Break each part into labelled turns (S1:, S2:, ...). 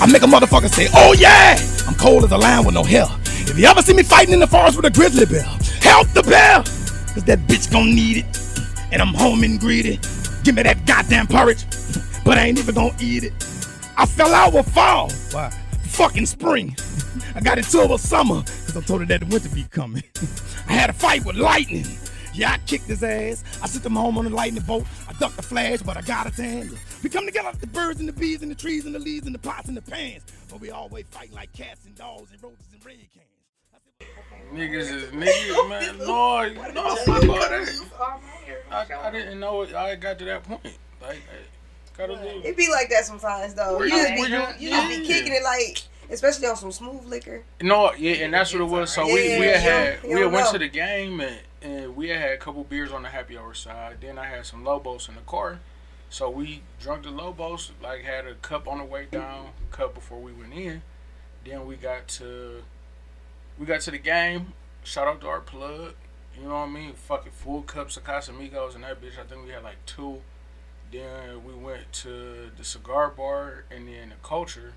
S1: I make a motherfucker say, oh yeah! I'm cold as a lion with no hair. If you ever see me fighting in the forest with a grizzly bear, help the bear! Cause that bitch gon' need it. And I'm home and greedy. Give me that goddamn porridge, but I ain't even gonna eat it. I fell out with fall. Why? Fucking spring. I got into it with summer, cause I told her that the winter be coming. I had a fight with lightning. Yeah, I kicked his ass. I sent him home on the lightning bolt. I ducked the flash, but I got it to handle. We come together like the birds and the bees and the trees and the leaves and the pots and the pans. But we always fighting like cats and dogs and roaches and red cans.
S2: Niggas is niggas, man. No, I- no, fuck all that. I, I didn't know it, I got to that point. Like, I got a little.
S3: It be like that sometimes though.
S2: Were
S3: You
S2: you-
S3: just be,
S2: were you-
S3: you just be
S2: yeah.
S3: kicking it like, especially on some smooth liquor.
S2: No, yeah, and that's what it was. So we, we
S3: Yeah,
S2: had
S3: you
S2: we had
S3: don't
S2: went
S3: know.
S2: to the game and, and we had a couple beers on the happy hour side. Then I had some Lobos in the car, so we drunk the Lobos. Like had a cup on the way down, cup before we went in. Then we got to we got to the game. Shout out to our plug. You know what I mean? Fucking full cups of Casamigos and that bitch. I think we had like two. Then we went to the cigar bar and then the culture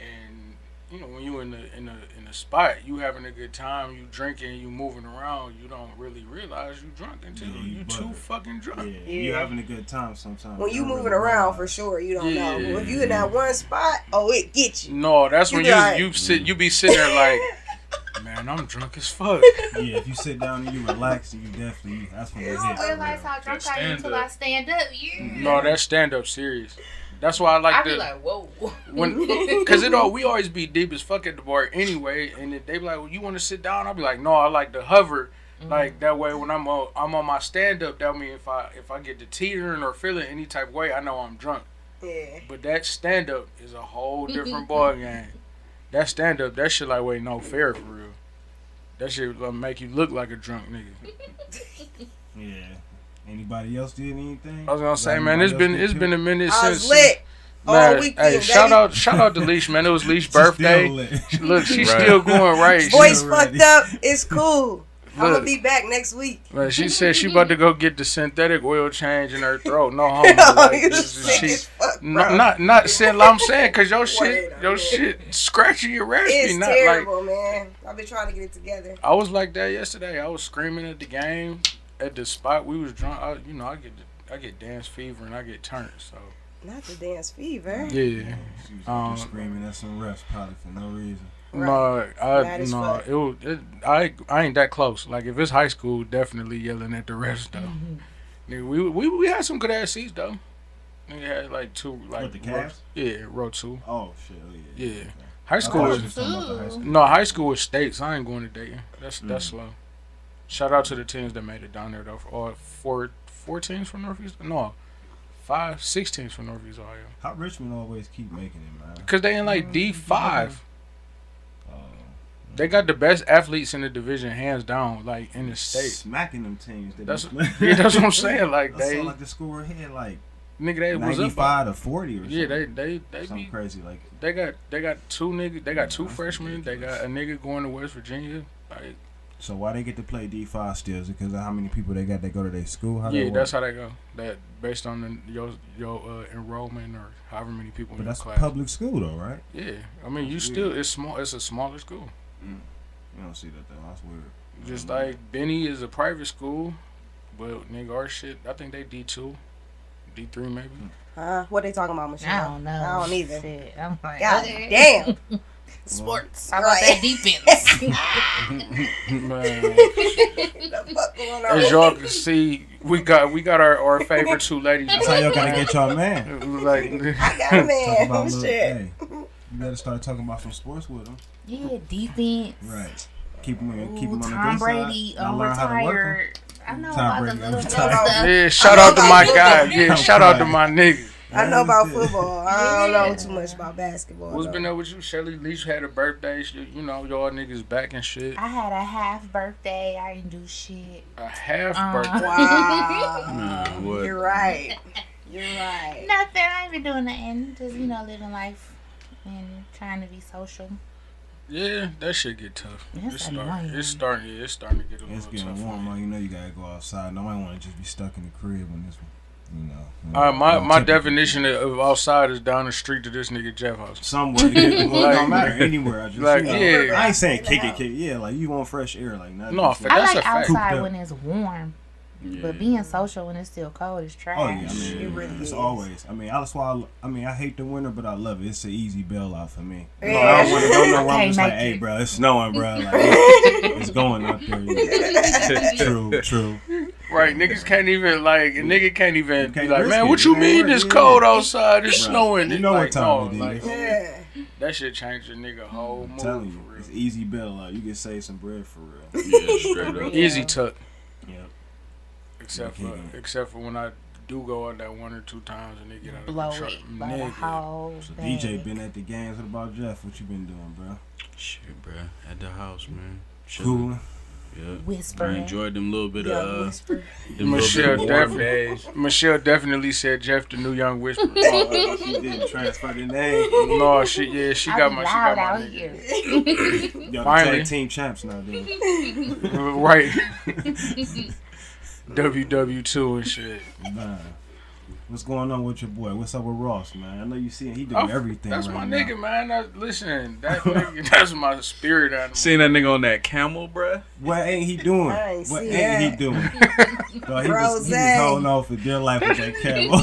S2: and you know when you in the in the in the spot, you having a good time, you drinking, you moving around, you don't really realize you drunk until
S4: Yeah,
S2: you
S4: you
S2: too
S4: buzzed.
S2: fucking
S4: Yeah,
S2: drunk.
S4: you having a good time sometimes.
S3: When you
S4: Don't
S3: moving
S4: really
S3: around
S4: realize.
S3: for sure, you don't know.
S2: Mm-hmm. Yeah.
S3: But if you in that one spot, oh it get you.
S2: No, that's
S3: You
S2: when
S3: be
S2: you
S3: like-
S2: you sit you be sitting there like, man, I'm drunk as fuck.
S4: Yeah, if you sit down and you relax, you definitely that's when it
S5: You
S4: hits.
S5: don't
S4: for
S5: realize
S4: real.
S5: how drunk
S6: That
S5: I am
S6: stand
S5: until
S6: up.
S5: I stand up. Yeah.
S4: Mm-hmm.
S2: No, that's stand up serious. That's why I
S5: I
S2: like
S5: be
S2: the
S5: like, whoa.
S2: when because it all we always be deep as fuck at the bar anyway, and then they be like, well, you want to sit down? I'll be like, no, I like to hover.
S3: Mm-hmm.
S2: Like that way, when I'm on, I'm on my stand up. That mean if I if I get to teetering or feeling any type of way, I know I'm drunk.
S3: Yeah.
S2: But that stand up is a whole different ball game. That stand up, that shit like wait no fair for real. That shit gonna make you look like a drunk nigga.
S4: Yeah. Anybody else did anything?
S2: I was gonna say,
S4: Anybody
S2: man, it's
S4: else
S2: been
S4: get
S2: it's been a
S4: killed?
S2: minute
S3: I
S2: since.
S3: was lit. all
S2: man,
S3: weekend,
S2: hey, shout
S3: baby.
S2: out shout out to Leash, man. It was Leash's
S4: She still
S2: birthday.
S4: lit.
S2: Look, she's
S6: Right.
S2: still going right. She,
S3: Voice
S4: She's
S3: fucked
S4: ready.
S3: up. It's cool. I'm
S2: Look.
S3: gonna be back next week.
S2: man, she said she about to go get the synthetic oil change in her throat. No homo. Like,
S3: Oh, you
S2: Oh this is-
S3: sick
S2: she's-
S3: as fuck,
S2: no-
S3: bro.
S2: not not saying I'm saying because your shit
S3: Wait a
S2: your
S3: minute.
S2: shit scratchy and raspy.
S3: it's
S2: not like
S3: terrible, man. I've been trying to get it together.
S2: I was like that yesterday. I was screaming at the game, at the spot we was drunk. I, you know, I get I get dance fever and I get turned. So
S3: Not the dance fever.
S2: yeah,
S4: She was
S2: Um,
S4: um, screaming at some refs probably for no reason.
S2: no, I
S3: Mad as
S2: no,
S3: fuck.
S2: it, was- it I I ain't that close. Like if it's high school, definitely yelling at the rest though.
S3: Mm-hmm.
S2: Nigga, we we we had some good ass seats though. Nigga had like two like
S4: With the
S2: row-
S4: Cavs?
S2: yeah, row two.
S4: Oh shit! oh, Yeah.
S2: Yeah, high
S4: I
S2: school
S4: thought
S2: is
S4: she was talking about the high school.
S2: no high school is states. I ain't going to Dayton. That's that's
S4: Mm-hmm.
S2: slow. Shout out to the teams that made it down there though. For all four four teams from Northeast. No, five six teams from Northeast Ohio.
S4: How Richmond always keep making it, man.
S2: Cause they in like D five.
S4: Uh,
S2: They got the best athletes in the division, hands down. Like in the state.
S4: smacking them teams. That
S2: That's
S4: be playing.
S2: yeah, that's what I'm saying. Like
S4: I
S2: they
S4: saw like the score ahead like
S2: nigga they was
S4: ninety
S2: up. by-
S4: five to forty or something.
S2: Yeah, they they they
S4: something
S2: be
S4: crazy like.
S2: they got they got two niggas. They got two
S4: That's
S2: freshmen. They got a nigga going to West Virginia. Like
S4: So why they get to play D five still? Is it because of how many people they got that go to their school? How
S2: yeah,
S4: that
S2: that's
S4: work?
S2: how they go. That based on the, your your uh, enrollment or however many people
S4: But
S2: in your
S4: that's
S2: class.
S4: public school though, right?
S2: yeah, I mean you
S4: That's
S2: still
S4: weird.
S2: it's small. It's a smaller school.
S4: You don't see that though. That's weird.
S2: Just
S4: Mhm.
S2: like Benny is a private school, but nigga our shit. I think they D two, D three maybe.
S3: Huh? What they talking about, Michelle?
S5: I don't know.
S3: I don't either.
S5: Shit, I'm like, oh,
S3: God
S5: okay.
S3: damn. Sports.
S5: How about
S3: Right.
S5: that defense?
S2: Man,
S3: The fuck going on?
S2: as y'all can see, we got we got our, our favorite two ladies.
S4: That's how y'all gotta get y'all man.
S2: like
S3: I got a
S4: Talk about
S3: man.
S4: little,
S3: Shit.
S4: hey, you gotta start talking about some sports with them,
S5: yeah, defense.
S4: right? Keep them, on- keep
S5: Ooh,
S4: them on
S5: Tom
S4: the good
S5: Brady
S4: side. Y'all learn how to work 'em.
S5: retired. I know
S4: Tom
S5: about
S4: Brady
S5: the little
S4: overtired.
S5: stuff.
S2: yeah, shout out to my guy. Yeah,
S4: I'm
S2: shout out to
S4: crying.
S2: my nigga.
S3: I know about
S4: Understand.
S3: football. I don't know
S5: Yeah.
S3: too much about basketball.
S2: What's
S3: though.
S2: been up with you? Shelly Leach had a birthday. She, you know, y'all niggas back and shit.
S5: I had a half birthday. I didn't do shit.
S2: A half
S5: Uh,
S2: birthday.
S3: Wow.
S6: Man, what?
S3: You're right. You're right.
S5: Nothing. I ain't been doing nothing. Just you know, living life and trying to be social.
S2: Yeah, that shit get tough.
S5: That's
S2: it's starting.
S5: annoying.
S2: It's starting. Yeah, it's starting to get a
S4: It's
S2: little tough.
S4: getting warm, man. You know you gotta go outside. Nobody wanna just be stuck in the crib when this You know.
S2: All right, Uh, my, my
S4: Typical.
S2: definition of outside is down the street to this nigga Jeff house.
S4: somewhere. Yeah, well, it
S2: Like-
S4: don't matter anywhere. I just
S2: Like,
S4: you know,
S2: yeah.
S4: I ain't saying
S3: In the
S4: kick it,
S3: house.
S4: kick it. Yeah, like you want fresh air, like nothing.
S2: No,
S4: for-
S2: fact. That's
S5: I like
S2: a fact.
S5: outside
S4: Cooped
S5: when it's warm,
S6: Yeah.
S5: but being social when it's still cold is trash.
S4: Oh yeah, I mean,
S3: It really
S4: it's
S3: is.
S4: always. I mean, that's why. I, lo- I mean, I hate the winter, but I love it. It's an easy bailout for me. You know, I don't want to go nowhere. I'm
S5: Okay,
S4: just like,
S5: Nike.
S4: hey, bro, it's snowing, bro. Like, it's, it's going up there. Yeah. true, true.
S2: Right, niggas can't even like a nigga can't even be
S4: Can't
S2: like,
S4: risk
S2: man,
S4: it.
S2: what you
S4: Yeah,
S2: mean it's
S4: yeah.
S2: cold outside? It's
S4: Right.
S2: snowing.
S4: You
S2: It's
S4: know what
S2: like,
S4: time
S2: no,
S4: it is.
S2: like,
S3: Yeah.
S2: That shit changed a nigga whole
S4: I'm
S2: mood for
S4: telling you,
S2: real.
S4: it's easy bailout. You can save some bread for real.
S6: Yeah, straight up.
S2: Easy tuck.
S4: Yep.
S2: Except
S4: Yeah,
S2: for
S4: yeah.
S2: except for when I do go out that one or two times and they get out
S5: Blow
S2: of the
S5: it,
S2: truck.
S5: blow the
S2: Nigga.
S5: whole
S4: So
S5: thing.
S4: DJ been at the games. What about Jeff? What you been doing, bro?
S6: Shit, bro. At the house, man.
S4: Cool.
S6: Yeah. I
S5: whispering.
S6: enjoyed them little bit
S3: Yeah,
S6: of uh,
S3: whisper.
S6: them little
S2: Michelle
S6: bit of warm
S2: Dever-
S6: days.
S2: Michelle definitely said Jeff the new young whisperer.
S4: Oh, she did transfer the name.
S2: no, she yeah, she
S5: I
S2: got
S5: be
S2: my she
S5: loud
S2: got my
S5: out
S2: nigga.
S5: here.
S4: Y'all the
S2: Finally.
S4: tag team champs now, dude.
S2: right. WW two and shit.
S4: Nah. What's going on with your boy? What's up with Ross, man? I know you see him. He do
S2: Oh,
S4: everything
S2: That's
S4: right
S2: my
S4: now.
S2: nigga, man. That, listen, that nigga, that's my spirit animal.
S6: Seen that nigga on that camel, bruh?
S4: What ain't he doing?
S3: I ain't
S4: What
S3: see
S4: ain't
S3: that.
S4: he doing? Dog, he, was, he was
S3: Rosé.
S4: holding off for dear life with that camel.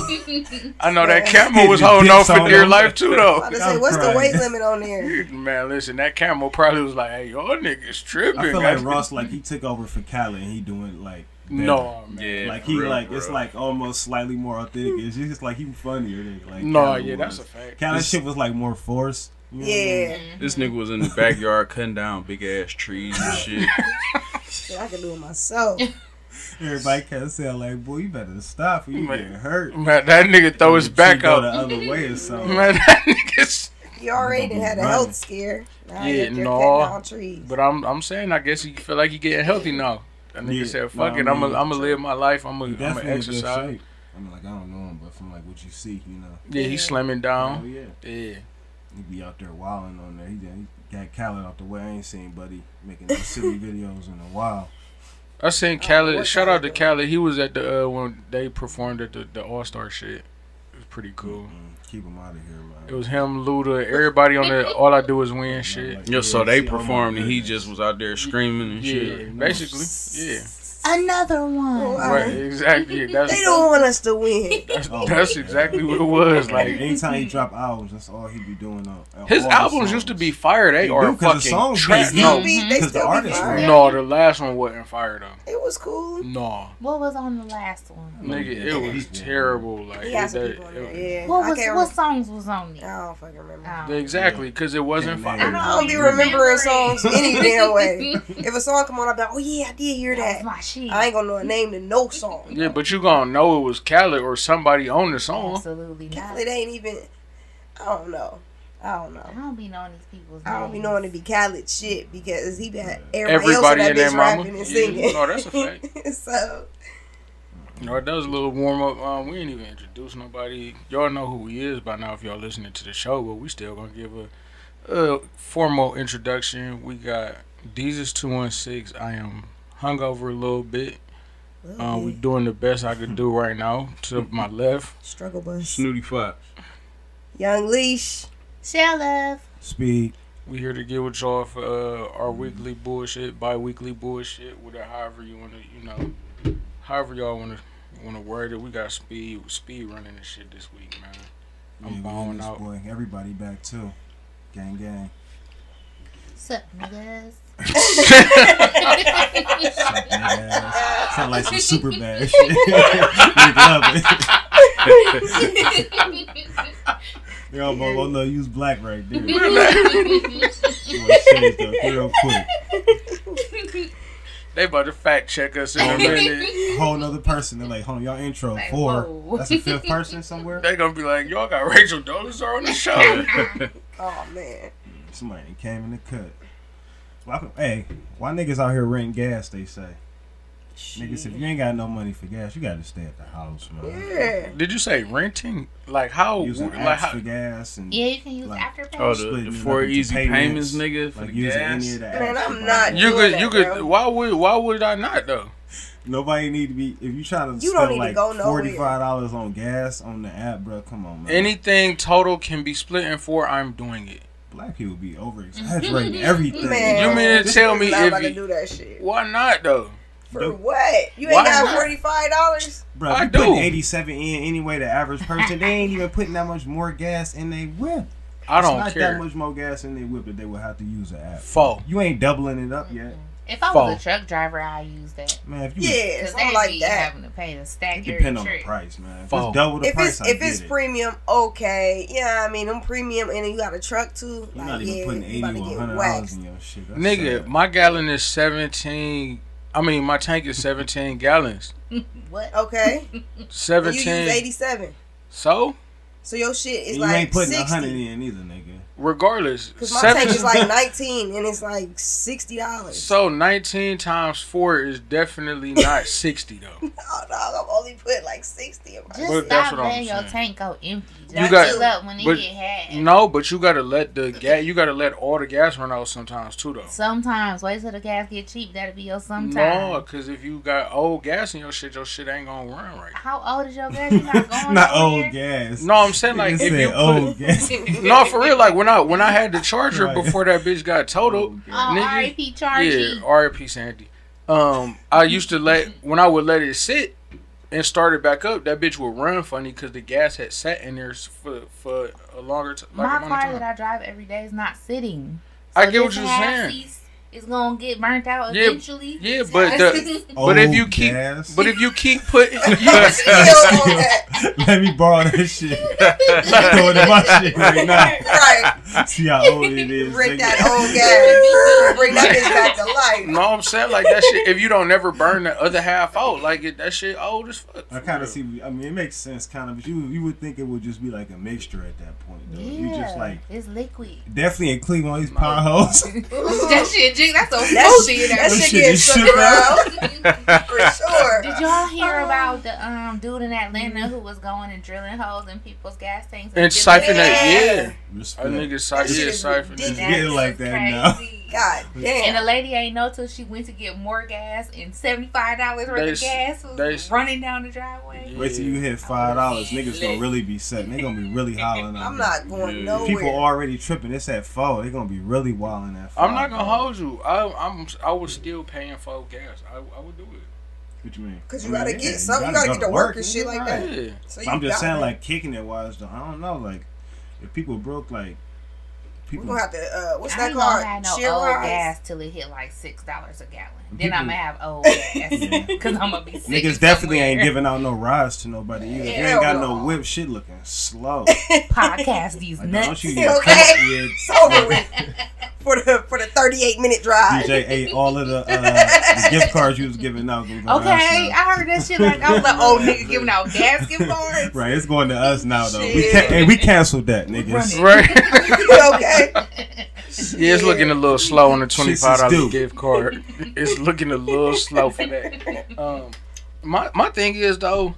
S2: I know that
S3: Yeah.
S2: camel was
S4: Getting
S2: holding
S4: dicks
S2: off for
S4: on
S2: dear
S4: him.
S2: life too,
S3: I
S2: though.
S3: was gonna say,
S4: I'm
S3: what's
S4: crying.
S3: the weight limit on there?
S2: Man, listen, that camel probably was like, "Hey, y'all niggas tripping."
S4: I feel like
S2: guys."
S4: Ross, like he took over for Kyler, and he doing like better.
S2: No, man.
S6: Yeah.
S4: like
S6: for
S4: he
S6: real,
S4: like
S6: for
S4: it's
S6: real.
S4: like almost slightly more authentic. It's just like he funnier. Than, like
S2: No,
S4: Kyler
S2: yeah,
S4: was.
S2: that's a fact.
S4: Kyler
S6: This-
S4: shit was like more forced. you know what I mean?
S3: Yeah.
S6: This nigga was in the backyard cutting down big ass trees and shit.
S3: Shit, I can do it myself.
S4: Everybody kept saying like, "Boy, you better stop, or you
S2: Man.
S4: get hurt."
S2: Man, that nigga throw his
S4: She
S2: back
S4: go the
S2: up.
S4: other way or something.
S2: Man, that nigga's.
S3: You already done had a
S4: Right.
S3: health scare. Now
S2: Yeah,
S3: yeah, you're
S2: no.
S3: cutting down trees.
S2: But I'm, I'm saying, I guess he feel like he getting healthy now. That nigga
S4: Yeah,
S2: said,
S4: no,
S2: "Fuck
S4: I
S2: it, I'm
S4: mean,
S2: gonna, I'm gonna live my life. I'm gonna, I'm gonna
S4: definitely in good
S2: exercise."
S4: shape. I mean, like I don't know him, but from like what you see, you know.
S2: Yeah, he's slamming
S4: Oh
S2: down.
S4: yeah,
S2: Yeah,
S4: he be out there wilding on there. He, done- he got Khaled out the way. I ain't seen Buddy making no silly videos in a while.
S2: I seen Khaled.
S3: what's
S2: shout
S3: that
S2: out to
S3: dude?
S2: Khaled. He was at the uh, when they performed at the, the All Star shit. It was pretty cool.
S4: Mm, keep him out of here, man.
S2: It was him, Luda, everybody on the All I Do Is Win shit.
S4: Like,
S6: Yo, so
S4: yeah,
S6: they
S4: see, oh my
S6: performed and he
S4: goodness.
S6: just was out there screaming and
S2: Yeah,
S6: shit.
S2: basically. Yeah,
S5: Another one.
S3: Wow.
S2: right. Exactly. That's
S3: They don't want us to win.
S2: that's,
S4: Oh,
S2: that's
S4: yeah.
S2: exactly what it was.
S4: Like
S2: Like
S4: anytime he drop albums, that's all he be doing. On, on
S2: his
S4: all the
S2: albums used to
S4: songs.
S2: be fire. They
S4: They
S2: are
S4: do, 'cause the
S2: fucking
S4: songs
S2: trash.
S4: be-
S2: No,
S3: They still be, they
S4: 'cause the
S3: still be
S4: artists
S3: fire.
S4: were-
S2: no, the last one wasn't fire though.
S3: It was cool.
S2: No,
S5: What was on the last one?
S2: nigga, it was terrible. Like
S3: He had some
S2: that-
S3: people on there.
S2: it-
S3: Yeah.
S5: What
S3: I
S5: was
S3: can't
S5: what songs was on
S3: rem-
S5: there?
S3: I don't fucking remember.
S5: Oh.
S2: exactly, because it wasn't
S4: Can't
S2: fire.
S4: name
S3: I don't be remembering songs any damn way. If a song come on, I'll be like, oh yeah, I did hear
S5: That's
S3: that.
S5: my shit.
S3: I ain't gonna know a name to no song.
S2: Yeah, but you gonna know it was Khaled or somebody on the
S4: Oh.
S2: song.
S5: Absolutely not.
S3: It ain't even. I don't know. I don't know.
S5: I don't be knowing these people's names.
S3: I don't be knowing to be Khaled shit because he got everybody,
S2: Everybody
S3: else
S2: and
S3: in that
S2: their
S3: bitch rapping
S2: mama.
S3: and
S2: Yeah,
S3: singing.
S2: no, that's a fact.
S3: so
S2: No, that was a little warm up. Um, we ain't even introduce nobody. Y'all know who he is by now if y'all listening to the show, but we still gonna give a, a formal introduction. We got Jesus two one six. I am hungover a little bit. Um,
S4: Mm-hmm.
S2: we doing the best I could do right now. To my left,
S3: struggle bus,
S6: Snooty Fox.
S3: young leash.
S5: Share love.
S4: speed.
S2: we here to get with y'all for uh, our weekly bullshit, bi-weekly bullshit, whatever, however you wanna, you know, however y'all wanna wanna word it. We got speed speed running and shit this week, man. I'm
S4: yeah, we in
S2: balling
S4: this
S2: out.
S4: boy. Everybody back too. Gang, gang.
S5: Sup, niggas.
S4: Yeah. Sound like some super bad shit. We'd love it. They all about, well, no, you was black right there. Well, shit, though, real quick.
S2: They about to fact check us in a minute.
S4: Whole nother person. They're like, hold on, y'all intro four.
S5: whoa.
S4: That's a fifth person somewhere.
S2: they gonna be like, y'all got Rachel Dolezal on the show.
S3: Oh man,
S4: Somebody done came in the cut. Why- Hey, why niggas out here renting gas? They say. Niggas, if you ain't got no money for gas, you gotta stay at the house, man.
S3: Yeah.
S2: Did you say renting? Like how?
S4: Using
S2: like
S4: apps
S2: how?
S4: for gas and
S5: Yeah, you can use
S4: Like-
S5: Afterpay.
S6: Oh,
S4: splitting
S6: the, the
S4: it up
S6: four
S4: into
S6: easy payments, nigga, for
S4: Like
S6: the
S4: using
S6: gas.
S4: any of the apps.
S3: Man, I'm
S4: to buy
S3: not-
S4: it.
S2: You
S3: doing
S2: could,
S3: that,
S2: you could.
S3: bro.
S2: Why would, why would I not though?
S4: Uh-huh. Nobody need to be. If you try to
S3: You don't
S4: spend
S3: need to
S4: like
S3: go nowhere.
S4: forty five dollars on gas on the app, bro, come on, man.
S2: Anything total can be split in four. I'm doing it.
S4: black people be over exaggerating everything.
S2: You
S3: Man,
S2: mean to tell me
S3: I'm not
S2: if
S3: about to
S2: you-
S3: do that shit.
S2: Why not though?
S3: For
S4: Nope.
S3: what? You ain't
S2: Why
S3: got
S2: not?
S3: forty five dollars?
S4: Bro,
S2: I
S4: you putting
S2: do.
S4: 87 in anyway, the average person, they ain't even putting that much more gas in they whip.
S2: I don't
S4: it's not
S2: care.
S4: that much more gas in they whip that they would have to use an app.
S2: Four.
S4: You ain't doubling it up yet.
S5: If I
S2: Phone.
S5: was a truck driver, I'd use that.
S4: Man, if you
S3: Yeah,
S5: Because
S3: something
S5: they
S3: like
S5: be
S3: that.
S5: having to pay the stack
S4: it
S5: every
S4: depend on the
S5: trip.
S4: price, man. If
S2: Fuck.
S4: it's double the
S3: If
S4: price,
S3: it's
S4: I
S3: if
S4: get
S3: it's
S4: it.
S3: premium, okay. Yeah, I mean, I'm premium, and then you got a truck too.
S4: You're not
S3: Like,
S4: even
S3: yeah,
S4: putting
S3: you
S4: 80
S3: about to
S4: or
S3: get
S4: 100 dollars
S3: waxed.
S4: in your shit. That's
S2: Nigga,
S4: sad.
S2: my gallon is 17. I mean, my tank is 17 gallons.
S5: What?
S3: Okay, and you use
S2: 17.
S3: eighty seven,
S2: So,
S3: so your shit is
S4: And you
S3: like
S4: ain't putting a 100
S3: sixty.
S4: in either, nigga.
S2: regardless,
S3: Cause my tank is
S2: 17
S3: like nineteen, and it's like sixty dollars.
S2: so 19 times 4 is definitely not 60 though.
S3: oh dog, I'm only putting like sixty in my.
S5: Just
S2: But that's
S5: stop
S2: what I'm
S5: letting your
S2: saying.
S5: tank go empty. Just
S2: You
S5: you
S2: got-
S5: fill up when it
S2: but-
S5: get half.
S2: No, but you got to let the gas you got to let all the gas run out sometimes too though.
S5: Sometimes wait till the gas get cheap. That'll be your sometime.
S2: No, cause if you got old gas in your shit, your shit ain't gonna run right.
S5: How old is your gas? You not going
S4: Not
S5: nowhere?
S4: old gas.
S2: No, I'm saying like
S4: Nigga
S2: if
S4: said
S2: you put,
S4: old gas.
S2: no for real, like when I when I had the charger
S4: Right.
S2: before that bitch got totaled,
S4: Old gas.
S5: Oh,
S2: Nigga.
S5: R.I.P. Chargy.
S2: Yeah, R.I.P. Sandy. Um, I used to let when I would let it sit and start it back up, that bitch would run funny because the gas had sat in there for for a longer time. Like
S5: My
S2: amount of
S5: car that
S2: time.
S5: I drive every day is not sitting.
S2: I get what
S5: this
S2: you're
S5: half
S2: saying.
S5: piece Is gonna get burnt out
S2: Yeah,
S5: eventually.
S2: yeah, but the- But if you
S4: Old
S2: keep-
S4: gas.
S2: But if you keep putting,
S3: I'm still on that.
S4: Let me borrow that shit. Throw it in my shit right now.
S3: right,
S4: See how old it is.
S3: break
S4: nigga.
S3: that old gas, bring that bitch back to life.
S2: no, I'm saying like that shit. If you don't never burn the other half out, like it, that shit old as fuck.
S4: I kind of see. I mean, it makes sense, kind of. But you you would think it would just be like a mixture at that point, though. You just
S5: Yeah,
S4: like
S5: it's liquid.
S4: definitely in Cleveland these potholes.
S5: that shit, jig. That's a
S3: That
S5: bullshit.
S3: shit, that
S4: That
S3: shit
S4: shit
S3: gets
S4: is
S3: shook
S4: shook
S3: around for sure.
S5: Did y'all hear about the um dude in
S3: Mm-hmm.
S5: Atlanta who was going and drilling holes in people's gas tanks
S2: And
S5: filling
S2: siphoning, yeah,
S3: Yeah.
S2: a
S4: Respect.
S2: nigga side,
S3: That shit
S2: yeah,
S3: is
S2: siphoning.
S5: it?
S4: You get it like that now.
S3: God
S5: And the
S3: damn.
S5: lady ain't know till she went to get more gas and seventy five dollars worth
S2: They
S5: of
S2: s-
S5: gas
S2: they
S5: was
S2: s-
S5: running down the driveway.
S4: Wait till you hit five dollars, niggas gonna really be set. They gonna be really hollering. at
S3: I'm
S4: you.
S3: not going
S6: Yeah.
S4: If
S3: nowhere.
S4: People already tripping. It's at four. They gonna be really wilding at. Four,
S2: I'm not gonna hold you. I, I'm I was still paying full gas. I, I would do it.
S4: What you mean?
S3: Cause you
S4: I mean,
S3: gotta
S4: yeah,
S3: get something, you
S4: gotta
S3: gotta
S4: go
S3: get to work and shit like that.
S2: Yeah.
S3: So
S4: But I'm
S3: you
S4: just
S3: gotta-
S4: saying, like kicking it wise. Though I don't know, like if people broke, like
S3: we
S4: people.
S3: gonna have to. Uh, what's
S5: I
S3: that
S5: ain't gonna have
S3: called?
S5: no
S3: Share
S5: old
S3: rides.
S5: gas till it hit like six dollars a gallon. Then
S4: People-
S5: I'm gonna have old gas
S4: Yeah.
S5: because I'm gonna be sick
S4: Niggas
S5: of
S4: definitely ain't
S5: somewhere.
S4: giving out no rides to nobody either. If you
S3: Hell
S4: ain't got
S3: no.
S4: no whip, shit looking slow.
S5: podcast these
S4: Like,
S5: nuts.
S4: don't you
S3: Okay.
S4: get cut your
S3: It's over with for the for the 38 minute drive.
S4: DJ ate all of the, uh, the gift cards you was giving out. gonna go to us
S5: Okay,
S4: now.
S5: I heard that shit like I was like, oh nigga giving out gas gift cards.
S4: right, it's going to us now though. We
S3: Shit.
S4: can- hey, we canceled that, niggas.
S2: Right.
S3: You okay?
S2: Yeah, it's looking a little slow on the twenty
S4: Shit's
S2: five dollar
S4: due.
S2: gift card. it's looking a little slow for that. Um, my my thing is though,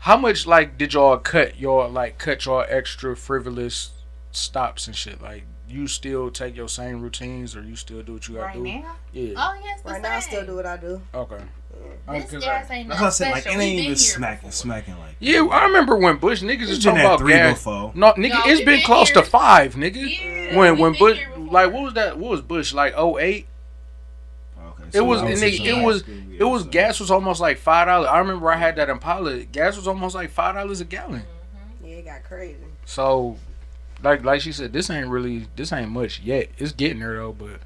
S2: how much like did y'all cut y'all like cut y'all extra frivolous stops and shit? Like you still take your same routines or you still do what you gotta
S5: Right Uh.
S2: do?
S5: now?
S2: Yeah.
S5: Oh yes, the
S3: Right now, I
S5: same.
S3: still do what I do.
S2: Okay. I'm-
S5: This
S2: 'cause
S5: gas
S2: I-
S5: ain't
S4: That's why I
S5: nothing
S4: said
S5: special.
S4: like it
S5: We've
S4: ain't
S5: been
S4: even
S5: here
S4: smacking, smacking like.
S2: yeah, I remember when Bush niggas was
S4: It's
S2: talking
S4: been at
S2: about
S4: three
S2: gas.
S4: before.
S2: No, nigga,
S5: No,
S2: it's been
S5: we been
S2: close to
S5: here.
S2: five, nigga.
S5: Yeah,
S2: when
S5: we
S2: when
S5: been
S2: Bush
S5: here before.
S2: like what was that? What was Bush like? 08?
S4: Okay,
S2: It
S4: so
S2: was,
S4: I
S2: and
S4: in
S2: they-
S4: high
S2: it was
S4: school, yeah,
S2: it was
S4: so-
S2: gas was almost like five dollars. I remember I had that Impala. Gas was almost like five dollars a gallon.
S3: Yeah, it got crazy.
S2: So, like like she said, this ain't really this ain't much yet. It's getting there though. But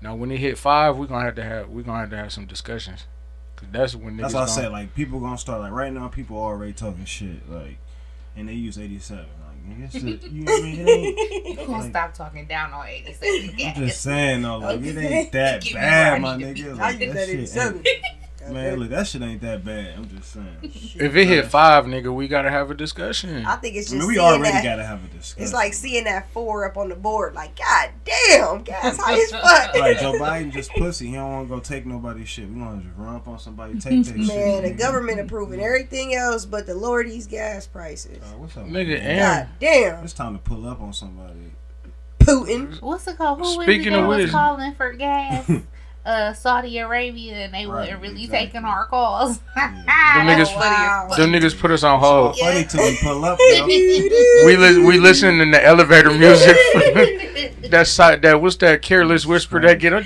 S2: now when it hit five, we're gonna have to have we're gonna have to have some discussions. Cause that's when niggas.
S4: That's what I
S2: gonna-
S4: said. Like people gonna start like right now. People already talking shit like, and they use eighty seven. Like nigga, it's a- you know what I mean? It ain't-
S5: You gonna
S4: Like-
S5: stop talking down on 87
S4: I'm
S5: gas.
S4: just saying though, like it
S3: Okay.
S4: ain't that
S5: Give me where I
S4: bad, my
S5: need to be.
S4: nigga.
S3: I
S4: Like,
S3: use
S4: that
S3: that
S4: shit ain't-
S3: 87.
S4: Man, look, that shit ain't that bad. I'm just saying.
S2: If it hit five, nigga, we gotta have a discussion.
S3: I think it's
S4: I
S3: just
S4: mean, we
S3: seeing
S4: already
S3: that.
S4: gotta have a discussion.
S3: it's like seeing that four up on the board. Like, god damn, guys, high as fuck.
S4: Like Joe Biden just pussy. He don't want to go take nobody's shit. We want to just run up on somebody, take their shit.
S3: Man, the
S4: nigga.
S3: government approving everything else, but the Lord these gas prices.
S4: Uh, what's up,
S2: Nigga,
S4: man?
S2: and
S3: God damn,
S4: It's time to pull up on somebody.
S3: Putin.
S5: What's it called? Who
S2: Speaking
S5: Speaking was it
S2: of
S5: that was
S2: which-
S5: calling for gas? uh, Saudi Arabia, and they
S4: Right,
S5: weren't really
S4: exactly.
S5: taking our calls.
S2: Them niggas-
S3: Wow.
S2: them niggas put us on hold.
S4: It's all funny till we pull up. yo.
S2: We li- we listening in the elevator music. that side, that what's that careless whisper that get a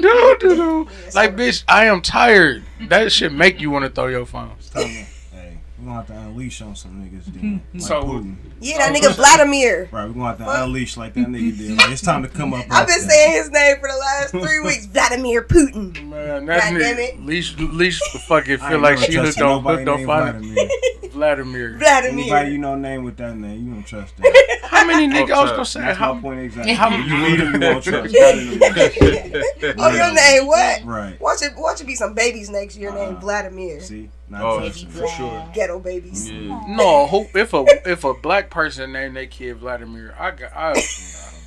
S2: like bitch. I am tired. That shit make you want to throw your phone.
S4: It's time to- hey, we gonna have to unleash on some niggas. Then. Like
S2: So-
S4: Putin.
S3: Yeah, that nigga Vladimir.
S4: right? We gonna have to unleash like that nigga did. Like, it's time to come up.
S3: I've
S4: like
S3: been
S4: that.
S3: saying his name for the last three weeks. Vladimir Putin.
S2: Man, that
S3: God damn
S2: nigga,
S3: it.
S2: leash, leash, fucking
S4: I ain't
S2: feel like
S4: never
S2: she hooked
S4: trusted
S2: on,
S4: nobody
S2: hooked on
S4: named
S2: Vladimir.
S4: Vladimir.
S2: Vladimir.
S4: Anybody you
S3: Vladimir.
S4: know named with that name, you don't trust that.
S2: How many niggas? I was gonna say
S4: That's my
S2: how.
S4: point exactly.
S5: How-
S4: you meet him, you won't trust. Not in the
S3: Oh, your name what?
S4: Right.
S3: Watch it. Watch it be some babies next year named
S4: Uh-uh.
S3: Vladimir.
S4: See, not
S6: Oh,
S4: trusting.
S6: for sure.
S3: Ghetto babies.
S6: Yeah.
S2: No, who, if a if a black person named their kid Vladimir, I got I.
S6: What's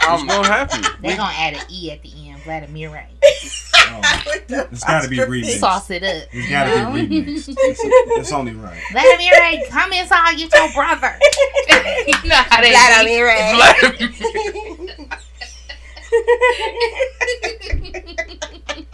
S2: I'm,
S6: gonna happen?
S5: They're gonna add an e at the end, Vladimir.
S4: Oh, It's gotta be remixed.
S5: Sauce it up.
S4: it's
S5: you
S4: gotta
S5: know?
S4: be remixed. It's, it's only right.
S5: Vladimir, come inside, get your brother. you know how they be.
S3: Vladimir.
S2: Vladimir.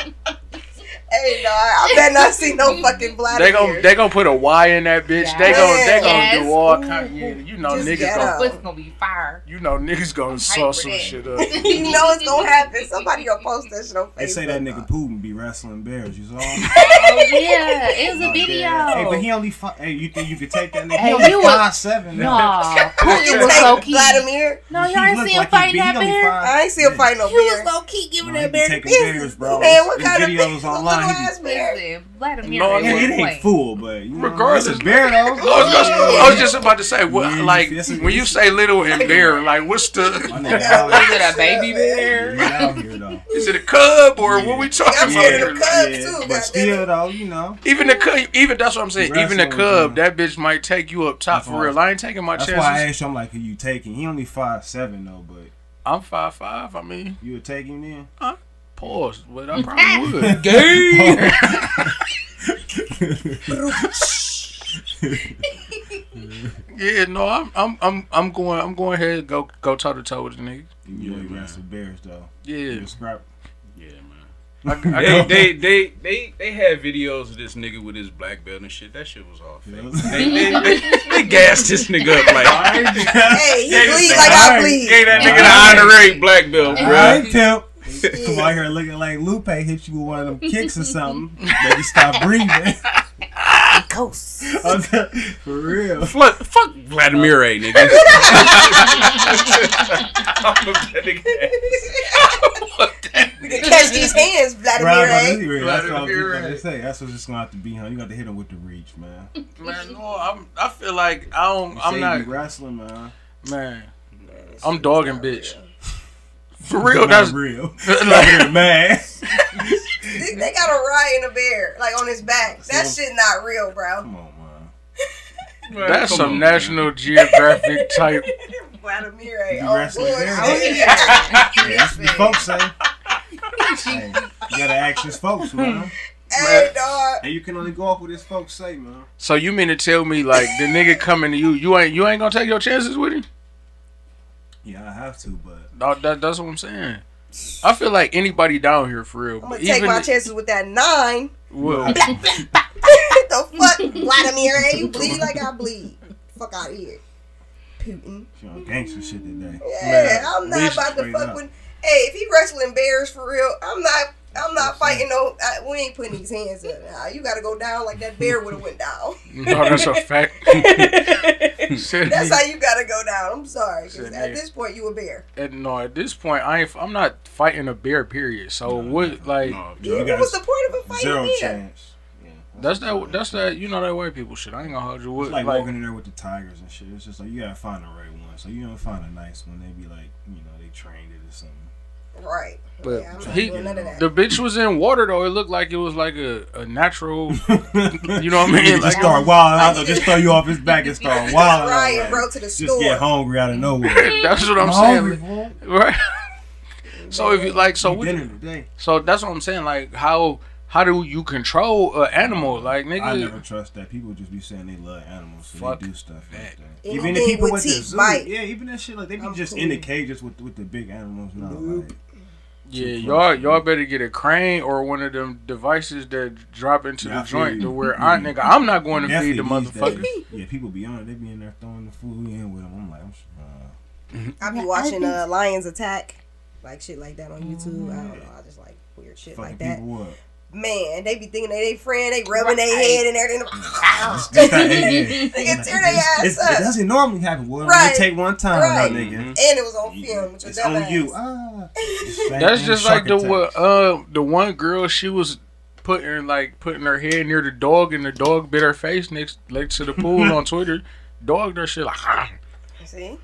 S3: hey, no, I bet not see no fucking Vladimir.
S2: They gon' they gon' put a Y in that bitch. They
S3: Yes.
S2: gon' they gon'
S5: Yes.
S2: do all
S5: Ooh,
S2: kind. Yeah,
S5: ooh.
S2: you know
S3: Just
S2: niggas
S3: get
S2: gon'
S3: up.
S5: What's gonna be fire?
S2: you know niggas gon' sauce some
S5: hype for
S2: shit up.
S3: you know it's gonna happen. Somebody gonna post that shit on Facebook.
S4: They say that nigga Putin be wrestling bears. You saw him?
S5: Oh yeah, it was a
S4: Out there.
S5: video.
S4: Oh, Hey, but he only five. Hey, you think you could take that nigga?
S5: Hey,
S4: he only
S5: you was-
S4: five seven.
S5: no,
S3: You
S5: Putin
S3: can
S5: was
S3: take
S5: low key.
S3: Vladimir.
S5: No, y'all ain't see him fighting that bear.
S3: I ain't see him fight no
S5: He was
S3: bear.
S5: low key giving
S4: No, he
S5: that
S4: be
S5: bear
S4: taking bears,
S5: business.
S4: bro.
S3: Man, what
S4: His
S3: kind of
S4: videos
S3: bitch?
S4: online,
S3: Little
S4: he-
S3: ass bear.
S5: Listen, Vladimir.
S2: No,
S5: ain't
S2: yeah,
S4: it
S5: gonna
S4: ain't
S5: play.
S4: full, but you know,
S2: Regardless-
S4: it's a bear though.
S2: I was, just, I was just about to say, what,
S4: Yeah,
S2: like
S4: it's- it's-
S2: when you say little and bear, like what's
S4: My
S2: the?
S4: nigga out
S5: Was
S4: here.
S5: it a baby bear?
S4: He out here though.
S2: Is it a cub or what we talking
S3: I'm
S2: about?
S3: scared of
S2: here?
S3: them cubs too.
S4: but
S3: goddamn
S4: still
S3: it.
S4: though, you know,
S2: Even the cub, even that's what I'm saying. Even the
S4: Wrestling,
S2: cub,
S4: yeah.
S2: that bitch might take you up top
S4: That's
S2: for
S4: why-
S2: real. I ain't taking my
S4: that's why I
S2: chances.
S4: asked you. I'm like, who you taking? He only five seven though, but
S2: I'm five five. I mean,
S4: you would take him then.
S2: pause, but I probably would. Yeah, no, I'm I'm I'm I'm going I'm going ahead go go toe to toe with the nigga.
S4: You really
S6: man.
S4: wrestle bears though.
S2: Yeah,
S4: You scrap.
S6: Yeah, man.
S2: I, I
S6: They,
S2: go,
S6: they they they they had videos of this nigga with his black belt and shit. That shit was all fake. They, they, they, they gassed this nigga up like
S3: Hey, he
S6: Yeah,
S3: bleed
S6: yeah.
S3: like I
S4: Alright.
S3: bleed.
S6: gave that nigga the honorary black belt,
S4: All
S6: bro.
S4: right, Tip. Come out here looking like Lupe hit you with one of them kicks or something. Make you stop breathing.
S5: Ghost.
S4: I'm t- For real.
S6: Fuck, fuck Vladimir, A, nigga. I'm a bad nigga.
S3: You can catch these hands, Vladimir.
S4: Right,
S3: eh?
S4: right, that's what I was
S2: Vladimir,
S4: just gonna
S2: right.
S4: say. That's what's just gonna have to be, huh? You got to hit him with the reach, man. You
S2: man, no, I'm I feel like I don't
S4: say
S2: I'm
S4: you
S2: not
S4: wrestling, man.
S2: man. I'm dogging bitch. For real,
S4: Not
S2: that's
S4: real. Like, man.
S3: They, they got a ride in a bear, like on his back. That
S4: So-
S3: shit not real, bro.
S4: Come on, man.
S2: that's
S6: Come
S2: some
S6: on,
S2: National Geographic type.
S3: Vladimir, eh?
S4: You
S3: Oh,
S4: wrestling
S3: boy.
S4: bear?
S3: Oh, yeah.
S4: Yeah, that's what the folks say. Hey, you gotta ask his folks, man.
S3: Hey, dog.
S4: And you can only go off with his folks say, man.
S2: So you mean to tell me like the nigga coming to you, you ain't you ain't gonna take your chances with him?
S4: Yeah, I have to, but
S2: No, that, that's what I'm saying. I feel like anybody down here for real.
S3: I'm gonna take my chances with that nine.
S2: well,
S3: What the fuck, Vladimir? eh? You bleed like I bleed. Fuck out of here, Putin.
S4: you know, gangster shit today.
S3: Yeah,
S2: Man,
S3: I'm
S2: we
S3: not about to
S4: straight
S3: fuck
S4: up.
S3: with. Hey, if he wrestling bears for real, I'm not. I'm not fighting no. I, we ain't putting these hands up. Nah, you gotta go down like that bear would have went down.
S2: no, that's a fact. Said
S3: That's
S2: nigga.
S3: how you gotta go down. I'm sorry. 'cause
S2: Shit,
S3: at
S2: nigga.
S3: this point, you a bear.
S2: at, no, at this point, I ain't. I'm not fighting a bear. Period. So what? Like
S6: No,
S4: You
S3: what
S4: got
S3: was the point of a fight
S4: Zero
S3: bear?
S4: chance. Yeah,
S2: that's that. That's that. You know that white people shit. I ain't gonna hold you. What?
S4: It's like,
S2: Like,
S4: walking in there with the tigers and shit. It's just like you gotta find the right one. So you don't find a nice one. They be like, you know, they trained it or something.
S3: Right.
S2: But
S3: yeah, I'm not
S2: he,
S3: doing none of that.
S2: the bitch was in water though. It looked like it was like a, a natural. You know what I mean?
S4: Nigga
S2: Like-
S4: just start wilding out. though. Just throw you off his back and start wilding out.
S3: Ryan
S4: like,
S3: broke to the
S4: Just
S3: store.
S4: get hungry out of nowhere.
S2: That's what I'm
S4: hungry,
S2: saying,
S4: boy.
S2: right? so if you like, so we,
S4: dinner today.
S2: so that's what I'm saying. Like how how do you control an animal? Like
S4: I never
S2: nigga,
S4: trust that. People just be saying they love animals, so
S2: Fuck
S4: they do stuff like
S2: that.
S4: that.
S3: Anything
S4: Even the people
S3: with
S4: with the
S3: teeth
S4: zoo,
S3: bite.
S4: yeah, even that shit like they be
S3: I'm
S4: just
S3: cool.
S4: in the cages with with the big animals now. Like,
S2: yeah,
S4: too
S2: y'all
S4: close.
S2: y'all better get a crane or one of them devices that drop into
S4: Yeah, I
S2: the
S4: feel
S2: joint
S4: you. Mm-hmm.
S2: to where I nigga I'm not going to feed the
S4: Definitely
S2: motherfuckers.
S4: these days, Yeah, people be on it. They be in there throwing the food in with them. I'm like, I'm uh,
S3: I be watching uh, Lions Attack, like shit like that on YouTube. I don't know. I just like weird shit
S4: fucking
S3: like that.
S4: people up.
S3: Man, they be thinking they they friend. They rubbing their head in there. They,
S4: It's just that- yeah, yeah.
S3: they
S4: Like,
S3: get tear their
S4: it's-
S3: ass
S4: it's- It
S3: up.
S4: doesn't normally happen. Well,
S3: Right.
S4: you take one time,
S3: Right.
S4: my
S2: Mm-hmm.
S4: nigga.
S3: And it was on
S4: You-
S3: film. With your
S4: it's
S3: dumb
S4: on
S3: ass.
S4: you. Ah,
S2: That's just like the one, uh, the one girl. She was putting like putting her head near the dog, and the dog bit her face next next to the pool on Twitter. Dog, that shit like ah,
S3: See,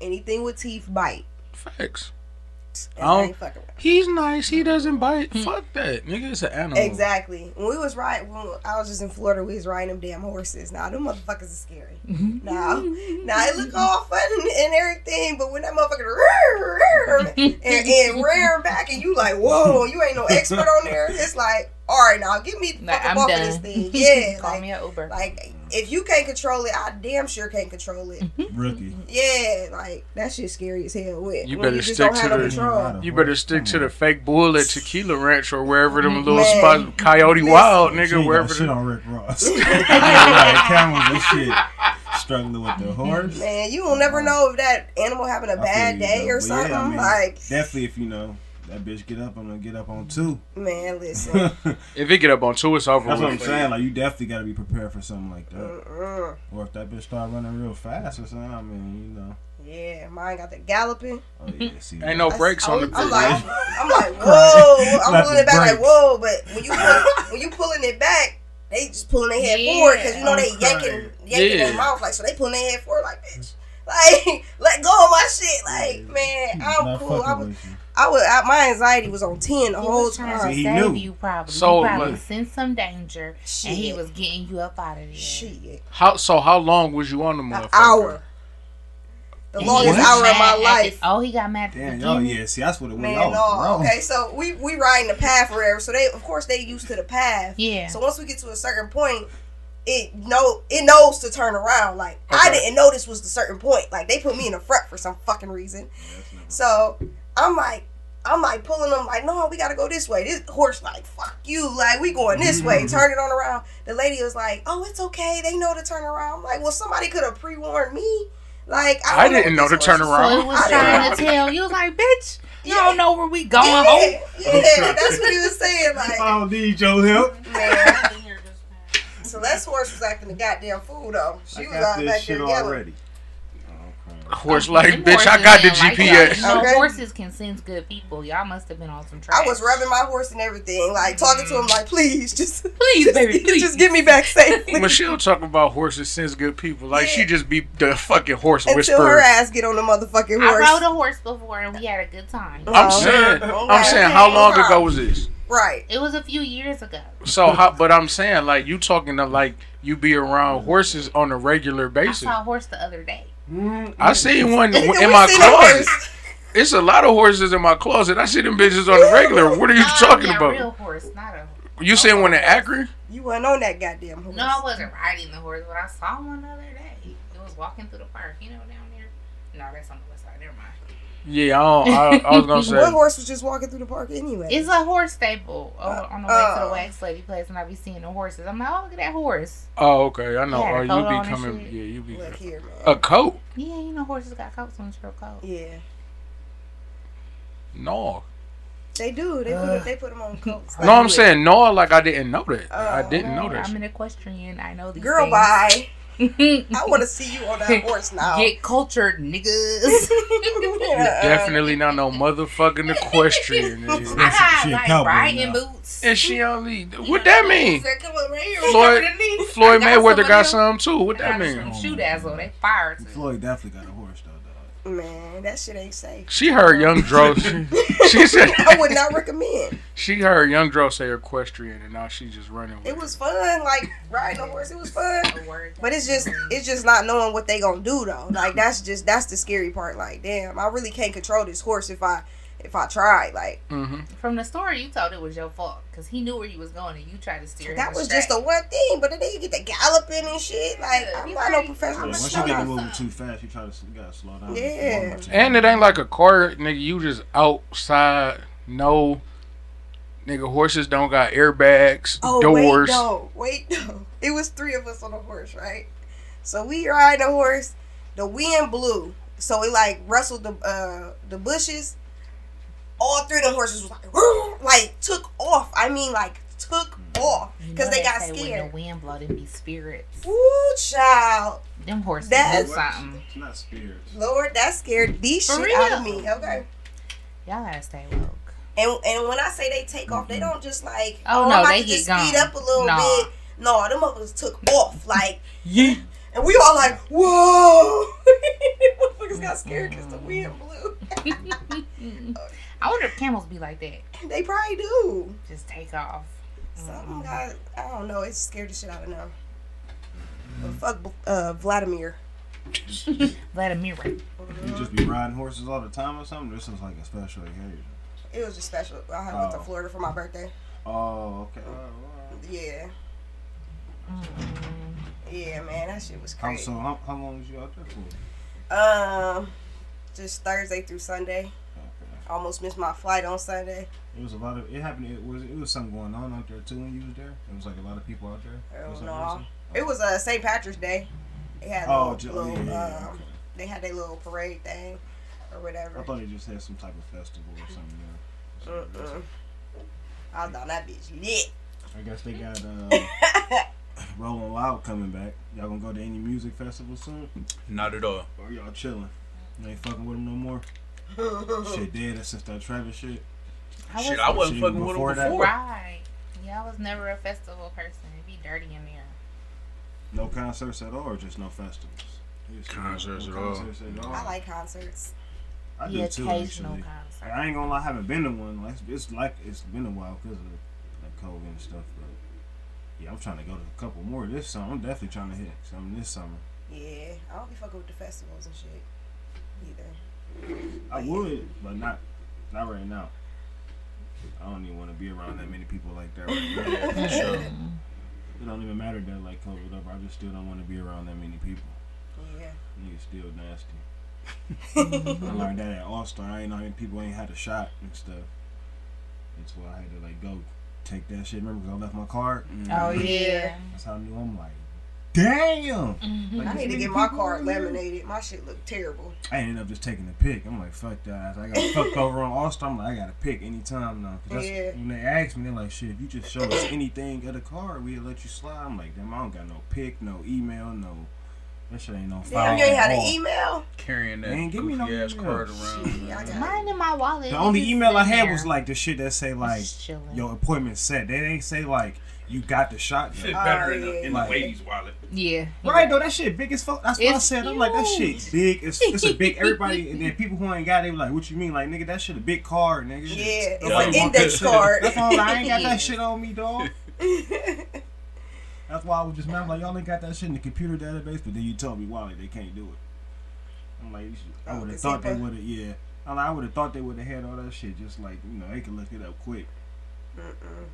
S3: anything with teeth bite.
S2: facts.
S3: And I
S2: Oh.
S3: ain't fucking with it.
S2: He's nice. He doesn't bite. Fuck that, nigga. It's an animal.
S5: Mm.
S3: Exactly. When we was riding, when I was just in Florida, we was riding them damn horses. Now nah, them motherfuckers are scary.
S5: Mm-hmm.
S3: Now, now it look all fun and, and everything, but when that motherfucker roar, roar, and, and rearing back, and you like, whoa, you ain't no expert on there. It's like, all right, now give me the
S5: Like,
S3: fuck up
S5: I'm
S3: off of
S5: done.
S3: this thing. Yeah,
S5: Call me
S3: like,
S5: an Uber.
S3: like if you can't control it, I damn sure can't control it.
S4: rookie.
S3: Yeah, like that shit scary as hell. With
S2: You
S3: when
S2: better
S3: you just
S2: stick
S3: don't have
S2: to
S3: no
S2: the-
S3: control.
S2: You better stick to the fake bull at Tequila Ranch or wherever them little
S3: Man.
S2: spots, Coyote
S3: Listen.
S2: Wild,
S4: She ain't
S2: nigga,
S4: got
S2: wherever.
S4: shit
S2: the-
S4: on Rick Ross. Like, cameras and shit. Struggling with the horse.
S3: Man, you will never know if that animal having a
S4: I
S3: bad
S4: feel you,
S3: day
S4: though.
S3: or
S4: But yeah, I
S3: something.
S4: mean,
S3: like,
S4: definitely if you know that bitch get up, I'm gonna get up on two.
S3: man, listen.
S4: That's
S2: If it get up on two, it's over.
S4: what
S2: with.
S4: I'm saying. Like you definitely gotta be prepared for something like that.
S3: Mm-mm.
S4: Or if that bitch start running real fast or something, I mean, you know.
S3: yeah, mine got the galloping.
S4: Oh yeah, see.
S2: Ain't no
S3: I- oh,
S2: brakes on the
S3: I'm, I'm
S2: bitch.
S3: like, I'm like, whoa.
S4: Right.
S3: I'm
S4: Not
S3: pulling it
S4: the
S3: back like,
S4: brakes.
S3: whoa. But when you pull, when you pulling it back, they just pulling their head
S5: Yeah.
S3: forward because you know they
S4: Okay.
S3: yanking yanking
S2: Yeah.
S3: their mouth like so they pulling their head forward like bitch. Like, let go of my shit. Like, man, I'm
S4: Not
S3: cool. I
S4: fucking
S3: was,
S4: with you.
S3: I was, I, my anxiety was on ten the
S5: He
S3: whole
S5: was trying
S3: time.
S5: to
S4: See, he
S5: save
S4: knew.
S5: you, probably.
S2: So,
S5: you probably
S2: look.
S5: sensed some danger,
S3: Shit.
S5: and he was getting you up out of there.
S3: shit.
S2: How so? How long was you on the
S3: An
S2: motherfucker?
S3: hour. The
S5: And he
S3: longest
S5: was
S3: hour of my
S5: mad at
S3: life.
S5: this- oh, he got mad. At
S4: Damn,
S5: Damn,
S4: y'all, yeah, see, that's what it was.
S3: Man, no.
S4: y'all was wrong.
S3: Okay, so we we riding the path forever. So they, of course, they used to the path.
S5: Yeah.
S3: So once we get to a certain point, it know it knows to turn around. Like I
S2: Okay.
S3: didn't know this was the certain point. Like they put me in the front for some fucking reason. So I'm like. I'm like pulling them like, no, we gotta go this way. This horse like, fuck you, like we going this way. Turn it on around. The lady was like, oh, it's okay. They know to turn around. I'm like, well, somebody could have pre warned me. Like I,
S2: I
S3: don't
S2: didn't know
S3: what
S2: to
S3: this
S2: turn
S3: was.
S5: So it
S2: around.
S5: was trying to tell you, was like, bitch, you don't know where we
S2: Oh,
S5: going.
S3: Yeah,
S5: ho.
S3: yeah, that's what he was saying. Like,
S4: I don't need your help.
S3: man. So that horse was acting the goddamn fool though.
S4: I
S3: She was
S4: got
S3: out
S4: this
S3: back
S4: shit
S3: there yelling.
S4: already.
S2: Horse like,
S5: Them
S2: bitch, I
S5: horses
S2: got the
S5: ain't like y'all.
S2: GPS.
S5: You know,
S3: Okay.
S5: horses can sense good people. Y'all must have been on some trash.
S3: I was rubbing my horse and everything,
S4: Mm.
S3: like talking to him, like, please, just,
S5: Please, baby, please.
S3: just get me back safely
S2: Michelle talking about horses since good people. Like she just be the fucking horse
S3: until her
S2: whisperer.
S3: ass get on the motherfucking
S5: I
S3: horse.
S5: rode a horse before and we had a good time.
S2: I'm
S3: Oh.
S2: saying,
S4: Okay.
S2: I'm saying, how long ago was this?
S3: Right.
S5: It was a few years ago.
S2: So, how, but I'm saying, like you talking to like you be around horses on a regular
S5: I
S2: basis.
S5: saw a horse the other day.
S2: I seen one
S3: We
S2: in my
S3: seen a
S2: closet.
S3: horse.
S2: It's a lot of horses in my closet. I see them bitches on the regular. What are you
S5: No,
S2: talking
S5: Oh, yeah,
S2: about?
S5: real horse, not a.
S2: You seen one in Akron?
S3: You weren't on that goddamn horse.
S5: No, I wasn't riding the horse, but I saw one the other day. It was walking through the park, you know, down there. No, that's on the west side. Never mind.
S2: Yeah, I, don't, I, I was gonna
S3: One
S2: say.
S3: horse was just walking through the park anyway.
S5: It's a horse stable over on the way to
S3: Oh.
S5: the wax lady place, and I be seeing the horses. I'm like, oh, look at that horse.
S2: Oh, okay, I know.
S5: Yeah,
S2: oh,
S5: hold on
S2: you
S5: and
S2: be coming.
S5: shit.
S2: Yeah, you be
S3: Look here, man.
S2: a coat.
S5: Yeah, you know, horses got coats on real coat.
S3: yeah.
S2: No,
S3: They do. They put, they put them on coats.
S2: no, I'm saying no. Like I didn't know that. I didn't know that.
S5: Oh, I'm an equestrian. I know these
S3: Girl,
S5: things.
S3: bye.
S5: I
S3: I want to see you on that horse now.
S5: get cultured, niggas.
S2: You're
S3: Yeah.
S2: definitely not no motherfucking equestrian. nigga.
S5: I got
S4: She a
S5: like
S4: cowboy now.
S5: riding boots.
S2: and she only. What that mean?
S5: Said, Come on, right here.
S2: Floyd-
S5: Cover the knee.
S2: Floyd
S5: I got
S2: Mayweather got some
S5: somebody
S2: too. What
S5: else.
S2: that
S5: I got
S2: mean?
S5: Some shoe dazzle. They fired.
S4: Floyd definitely got a horse though, dog.
S3: Man, that shit ain't safe.
S2: She heard Young Dro. She, she said
S3: I would not recommend.
S2: she heard Young Dro say equestrian, and now she's just running. With
S3: It was fun, like riding a horse. It was fun,
S5: A word that
S3: but it's just
S5: means-
S3: it's just not knowing what they gonna do though. Like that's just that's the scary part. Like damn, I really can't control this horse if I if I tried. Like
S2: hmm
S5: From the story you told, it was your fault because he knew where you was going and you tried to steer. him
S3: that was
S5: astray.
S3: just the one thing. But then you get the galloping and shit. Like I'm not no professional.
S4: once you
S3: I'm
S4: get
S3: not-
S4: moving too fast, you try to you gotta slow down.
S3: Yeah.
S4: Warm up to-
S2: And it ain't like a car, nigga. You just outside. No, nigga. Horses don't got airbags,
S3: Oh
S2: doors.
S3: wait, no, wait, no. It was three of us on a horse, right? So we ride a horse. The wind blew, so it like rustled the uh, the bushes. All three of them horses was like, "Woo!" like took off. I mean, like took off
S5: Mm-hmm. You know
S3: because they got
S5: say When
S3: scared.
S5: the wind blow, them be spirits.
S3: Ooh, child,
S5: Them horses
S3: That's-
S5: do something.
S4: It's not spirits.
S3: Lord, that scared the shit out of me. Okay.
S5: Y'all gotta stay woke.
S3: And and when I say they take off, they don't just like
S5: Oh,
S3: I'm
S5: no,
S3: about
S5: they
S3: to
S5: get
S3: just speed
S5: gone.
S3: up a little
S5: Nah.
S3: bit. No, them motherfuckers took off like
S2: Yeah.
S3: And we all like, whoa! Motherfuckers got scared because the wind
S5: Mm-hmm.
S3: blew.
S5: I wonder if camels be like that.
S3: They probably do.
S5: Just take off. Mm-hmm.
S3: Something got, I don't know, it scared the shit out of them. But fuck uh, Vladimir.
S5: Let a mirror.
S4: You
S3: Uh-huh.
S4: just be riding horses all the time or something. This is like a special occasion.
S3: It was just special. I had went to
S4: Oh.
S3: Florida for my birthday.
S4: Oh, okay.
S3: Yeah.
S5: Mm.
S3: Yeah, man, that shit was
S4: How,
S3: crazy.
S4: so how, how long was you out there for?
S3: Um, just Thursday through Sunday.
S4: Okay.
S3: Almost missed my flight on Sunday.
S4: It was a lot of. It happened. It was. It was something going on out there too when you was there. It was like a lot of people out there.
S3: Oh,
S4: for some
S3: no.
S4: reason.
S3: It was uh, St. Patrick's Day. They had a
S4: Oh,
S3: little,
S4: ju- yeah,
S3: little,
S4: yeah, yeah,
S3: um,
S4: okay.
S3: they had their little parade thing or whatever.
S4: I thought they just had some type of festival or something. There. For
S3: Mm-mm.
S4: some reason.
S3: I was down that bitch lit.
S4: I guess they got uh, Rolling Loud coming back. Y'all gonna go to any music festival soon?
S6: Not at all.
S4: Or y'all chilling? You ain't fucking with them no more. shit, dead since that Travis shit.
S5: I was
S6: Shit, I wasn't
S4: Shit,
S6: fucking with
S4: before
S6: him
S4: that-
S6: before.
S5: right. Yeah, I was never a festival person. It'd be dirty in there.
S4: No concerts at all, or just no festivals. You see,
S6: Concerts
S4: no
S6: at all.
S4: concerts at all.
S3: I like concerts.
S4: I do
S5: the
S4: too,
S5: occasional
S4: actually. Like,
S5: concert.
S4: I ain't gonna lie, I haven't been to one. Like, it's like it's been a while because of like COVID and stuff. But yeah, I'm trying to go to a couple more this summer. I'm definitely trying to hit some this summer.
S3: Yeah, I don't be fucking with the festivals and shit either.
S4: I would, but not not right now. I don't even want to be around that many people like that. Right now.
S6: For sure.
S4: It don't even matter that like COVID up. I just still don't want to be around that many people.
S3: Yeah.
S4: Niggas still nasty. I learned that at All Star. I ain't know how many people ain't had a shot and stuff. That's why I had to like go take that shit. Remember, 'cause I left my card.
S5: Oh yeah. Mm-hmm.
S4: That's how I knew. I'm like, damn. Like,
S3: I
S4: this
S3: need to
S4: many
S3: get my
S4: people
S3: card
S4: in here?
S3: laminated. My shit look terrible.
S4: I ended up just taking a pick. I'm like, fuck that. I got fucked over on All Star. I'm like, I got to pick anytime now. 'Cause that's-
S3: Yeah.
S4: When they asked me, they're like, shit, if you just show us anything of the card, we'll let you slide. I'm like, damn, I don't got no pick, no email, no. That shit ain't no file.
S3: Damn, you ain't
S4: at
S3: had an
S4: all.
S3: email?
S6: Carrying that
S4: Man, give me
S6: goofy
S4: no
S6: ass
S4: email.
S6: card around.
S3: Shit, I got
S5: Mine in my wallet.
S4: The
S5: It's
S4: only
S5: just
S4: email I
S5: sitting
S4: had
S5: there.
S4: was like the shit that say like
S5: Just chilling.
S4: your appointment set. They ain't say like you got the shot.
S6: Fit
S4: yet.
S6: better in
S3: yeah,
S6: the, in
S4: yeah.
S6: the lady's wallet.
S5: Yeah.
S4: Right though, that shit big as fuck. That's what I
S5: It's
S4: said. I'm like, that
S5: huge.
S4: shit big. It's, it's a big. Everybody and then people who ain't got it, they were like, what you mean? Like nigga, that shit a big card, nigga.
S3: Yeah,
S6: Yeah, I
S3: it's an
S6: want
S3: index
S6: that.
S3: card.
S4: That's all. I ain't got
S5: Yeah.
S4: that shit on me, dog. That's why I was just mad. I'm like, y'all ain't got that shit in the computer database, but then you told me, Wally, they can't do it. I'm like, you should, I
S3: Oh,
S4: would have
S3: 'cause
S4: thought
S3: he
S4: they
S3: put-
S4: would have, yeah. I'm like, I would have thought they would have had all that shit, just like, you know, they can look it up quick.
S3: Mm-mm.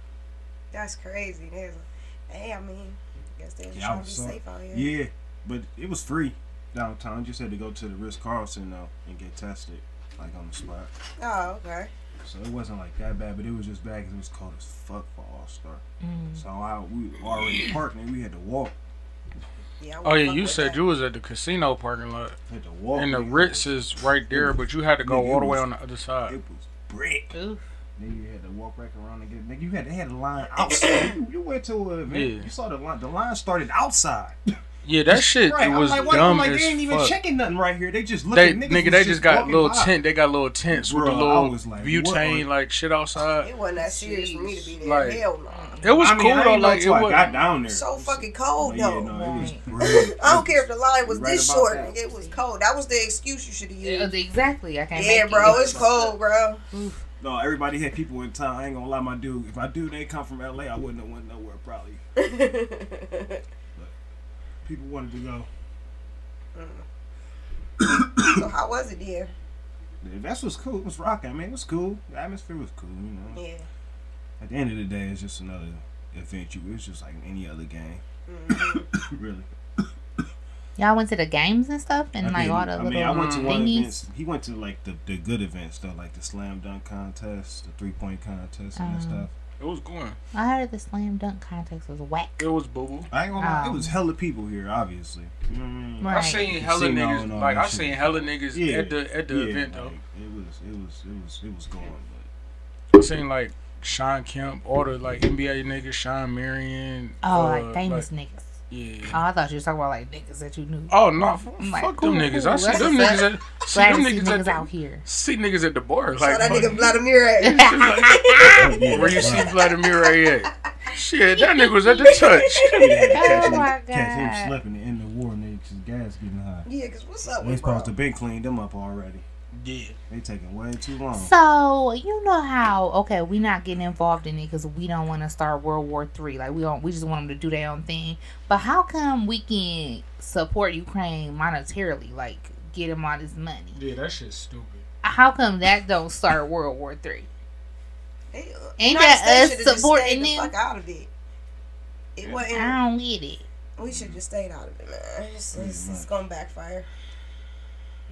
S3: That's crazy. There's a, hey, I mean, I guess they're
S4: Yeah, I
S3: trying to be
S4: was so-
S3: safe out here.
S4: Yeah, but it was free downtown. You just had to go to the Ritz Carlson, though, and get tested, like on the spot.
S3: Oh, okay.
S4: So it wasn't like that bad, but it was just bad because it was cold as fuck for All Star.
S5: Mm.
S4: So I, we already parked and we had to walk.
S3: Yeah. I
S2: Oh yeah,
S3: fuck
S2: you
S3: with
S2: said
S3: that.
S2: you was at the casino parking lot,
S4: Had to walk.
S2: and the
S4: nigga.
S2: Ritz is right there, but you had to go
S4: Nigga, it
S2: all the way
S4: was-
S2: on the other side.
S4: It was brick.
S5: Oof.
S4: Then you had to walk back around and get. Nigga, you had they had a line outside. you, you went to a event.
S2: Yeah.
S4: You saw the line. The line started outside.
S2: Yeah, that shit
S4: Right,
S2: it was
S4: I'm like, what,
S2: dumb
S4: I'm like,
S2: as
S4: they ain't even
S2: fuck.
S4: checking nothing right here. They just
S2: They,
S4: looking. niggas
S2: nigga,
S4: was
S2: they just, got
S4: walking
S2: little
S4: by.
S2: tent. They got little tents with
S4: Bruh,
S2: the
S4: I
S2: little
S4: was like,
S2: butane
S4: what?
S2: like shit outside.
S3: It wasn't that serious for me to be there.
S2: Like-
S3: Hell no.
S2: It was
S4: I mean,
S2: cool
S4: I ain't
S2: though.
S4: know
S2: Like it
S4: till I got
S2: was.
S4: down there.
S3: So fucking cold
S4: But
S3: though.
S4: Yeah, no, it was
S5: Right.
S4: brutal.
S3: I don't care if the line was
S4: Right
S3: this
S4: about
S3: short.
S4: that.
S3: nigga, It was cold. That was the excuse you should have
S5: Yeah,
S3: used.
S5: exactly. I can't.
S3: Yeah,
S5: make
S3: bro,
S5: It.
S3: it's cold, bro.
S4: No, everybody had people in town. I ain't gonna lie, my dude. If I do, they come from LA. I wouldn't have went nowhere. Probably people wanted to go.
S3: so how was it there?
S4: That's what's cool. It was rocking. I mean, it was cool. The atmosphere was cool. You know.
S3: Yeah.
S4: At the end of the day, it's just another event. You. It's just like any other game.
S3: Mm-hmm.
S4: really.
S5: Y'all went to the games and stuff, and
S4: I
S5: like all the
S4: didn't- I
S5: little
S4: mean, I went to
S5: um,
S4: one
S5: thingies.
S4: events. He went to like the, the good events though, like the slam dunk contest, the three point contest, and that
S5: Um,
S4: stuff.
S2: It was going.
S5: I heard the slam dunk contest was whack.
S2: It was boo boo.
S4: I ain't gonna lie, it
S5: um,
S4: was hella people here, obviously. You know what I mean?
S5: Right.
S2: I seen hella
S4: Casino
S2: niggas.
S4: and all
S2: Like
S4: that
S2: I
S4: shit.
S2: seen hella niggas
S4: Yeah,
S2: at the at the
S4: yeah,
S2: event
S4: like,
S2: though.
S4: It was, it was, it was, it was going. But
S2: I seen like Sean Kemp, all the like NBA niggas, Sean Marion. uh,
S5: Oh, like famous niggas.
S2: yeah.
S5: Oh, I thought you was talking about like niggas that you knew.
S2: Oh no! f-
S5: I'm like,
S2: fuck them
S5: ooh,
S2: niggas. I
S5: ooh,
S2: see
S5: that's
S2: them
S5: a-
S2: niggas at see
S5: Glad
S2: them
S5: to see
S2: niggas at
S5: niggas out
S2: the,
S5: here.
S2: see niggas at the bars.
S3: So
S2: Like,
S3: that
S2: fuck-
S3: nigga Vladimir. at?
S4: yeah,
S2: where you
S4: that's
S2: see
S4: right.
S2: Vladimir at? Shit, that nigga was at the touch.
S4: They had to catch
S5: Oh
S4: him-
S5: my
S4: Catch him
S5: God.
S4: slipping and end the war, nigga, 'cause gas getting high.
S3: Yeah, cause what's up
S4: They
S3: with bro?
S4: supposed to been cleaned them up already.
S2: Yeah,
S4: They taking way too long.
S5: So you know how okay we not getting involved in it because we don't want to start World War Three. Like we don't, we just want them to do their own thing. But how come we can support Ukraine monetarily, like get them all this money?
S2: yeah, that shit's stupid.
S5: How come that don't start World War Three?
S3: They-
S5: Ain't
S3: uh, United
S5: that
S3: States
S5: us
S3: should've just
S5: supporting
S3: stayed the
S5: them? Ah.
S3: fuck out of it. It
S4: Yeah.
S5: I
S3: wasn't.
S5: don't get it.
S3: We should just stayed out of it, man. It's, it's,
S4: Pretty
S3: it's
S4: much.
S3: gonna backfire.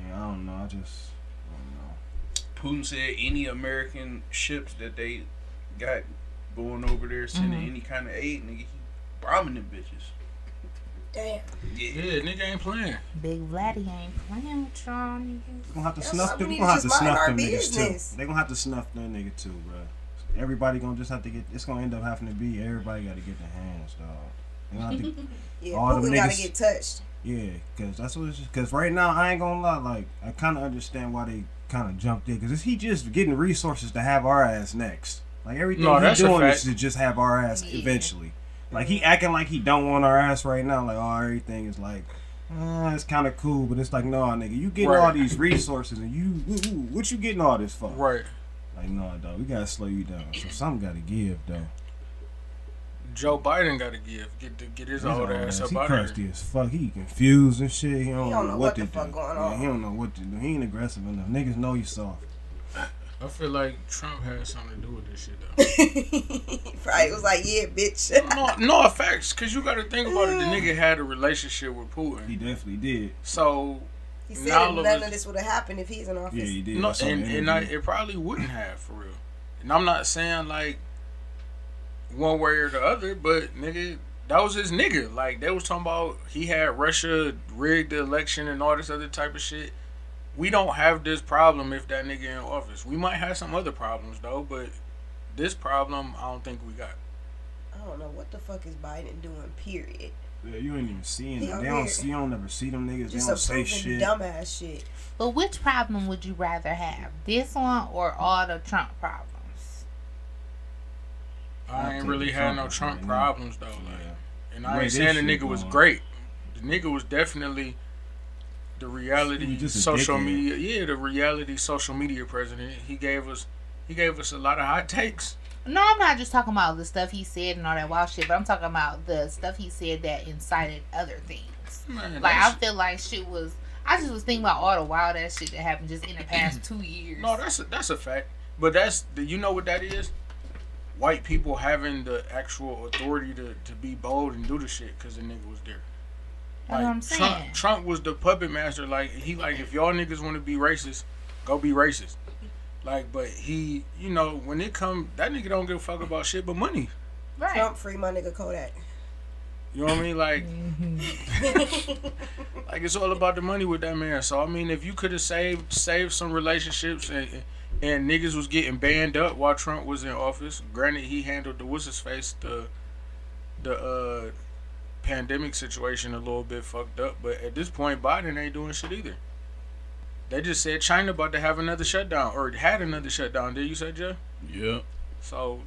S4: Yeah, I don't know. I just, I don't know.
S6: Putin said any American ships that they got going over there sending
S3: Mm-hmm.
S5: Mhm.
S6: any kind of aid, nigga, he bombing them bitches.
S3: Damn.
S2: Yeah, nigga ain't playing.
S5: Big Vladdy ain't playing with y'all niggas.
S4: They gonna have to
S3: That's why
S4: snuff them.
S3: we
S4: They
S3: need
S4: gonna
S3: to
S4: have to
S3: just mind
S4: snuff
S3: our
S4: them niggas
S3: business.
S4: too. They gonna have to snuff them nigga too, bro. Everybody gonna just have to get. It's gonna end up having to be everybody got to get their hands, dog. They gonna have to,
S3: Yeah,
S4: All them
S3: Putin gotta
S4: niggas-
S3: get touched.
S4: yeah, cause that's what. It's, cause right now I ain't gonna lie. Like I kind of understand why they kind of jumped in. Cause is he just getting resources to have our ass next? Like everything
S2: No,
S4: he's
S2: that's a
S4: doing is
S2: fact.
S4: to just have our ass
S5: Yeah.
S4: eventually. Like he acting like he don't want our ass right now. Like oh everything is like. Uh, it's kind of cool, but it's like, no, nigga, you getting all
S2: Right.
S4: these resources, and you, what- what- what you getting all this for?
S2: Right,
S4: Like, no, dog, we gotta slow you down. So something gotta give, though.
S2: Joe Biden got to give get to get his
S4: His
S2: old
S4: old
S2: ass up
S4: he
S2: out of here.
S4: crusty as fuck. He confused and shit. He don't, know, what, to
S3: the fuck
S4: do.
S3: going
S4: Yeah,
S3: on.
S4: he don't know what to do. He ain't aggressive enough. Niggas know you soft.
S2: I feel like Trump had something to do with this shit though.
S3: Probably was like, yeah, bitch.
S2: no, no effects, cause you got to think about it. The nigga had a relationship with
S4: He
S2: Putin,
S4: definitely did.
S2: so
S3: He
S2: Now
S3: said
S2: all of
S3: none
S2: us-
S3: of this would have happened if he's in office.
S4: Yeah, he did.
S2: No,
S4: I saw the
S2: and, and I,
S4: interview.
S2: it probably wouldn't have for real. And I'm not saying like one way or the other, but nigga, that was his nigga. Like they was talking about he had Russia rigged the election and all this other type of shit. We don't have this problem if that nigga in office. We might have some other problems though, but this problem I don't think we got.
S3: I don't know what the fuck is Biden doing. Period.
S4: Yeah, you ain't even seeing
S3: He
S4: them.
S3: out
S4: They don't
S3: here.
S4: see. You don't never see them niggas.
S3: Just
S4: they
S3: a
S4: don't say
S3: proven
S4: shit.
S3: dumbass shit.
S5: But which problem would you rather have? This one or all the Trump problems?
S4: I
S2: I ain't
S4: think
S2: really
S4: the
S2: had
S4: Trump
S2: no
S4: is
S2: Trump
S4: right now.
S2: problems though. Like,
S4: Yeah.
S2: and
S4: The
S2: I
S4: way
S2: ain't
S4: this
S2: saying the
S4: shit um,
S2: nigga was
S4: going.
S2: great. The nigga was definitely the reality
S4: He just a
S2: social
S4: dickhead.
S2: media. Yeah, the reality social media president. He gave us he gave us a lot of hot takes.
S5: No, I'm not just talking about the stuff he said and all that wild shit, but I'm talking about the stuff he said that incited other things.
S2: Man,
S5: Like I
S2: that's-
S5: feel like shit was. I just was thinking about all the wild ass shit that happened just in the past two years.
S2: no, that's a, that's a fact. But that's the, you know what that is. White people having the actual authority to, to be bold and do the shit because the nigga was there.
S5: That's what I'm saying.
S2: Trump, Trump was the puppet master. Like he like if y'all niggas want to be racist, go be racist. Like, but he, you know, when it come, that nigga don't give a fuck about shit but money.
S5: right.
S3: Trump free my nigga Kodak.
S2: You know what I mean? Like, like it's all about the money with that man. So I mean, if you could have saved saved some relationships and and niggas was getting banned up while Trump was in office. Granted, he handled the what's his face the the uh pandemic situation a little bit fucked up, but at this point, Biden ain't doing shit either. They just said China about to have another shutdown or had another shutdown. Did you say, Jeff?
S6: Yep.
S2: So,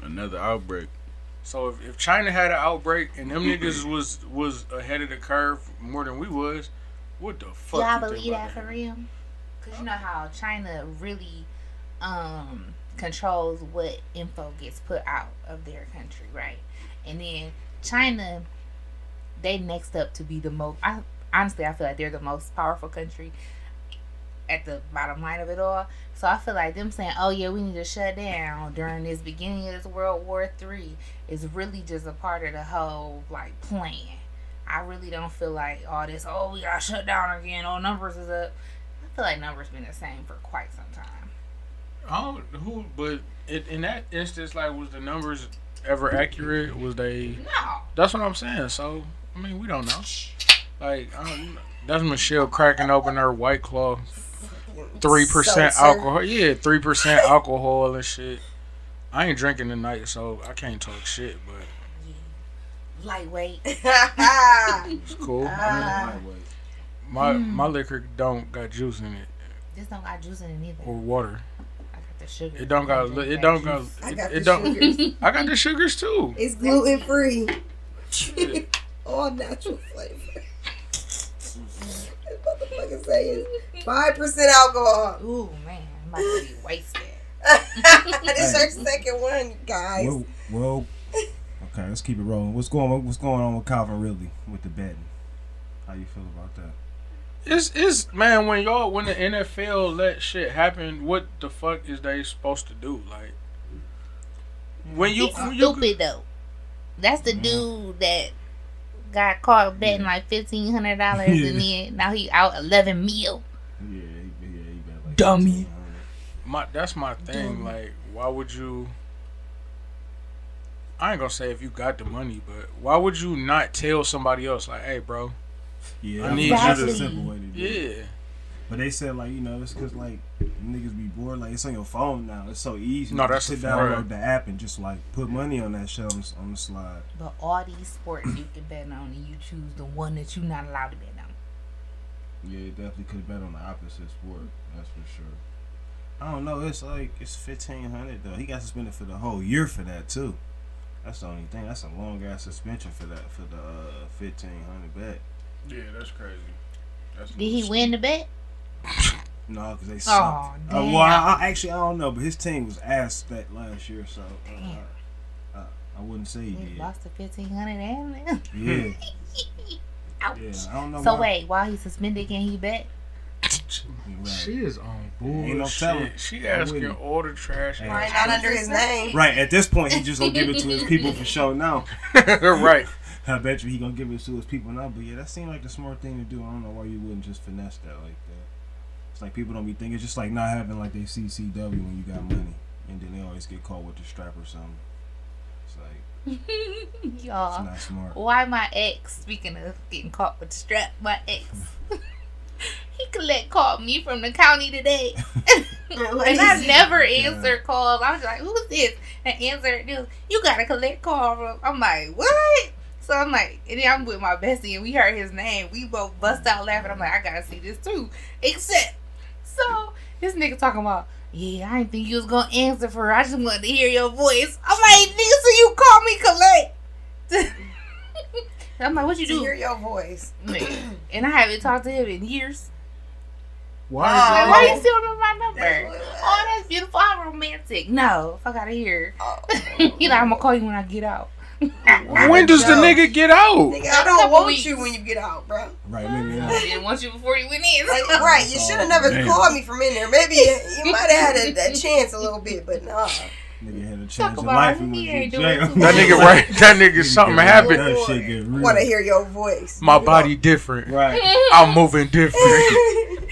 S6: Another outbreak.
S2: so if, if China had an outbreak and them niggas was was ahead of the curve more than we was, what the fuck?
S5: Y'all
S2: you think
S5: believe
S2: about
S5: that for real? Because you know how China really um, controls what info gets put out of their country, right? And then China, they next up to be the most. I honestly, I feel like they're the most powerful country. At the bottom line of it all, so I feel like them saying, "Oh yeah, we need to shut down during this beginning of this World War Three is really just a part of the whole like plan. I really don't feel like all this, oh, we got shut down again, oh, numbers is up. I feel like numbers been the same for quite some time.
S2: Oh, who? But it, in that instance, like, was the numbers ever accurate? Was they?
S5: No.
S2: That's what I'm saying. So, I mean, we don't know. Like, I don't, that's Michelle cracking open her White Claw, three percent
S3: Seltzer.
S2: alcohol. Yeah, three percent alcohol and shit. I ain't drinking tonight, so I can't talk shit. But
S5: Lightweight.
S2: it's cool. I mean,
S4: Lightweight.
S2: my
S5: Hmm.
S2: my liquor don't got juice in it
S5: This don't got juice in it either.
S2: or water.
S5: I got the sugar.
S2: It don't got. li- It don't got.
S3: I
S2: It,
S3: got
S2: it
S3: the
S2: don't.
S3: sugars.
S2: I got the sugars too.
S3: It's gluten free. All natural flavor. What the fuck is saying? Five percent alcohol.
S5: Ooh man, I'm about to be wasted.
S3: this is our second one, guys.
S4: Well, well, okay, let's keep it rolling. What's going What's going on with Calvin Ridley with the betting? How you feel about that?
S2: It's it's man when y'all when the NFL let shit happen, what the fuck is they supposed to do? Like when you,
S5: He's
S2: when you
S5: stupid though. That's the dude that got caught betting like fifteen hundred dollars and then now he out eleven mil.
S4: Yeah, he, yeah, he bet like
S1: Dummy.
S4: 1500.
S2: my that's my thing. Like why would you? I ain't gonna say if you got the money, but why would you not tell somebody else? Like, hey, bro,
S4: Yeah,
S2: I
S4: I
S2: need
S4: mean, that's
S5: you
S4: a
S5: to-
S4: simple way to do it.
S2: yeah,
S4: But they said like you know it's because like niggas be bored like it's on your phone now it's so easy.
S2: No,
S4: You
S2: that's
S4: just
S2: the
S4: sit down
S2: thing.
S4: download the app and just like put money on that shelf on the slide.
S5: But all these sports you can bet on and you choose the one that you're not allowed to bet on.
S4: Yeah, you definitely could bet on the opposite sport. That's for sure. I don't know. It's like it's fifteen hundred though. He got suspended for the whole year for that too. That's the only thing. That's a long ass suspension for that for the uh, fifteen hundred bet.
S6: Yeah, that's crazy. That's
S5: Did he win the bet?
S4: No, because they sucked.
S5: Aw,
S4: Uh, well, I, I, actually I don't know, but his team was ass that last year, so uh,
S5: Damn.
S4: I, I wouldn't say he
S5: He
S4: did.
S5: lost the fifteen hundred and
S4: Yeah,
S5: Ouch.
S4: Hmm. yeah. I don't know.
S5: So
S4: why-
S5: wait, while he's suspended, can he bet?
S4: Right.
S2: she is on
S4: Ain't no
S2: bullshit.
S4: telling.
S2: She
S4: I
S2: asking
S4: wouldn't.
S2: all the trash.
S4: Hey.
S3: Right, not under his name.
S4: Right, at this point, he just gonna give it to his people for sure now.
S2: right.
S4: I bet you he gonna give it to his people now. But yeah, that seemed like the smart thing to do. I don't know why you wouldn't just finesse that like that. It's like people don't be thinking. It's just like not having like they CCW when you got money, and then they always get caught with the strap or something. It's like it's
S5: Y'all,
S4: not smart.
S5: why my ex? Speaking of getting caught with the strap, my ex, he collect called me from the county today, and I never answer calls. I was like, "Who's this?" And answer, and it was, "You got a collect call from." I'm like, "What?" So I'm like, and then I'm with my bestie, and we heard his name. We both bust out laughing. I'm like, "I gotta see this too." Except, so this nigga talking about. Yeah, I didn't think you was gonna answer for her. I just wanted to hear your voice. I'm like, nigga, so you call me collect. I'm like, what you
S3: to hear
S5: do?
S3: your voice.
S5: Nigga. and I haven't talked to him in years.
S2: Why?
S5: Like,
S2: Is
S5: why
S2: it
S5: you still remember my
S3: That's
S5: number?
S3: what it was.
S5: Oh, that's beautiful. I'm romantic. No, fuck out of here.
S3: Oh,
S5: he like, I'm gonna call you when I get out.
S2: all- when does the
S3: No.
S2: nigga get out?
S3: Nigga, I
S5: Couple
S3: don't want
S5: weeks.
S3: you when you get out, bro.
S4: Right, maybe
S5: I
S4: not.
S5: didn't want you before you went in.
S3: Like, right, you should have never
S6: Damn.
S3: called me from in there. Maybe you, you might have had a, that chance a little bit, but no.
S4: Nigga had a
S5: Talk
S4: change of
S5: about
S4: life
S5: it.
S4: and was
S5: He ain't
S4: in
S5: doing
S4: jail.
S5: too
S2: That nigga, right? That nigga, something happened.
S4: That shit get real.
S3: want to hear your voice.
S2: My body different.
S4: Right.
S2: I'm moving different.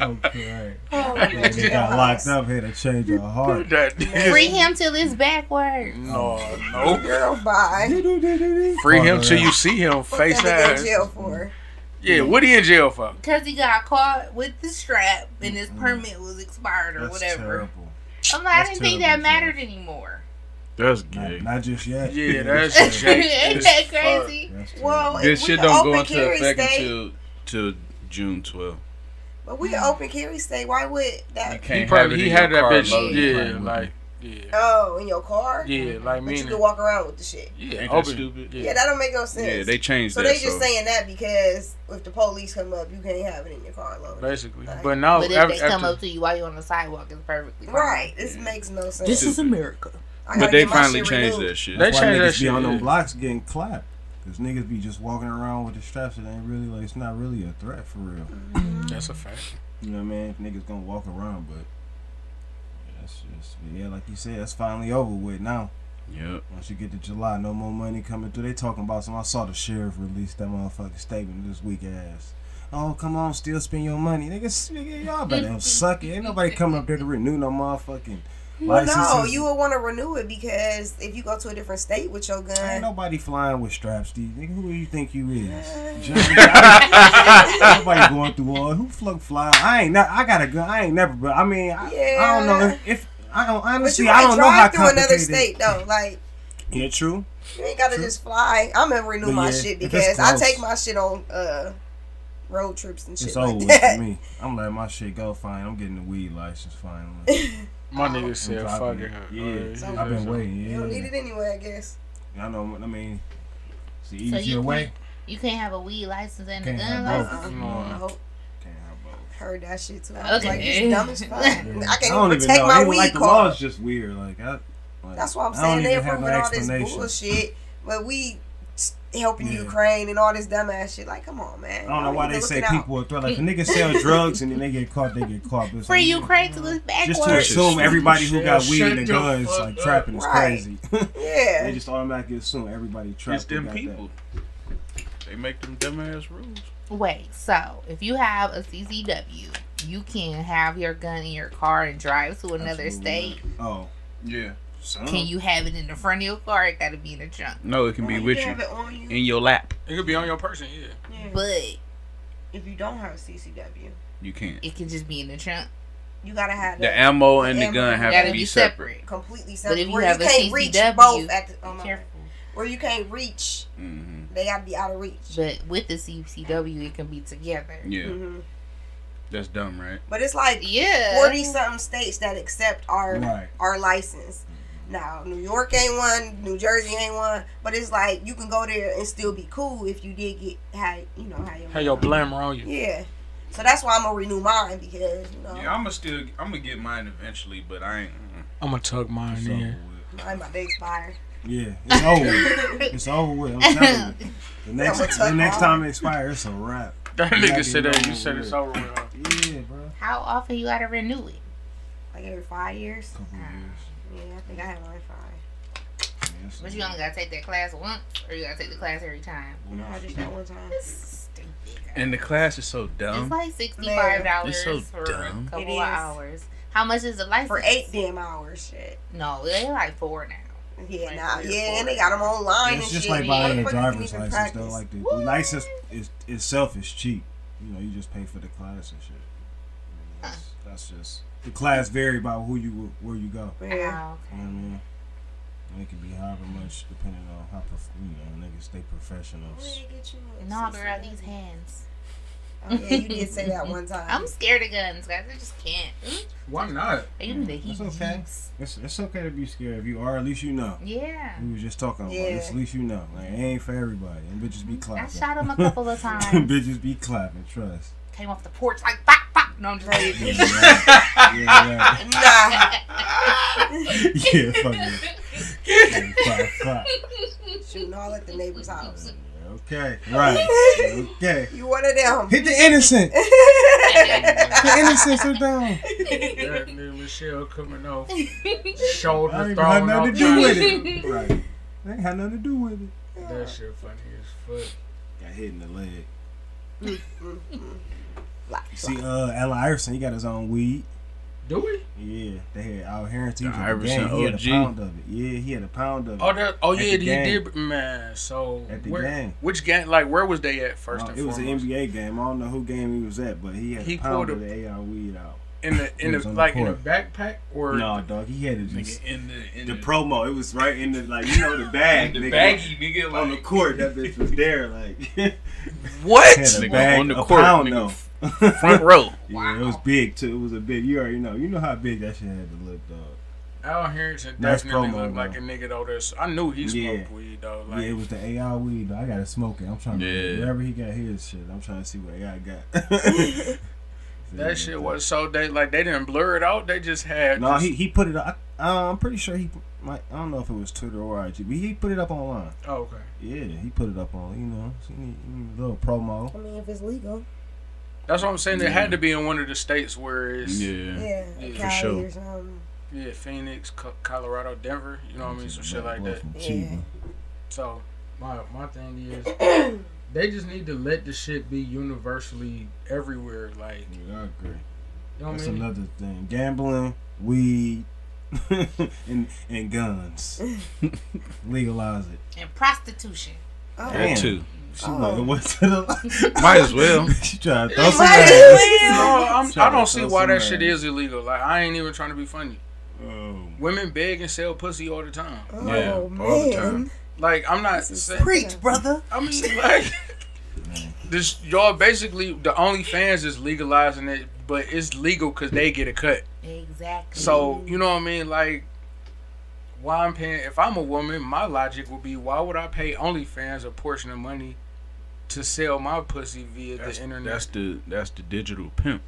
S4: Okay. Right.
S3: Oh,
S4: Yeah, they got locked up had a change of heart.
S2: That is-
S5: Free him till it's backwards.
S2: no, no.
S3: Girl, bye.
S2: Free
S4: Oh,
S2: him till
S4: yeah.
S2: you see him
S3: What
S2: face
S3: that nigga in
S2: ass.
S3: jail for?
S2: Yeah, what he in jail for?
S5: Cause he got caught with the strap and his
S4: Mm-mm.
S5: permit was expired or
S4: Mm-hmm. That's
S5: whatever.
S4: terrible.
S5: I'm like, I
S4: That's
S5: didn't think that
S4: terrible,
S5: mattered anymore.
S6: That's
S4: Not,
S6: gay.
S4: not just yet.
S2: Yeah, that's
S5: Ain't that crazy?
S4: That's true.
S3: Well, if
S6: This shit
S3: we can
S6: don't
S3: open
S6: go into
S3: carry
S6: effect
S3: state,
S6: until till June 12th.
S3: but we an open carry state. Why would
S6: You
S3: that?
S6: can't
S2: He probably
S6: have it
S2: he
S6: in
S2: had that
S6: your car
S2: bitch.
S6: loaded.
S2: Yeah, like yeah,
S3: Oh, in your car?
S2: yeah, like
S3: But you
S2: meaning
S3: can walk around with the shit.
S2: yeah,
S6: Ain't that
S2: open-
S6: stupid?
S3: Yeah, that don't make no sense.
S6: Yeah, they changed
S3: so
S6: that.
S3: they just saying that because if the police come up, you can't have it in your car loaded.
S2: basically.
S3: Like-
S2: But
S4: Oh,
S2: now
S5: but if
S2: after,
S5: they come
S2: after-
S5: up to you while you're on the sidewalk, it's perfectly fine.
S3: Right. This
S6: Yeah.
S3: makes no sense.
S6: This is
S5: America.
S3: I gotta
S6: but they
S3: get my
S6: finally
S3: shit
S6: changed
S3: renewed.
S6: that shit.
S2: They
S4: That's why
S2: changed that
S4: niggas be
S2: shit,
S4: on them
S2: yeah.
S4: blocks getting clapped. Cause niggas be just walking around with the straps. It ain't really like it's not really a threat for real.
S2: that's a fact.
S4: You know what I mean? Niggas gonna walk around, but yeah, that's just but yeah, like you said, that's finally over with now.
S6: Yep.
S4: Once you get to July, no more money coming through. They talking about some. I saw the sheriff release that motherfucking statement this week ass. Oh come on, still spend your money, niggas. Nigga, y'all better suck it. Ain't nobody coming up there to renew no motherfucking
S3: Well,
S4: licenses.
S3: no, you would want to renew it because if you go to a different state with your
S4: Ain't
S3: gun,
S4: nobody flying with straps, D. Nigga, who do you think you is? Ain't nobody going through all. Who fuck fly? I ain't. Not, I got a gun. I ain't never. But I mean, I, I don't know
S3: Yeah.
S4: if. if I don't
S3: but you
S4: honestly. I
S3: might
S4: don't know how
S3: drive through another
S4: complicated.
S3: state though. Like
S4: Yeah, true.
S3: you ain't gotta
S4: True.
S3: just fly. I'm gonna renew
S4: But
S3: my
S4: yeah,
S3: shit
S4: if it's
S3: because I
S4: close.
S3: take my shit on uh road trips and shit
S4: It's
S3: like
S4: over with
S3: that.
S4: for me. I'm letting my shit go. Fine. I'm getting the weed license. Finally.
S2: My nigga said,
S4: driving
S2: "Fuck
S4: it.
S2: it."
S4: Yeah.
S2: Uh,
S4: I've been
S2: so-
S4: waiting.
S3: You don't need
S4: Yeah.
S3: it anyway, I guess.
S4: I know. what I mean, it's the
S5: So
S4: easier
S5: you
S4: way.
S5: can't, you can't have a weed license and a
S4: Can't
S5: gun
S4: have
S5: license.
S3: Uh-uh.
S4: both.
S2: Come on.
S3: I hope-
S4: Can't have both.
S3: heard that shit too. I was
S5: Okay.
S3: like, it's dumb as fuck.
S4: Yeah.
S3: I can't
S4: don't
S3: even protect my
S4: They,
S3: weed
S4: like, The
S3: card.
S4: law is just weird. Like, I, like,
S3: That's why I'm
S4: I don't
S3: saying
S4: even
S3: they're
S4: have
S3: approving all this bullshit, but we s- helping
S4: Yeah.
S3: Ukraine and all this dumbass shit. Like, come on, man.
S4: I don't know
S3: Y'all
S4: why
S3: need to
S4: they
S3: look
S4: say
S3: it out.
S4: people are throw like if niggas sell drugs and then they get caught, they get caught. But it's
S5: Free
S4: like,
S5: Ukraine to this
S4: Just to
S5: backwards.
S6: Shut
S4: assume
S6: the
S4: everybody who got
S2: fuck
S4: weed and a
S2: up.
S4: gun is like trapping is
S3: Right.
S4: crazy.
S3: Yeah.
S4: they just automatically assume everybody trapped.
S6: It's
S4: who
S6: them
S4: got that.
S6: people. They make them dumbass rules.
S5: Wait, so if you have a CCW, you can have your gun in your car and drive to another
S4: Absolutely
S5: state.
S4: Oh,
S6: Yeah.
S4: son.
S5: Can you have it in the front of your car? It got to be in the trunk.
S6: No, it can be with
S3: can
S6: you
S3: have it on you.
S6: in your lap.
S2: It could be on your person, yeah.
S3: Yeah.
S5: But
S3: if you don't have a CCW,
S6: You can't.
S5: it can just be in the trunk.
S3: you gotta have
S6: The
S3: that
S6: ammo and the
S3: ammo
S6: gun have
S5: Gotta
S6: to
S5: be
S6: be separate.
S5: separate.
S3: completely
S5: But if
S3: separate.
S5: you
S3: Where
S5: have
S3: you
S5: a
S3: can't reach
S5: CCW,
S3: both at the, oh
S5: be
S3: my-
S5: careful.
S3: where you can't reach,
S6: hmm
S3: they gotta be out of reach.
S5: But with the CCW, it can be together.
S6: Yeah,
S3: Mhm.
S6: that's dumb, right?
S3: But it's like
S5: Yeah.
S3: forty something states that accept our
S4: Right.
S3: our license. Now New York ain't one, New Jersey ain't one, but it's like you can go there and still be cool if you did get how you know how your
S2: How your blammer on you?
S3: yeah. So that's why I'm gonna renew mine because you know
S6: Yeah, I'ma still, I'ma get mine eventually, but I ain't. mm.
S2: I'm gonna tug mine
S4: It's over
S2: in.
S4: with.
S3: mine about to expire.
S4: Yeah, it's over. with. it's over with. I'm telling you. The next, the next time it expires, it's a wrap.
S2: That
S4: You gotta
S2: nigga said
S4: get
S2: that.
S4: it
S2: You
S4: over
S2: said
S4: with.
S2: it's over with. huh?
S4: Yeah, bro.
S5: How often you gotta renew it?
S3: Like every five years.
S4: Couple years.
S3: Yeah, I think I have mine five.
S4: Yeah, it's
S5: But
S4: a-
S5: you only gotta take that class once, or you gotta take the class every time.
S3: No, I just that one time.
S5: This is stupid.
S6: And the class is so
S5: It's
S6: dumb.
S5: like sixty-five dollars
S6: It's so
S5: for
S6: dumb.
S5: a couple
S3: It is.
S5: of hours. How much is the license?
S3: For eight damn hours, shit.
S5: No, they like four now.
S3: Yeah,
S5: Like
S3: nah,
S5: three or
S3: yeah,
S5: four.
S3: and they got them online
S4: It's
S3: and
S4: just
S3: shit.
S4: like
S5: Yeah.
S4: buying a
S3: Motherfuckers can
S4: driver's
S3: even
S4: license though.
S3: practice.
S4: Like the, the
S5: What?
S4: license is, itself is cheap. You know, you just pay for the class and shit. That's, that's just the class vary by who you where you go.
S3: Yeah.
S5: Oh,
S4: You know what I mean? And it can be however much depending on how prof- you know niggas stay professionals.
S5: okay. No, girl, these hands.
S3: Oh, yeah, you did say that one time.
S5: I'm scared of guns, guys. I just can't. Mm,
S2: Why not?
S5: You need the heat.
S4: It's okay. It's, it's okay to be scared if you are. At least you know.
S5: Yeah.
S4: We was just talking about this.
S3: Yeah.
S4: At least you know. Like it ain't for everybody. And bitches be
S5: I
S4: clapping.
S5: shot him a couple of times.
S4: bitches be clapping. Trust.
S5: Came off the porch like pop pop. No, I'm just kidding.
S4: Yeah, right. yeah, right.
S3: nah.
S4: yeah, fuck it. Yeah, fuck, fuck.
S3: Shooting all at the neighbor's house.
S4: Okay, right. Okay.
S3: You one of them.
S4: Hit the innocent. The innocents are down.
S2: That nigga Michelle coming off shoulder
S4: I ain't
S2: thrown
S4: had
S2: off
S4: nothing to do
S2: the-
S4: with it. Right. I ain't had nothing to do with it.
S2: That shit funny as fuck.
S4: Got hit in the leg.
S3: Like,
S4: See, uh, Allen Iverson, he got his own weed.
S2: Do we?
S4: Yeah, they had Al Harrington. He
S6: The
S4: was at the
S6: Iverson
S4: game. He had a
S6: OG.
S4: pound of it. Yeah, he had a pound of
S2: Oh,
S4: it.
S2: that. Oh,
S4: At
S2: yeah,
S4: the
S2: he
S4: game.
S2: did. Man, so
S4: At the
S2: where,
S4: game.
S2: which game? Like, where was they at first
S4: Uh,
S2: and
S4: it was
S2: foremost?
S4: an NBA game. I don't know who game he was at, but he had
S2: He
S4: a pound
S2: pulled
S4: of the AR weed out.
S2: in the in
S4: He
S2: the
S4: was on the
S2: like in a
S4: court.
S2: backpack or
S4: No, dog, he had it just
S6: Nigga, in the in
S4: the promo. It was right in the like you know the bag,
S6: the
S4: nigga.
S6: baggy nigga like,
S4: on the court. That bitch was there, like had
S6: What?
S4: a
S6: Nigga
S4: bag,
S6: on the
S4: a
S6: court,
S4: pound,
S6: nigga,
S4: though.
S6: front row.
S4: Yeah, it was big too. It was a big. You already know. You know how big that shit had to look, dog.
S2: Al Harrington
S4: Nice
S2: definitely
S4: promo,
S2: looked like a
S4: though.
S2: nigga though. That's I knew he
S4: Yeah.
S2: smoked weed though. Like
S4: yeah, it was the AI weed. Though. I gotta smoke it. I'm trying to
S6: Yeah.
S4: wherever he got his shit. I'm trying to see what AI got.
S2: that shit was so they like they didn't blur it out. They just had
S4: No,
S2: just-
S4: he he put it. Up, I, uh, I'm pretty sure he. put- Might, I don't know if it was Twitter or IG, but he put it up online.
S2: oh, okay.
S4: Yeah, he put it up on. You know, so he need, he need a little promo.
S3: I mean, if it's legal,
S2: That's what I'm saying. It had to be in one of the states where it's yeah,
S3: yeah,
S2: Yeah, for
S3: Cali
S6: sure.
S3: or something.
S2: Phoenix, Co- Colorado, Denver. You know what I mean? Some shit like
S4: Boy
S2: that.
S4: from
S3: Yeah.
S4: Cuba.
S2: So my my thing is
S3: Oh.
S2: they just need to let the shit be universally everywhere. Like
S4: Yeah, I agree.
S2: you know what
S4: That's
S2: I mean?
S4: another thing. Gambling, weed, and and guns. Legalize it.
S5: And prostitution.
S3: Oh,
S4: Damn.
S6: too.
S4: She like, what's to the
S6: Might as well.
S4: She tried to throw some
S3: Might
S4: ass.
S2: No, I'm, I
S4: Sorry,
S2: don't see
S4: throw
S2: why
S4: some uh,
S2: that shit
S4: ass.
S2: is illegal. Like I ain't even trying to be funny.
S4: Oh,
S2: Women beg and sell pussy all the time.
S3: Oh,
S6: Yeah, all the
S3: man.
S6: time.
S2: Like I'm not saying.
S3: Preach, brother.
S2: I mean, like this. Y'all basically the OnlyFans is legalizing it, but it's legal because they get a cut.
S5: Exactly.
S2: So you know what I mean? Like, why I'm paying? If I'm a woman, my logic would be, why would I pay OnlyFans a portion of money to sell my pussy via
S6: That's,
S2: the internet?
S6: that's the that's the digital pimp.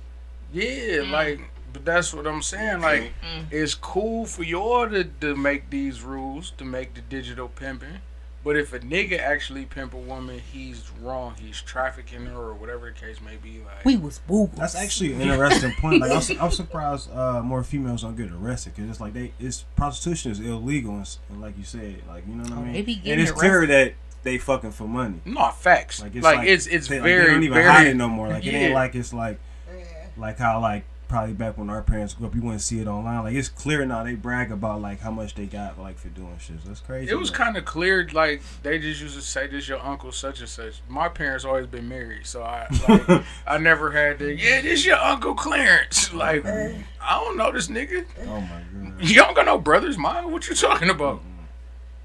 S2: yeah,
S4: Mm.
S2: like, but that's what I'm saying. Like,
S5: Mm.
S2: it's cool for y'all to, to make these rules to make the digital pimping. But if a nigga actually pimp a woman, he's wrong. He's trafficking her or whatever the case may be. Like,
S5: we was boo.
S4: that's actually an interesting point. Like, I'm, su- I'm surprised uh, more females don't get arrested because it's like they, it's prostitution is illegal and, s- and like you said, like you know what I
S5: Oh,
S4: mean.
S5: they be
S4: and
S5: getting
S4: it's clear that they fucking for money.
S2: no facts. Like, it's like, it's,
S4: they, like,
S2: very
S4: they don't even
S2: very
S4: hide it no more. Like it
S2: Yeah.
S4: ain't like it's like
S3: Yeah.
S4: like how like probably back when our parents grew up, you wouldn't see it online. Like it's clear now. They brag about like how much they got like for doing shit. So that's crazy.
S2: It was
S4: Like,
S2: kind of clear, like they just used to say, "This your uncle such and such." My parents always been married, so I like, I never had to. Yeah, this your uncle Clarence. Like
S3: Uh,
S2: I don't know this nigga.
S4: oh my Mm. god.
S2: You don't got no brothers, mine. What you talking about?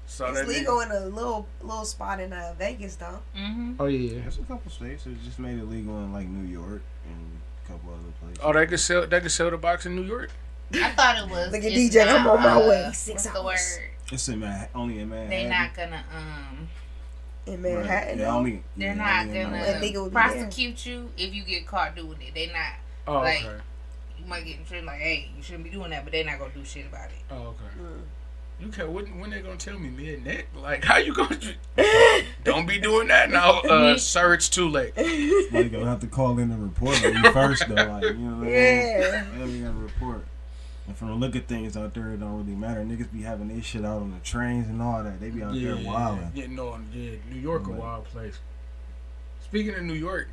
S2: So
S3: It's
S2: that
S3: legal in a little little spot in uh, Vegas though.
S5: hmm
S2: Oh yeah.
S4: There's a couple states that just made it legal in like New York and a couple other places.
S2: Oh, they could sell. They could sell the box in New York.
S5: I thought it was.
S3: Look at
S5: it's
S3: DJ, I'm on my
S5: uh,
S3: way. Six
S5: what's the
S3: hours.
S5: word?
S4: It's in Mah- only in Manhattan.
S5: They not gonna um.
S3: in
S4: Right.
S3: Manhattan.
S4: Yeah, only,
S5: They're
S4: yeah,
S5: not
S4: only in
S5: gonna
S3: I
S4: Manhattan.
S3: think it would be there.
S5: prosecute you if you get caught doing it. They not.
S2: Oh
S5: Like-
S2: okay.
S5: You might get in trouble like, hey, you shouldn't be doing that, but they not gonna do shit about it.
S2: Oh okay.
S3: Mm.
S2: You can when when they gonna tell me mid neck? Like how you gonna?
S3: Mm.
S2: Don't be doing that now, uh, sir. It's too late.
S4: Like, I'll have to call in the report on you first though. Like you know what I mean?
S3: Yeah.
S4: Yeah, we got a report. And from the look of things out there, it don't really matter. Niggas be having their shit out on the trains and all that. They be out there wilding.
S2: Yeah, no, yeah, New York a
S4: Right.
S2: wild place. Speaking of New York,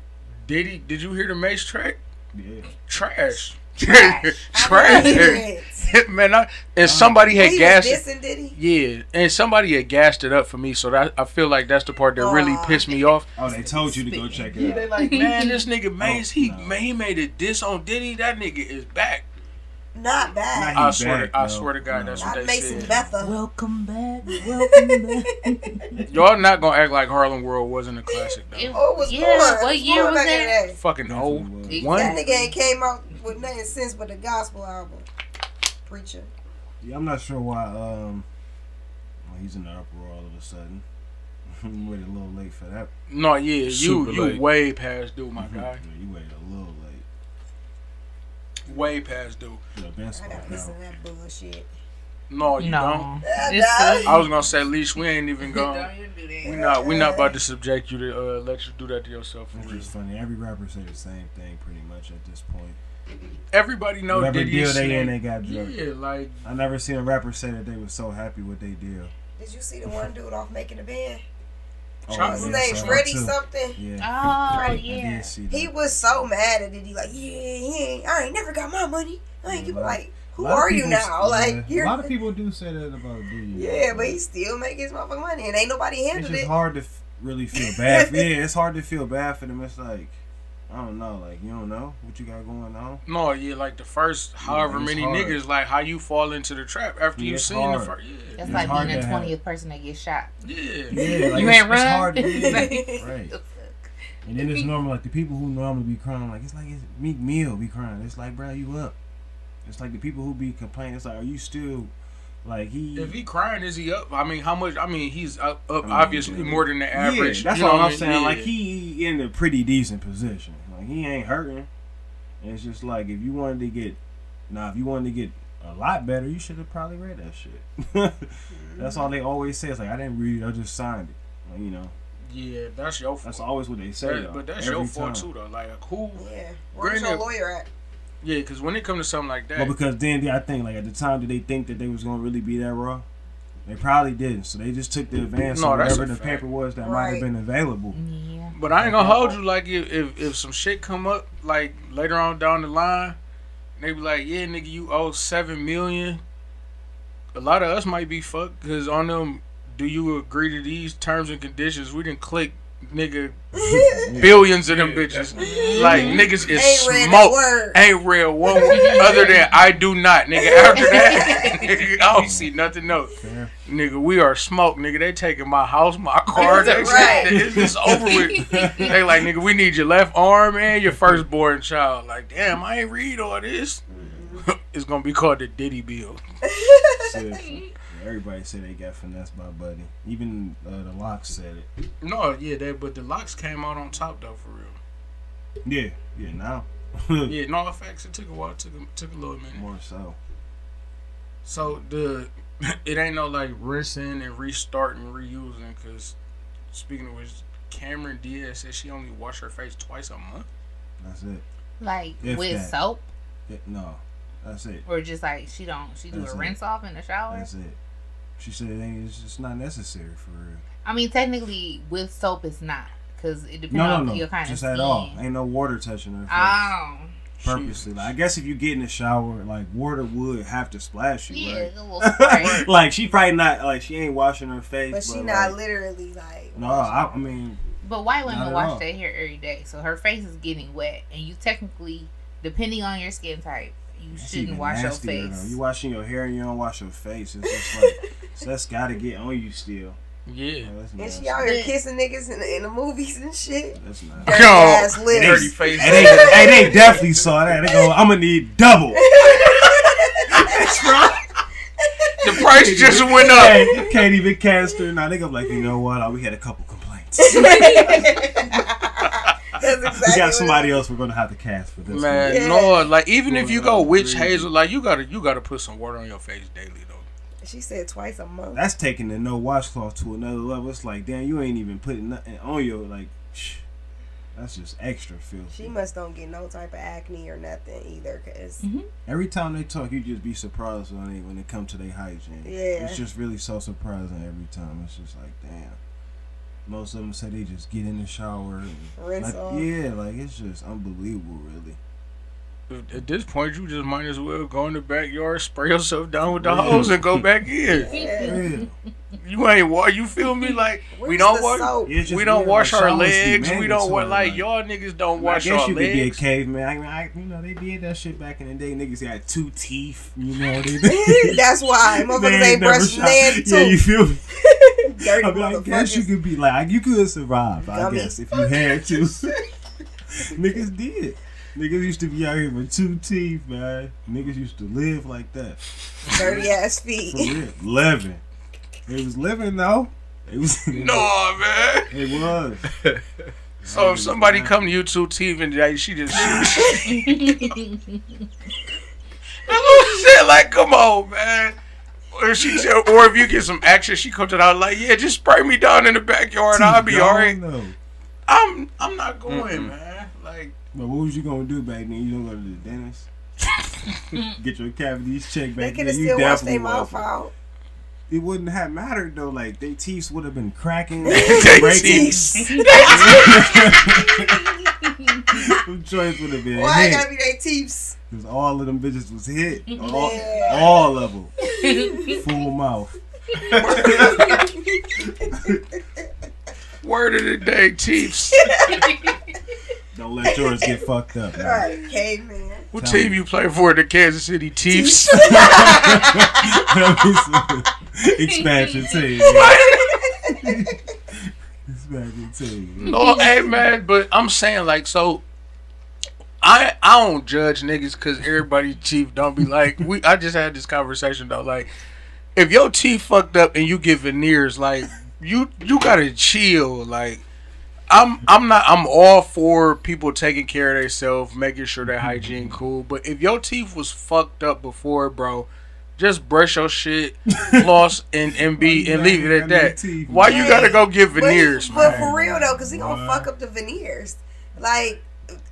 S2: did he? Did you hear the Mace track?
S4: Yeah.
S2: Trash,
S5: Trash.
S2: trash. Man, I,
S4: Uh-huh.
S2: and somebody had
S3: he
S2: gassed.
S3: was dissing, did he?
S2: yeah, and somebody had gassed it up for me, so that I feel like that's the part that really
S3: Aw.
S2: pissed me off.
S4: Oh, they told you to go check it out.
S2: Like, man, this nigga Mace, he
S4: Oh, no.
S2: man, he made a diss on Diddy. That nigga is back.
S3: Not bad.
S4: Nah,
S2: I
S4: He
S2: swear,
S4: back,
S2: to, I
S4: though.
S2: swear to God,
S4: No.
S2: that's what they
S3: Not Mason
S2: said.
S3: Betha.
S5: Welcome back. Welcome back.
S2: Y'all not gonna act like Harlem World wasn't a classic though.
S5: It-
S3: Oh, it was
S5: yeah,
S3: born.
S5: what
S3: It
S5: year
S3: born
S5: was
S3: back in
S5: that?
S3: the day.
S2: Fucking old
S4: Definitely
S5: was.
S2: one.
S3: That nigga ain't came out with nothing since but the gospel album. Preacher.
S4: Yeah, I'm not sure why. Um, well, he's in the uproar all of a sudden. you waited a little late for that.
S2: No, yeah, you
S6: Super
S2: you
S6: late.
S2: way past due, my guy.
S4: Yeah, You waited a little late.
S2: Way past due.
S4: The event's
S3: I gotta
S4: going
S3: listen
S4: out.
S3: to that bullshit.
S4: Oh,
S2: No, you
S5: No.
S3: don't.
S5: It's
S3: Uh,
S5: so-
S2: don't. I was gonna say, leash. We ain't even
S5: Don't
S2: gone.
S5: even do that.
S2: We not. We not about to subject you to uh, let you do that to yourself. For
S4: It's
S2: real.
S4: just funny. Every rapper say the same thing pretty much at this point.
S2: Everybody know
S4: Whatever
S2: Diddy
S4: deal
S2: is
S4: they in, they
S2: Snoop.
S4: got drug.
S2: Yeah, like
S4: I never seen a rapper say that they was so happy with their deal.
S3: Did you see the one dude off making a band?
S4: Oh,
S2: Chop-
S3: His
S4: yeah,
S3: name's
S4: so-
S3: Freddie
S4: too.
S3: something.
S4: Yeah.
S5: Oh
S4: I
S5: yeah.
S4: did see that.
S3: He was so mad at it. He like, yeah, he ain't, I ain't never got my money. I ain't
S4: Yeah,
S3: give
S4: a lot-
S3: like, who
S4: A Mm-hmm. lot of
S3: are you
S4: people-
S3: now?
S4: yeah,
S3: Like, you're,
S4: a lot of people do say that about Diddy.
S3: yeah, but he still make his motherfucking money, and ain't nobody
S4: it's
S3: handled
S4: just
S3: it.
S4: hard to f- really feel bad. yeah, it's hard to feel bad for them. It's like I don't know. Like you don't know what you got going on.
S2: No, yeah, like the first however
S4: it's
S2: many
S4: hard.
S2: niggas, like how you fall into the trap after
S4: Yeah,
S2: you
S4: it's
S2: seen the
S4: hard.
S2: first. Yeah,
S5: That's
S4: It's
S5: like
S4: hard
S5: being the
S4: to have-
S5: twentieth person that gets shot.
S2: yeah.
S4: Yeah, like
S5: you
S4: it's,
S5: ain't
S4: it's
S5: run.
S4: hard. To, yeah,
S5: Like,
S4: right.
S5: the fuck?
S4: And then it's normal, like the people who normally be crying, like it's like it's Meek Mill be crying. It's like, bro, you up? It's like the people who be complaining. It's like, are you still, like he?
S2: If he crying, is he up? I mean, how much? I mean, he's up, up
S4: mean,
S2: obviously
S4: yeah.
S2: more than the
S4: yeah,
S2: average.
S4: that's
S2: you know
S4: all
S2: what I
S4: I'm
S2: mean?
S4: saying.
S2: Yeah.
S4: Like he in a pretty decent position. Like he ain't hurting. And it's just like if you wanted to get, now if you wanted to get a lot better, you should have probably read that shit. that's all they always say. It's like I didn't read it. I just signed it. Like, you know,
S2: yeah, that's your fault.
S4: that's always what they say.
S2: That-
S4: though,
S2: but that's
S4: every
S2: your fault
S4: time.
S2: too, though. Like who?
S3: Yeah. Where's
S2: Granted-
S3: your lawyer at?
S2: Yeah, because when it comes to something like that,
S4: Well, because then I think like at the time, did they think that they was gonna really be that raw? They probably didn't. So they just took the advance
S2: No,
S4: on
S2: that's
S4: whatever
S2: a
S4: the
S2: fact.
S4: paper was that might
S3: Right.
S4: have been available.
S5: Yeah.
S2: But I ain't gonna hold
S6: uh-huh.
S2: you like if, if if some shit come up like later on down the line, they be like, yeah, nigga, you owe seven million. A lot of us might be fucked because on them, do you agree to these terms and conditions? We didn't click, nigga, billions of them
S6: Yeah,
S2: bitches.
S6: that's-
S2: Like niggas is
S3: Ain't read that
S2: smoked.
S3: word.
S2: Ain't real one other than I do not, nigga. After that, nigga, I don't see nothing else.
S4: Fair.
S2: Nigga, we are smoked, nigga. They taking my house, my car. They,
S3: Right.
S2: It's just over with. they like, nigga, we need your left arm and your firstborn child. Like, damn, I ain't read all this. it's gonna be called the Diddy Bill.
S4: Seriously. Yeah, Everybody said they got finessed by Buddy. Even uh, the lock said it.
S2: No, yeah, that but the locks came out on top though for real.
S4: Yeah, yeah. Now,
S2: Yeah, no effects. It took a while, it took a, took a little minute.
S4: more so.
S2: So the it ain't no like rinsing and restarting, reusing. Cause speaking of which, Cameron Diaz said she only washed her face twice a month.
S4: That's it.
S5: Like
S4: If
S5: with
S4: that.
S5: soap
S4: Yeah, no, that's it.
S5: or just like she don't she do
S4: That's
S5: a
S4: it.
S5: rinse off in the shower.
S4: That's it. She said it ain't, it's just not necessary for real.
S5: I mean, technically with soap it's not because it depends
S4: No,
S5: on
S4: no, no.
S5: your kind
S4: Just
S5: of
S4: at
S5: skin.
S4: all. Ain't no water touching her. face.
S5: Oh,
S4: purposely. Like, I guess if you get in the shower, like water would have to splash you.
S5: yeah,
S4: right?
S5: it's a little spray.
S4: like she probably not like she ain't washing her face.
S3: But she not
S4: like,
S3: literally like.
S4: no, I, I mean
S5: But
S4: Not
S5: white women
S4: at all.
S5: wash their hair every day, so her face is getting wet, and you technically, depending on your skin type, you
S4: that's
S5: shouldn't
S4: even
S5: wash your
S4: nastier, though.
S5: face.
S4: You washing your hair and you don't wash your face. It's just like so that's gotta get on you still.
S2: Yeah.
S4: Like, that's
S3: And she
S4: nasty.
S3: out here
S5: Yeah.
S3: kissing niggas in the, in the movies and shit.
S4: That's not.
S3: Dirty ass lips.
S6: Dirty face.
S4: Hey, they, hey, they definitely saw that. They go, I'm gonna need double.
S2: The price just went up.
S4: Hey, you can't even cast her. Now they go like, you know what? Oh, we had a couple complaints.
S3: That's exactly
S4: We
S3: what it
S4: got somebody else. We're gonna have to cast for this. one.
S2: Man,
S3: Yeah.
S2: no, like even if you go
S4: Well,
S2: witch
S4: really.
S2: hazel, like you gotta you gotta put some water on your face daily though.
S3: is. She said twice a month.
S4: that's taking the no washcloth to another level. It's like, damn, you ain't even putting nothing on your like. Shh. That's just extra
S3: She
S4: filthy.
S3: must don't get no type of acne or nothing either, because
S4: Every time they talk, you just be surprised when they when it comes to their hygiene.
S3: Yeah.
S4: it's just really so surprising every time. It's just like, damn. Most of them say they just get in the shower. And,
S3: rinse
S4: like,
S3: off.
S4: yeah, like it's just unbelievable, really.
S2: At- At this point, you just might as well go in the backyard, spray yourself down with the hose, and go back in.
S3: Yeah.
S4: Real.
S2: You ain't wa You feel me? Like we
S3: Where's
S2: don't
S3: the
S2: wash.
S3: soap?
S4: It's just
S2: We don't
S4: weird,
S2: wash
S4: like,
S2: our
S4: showers be
S2: legs. We don't wa-
S4: mandatory,
S2: like y'all niggas don't wash
S4: I guess
S2: our
S4: you could be a
S2: legs.
S4: caveman. I, mean, I, you know, they did that shit back in the day. Niggas had two teeth. You know, they did.
S3: That's why motherfuckers ain't brushing their teeth.
S4: Yeah, you feel me?
S3: Dirty
S4: I mean, I guess you
S3: motherfuckers.
S4: could be like, you could survive, I
S3: Dummy.
S4: guess, if you had to. Niggas did. Niggas used to be out here with two teeth, man. Niggas used to live like that.
S3: Dirty ass
S4: For
S3: feet.
S4: real. living. It was living, though. It was.
S2: No man.
S4: It was.
S2: So if somebody come to YouTube TV and like, she just shit like, come on, man. Or she said, or if you get some action, she comes out like, yeah, just spray me down in the backyard, I'll be
S4: Teeth
S2: alright.
S4: gone, though.
S2: I'm I'm not going, man. Like
S4: But what was you gonna do back then? You don't go to the dentist. Get your cavities checked
S3: They
S4: back
S3: could
S4: then.
S3: have
S4: You
S3: still washed
S4: definitely
S3: their mouth
S4: wasn't.
S3: out.
S4: It wouldn't have mattered though. Like their teeth would have been cracking,
S2: they
S4: breaking.
S2: teeth.
S4: Them joints would have been
S3: Why it
S4: hit
S3: gotta be their teeth?
S4: because all of them bitches was hit. All,
S3: Yeah.
S4: all of them, full mouth.
S2: Word of the day, Chiefs.
S4: The Don't let yours get fucked up.
S3: All
S4: man.
S3: right, caveman.
S2: What
S4: Tell
S2: team
S4: me.
S2: you play for? The Kansas City Chiefs.
S4: Expansion team. man. Expansion team. man.
S2: no, hey man, but I'm saying like so. I I don't judge niggas because everybody chief don't be like we. I just had this conversation though. Like, if your chief fucked up and you get veneers, like you you gotta chill. Like, I'm I'm not I'm all for people taking care of themselves, making sure their hygiene cool. But if your teeth was fucked up before, bro. Just brush your shit, floss, and, and be and leave it at that. Why you gotta go get
S3: But he-
S2: veneers?
S3: But,
S4: man.
S3: for real though, because he gonna
S4: What?
S3: fuck up the veneers. Like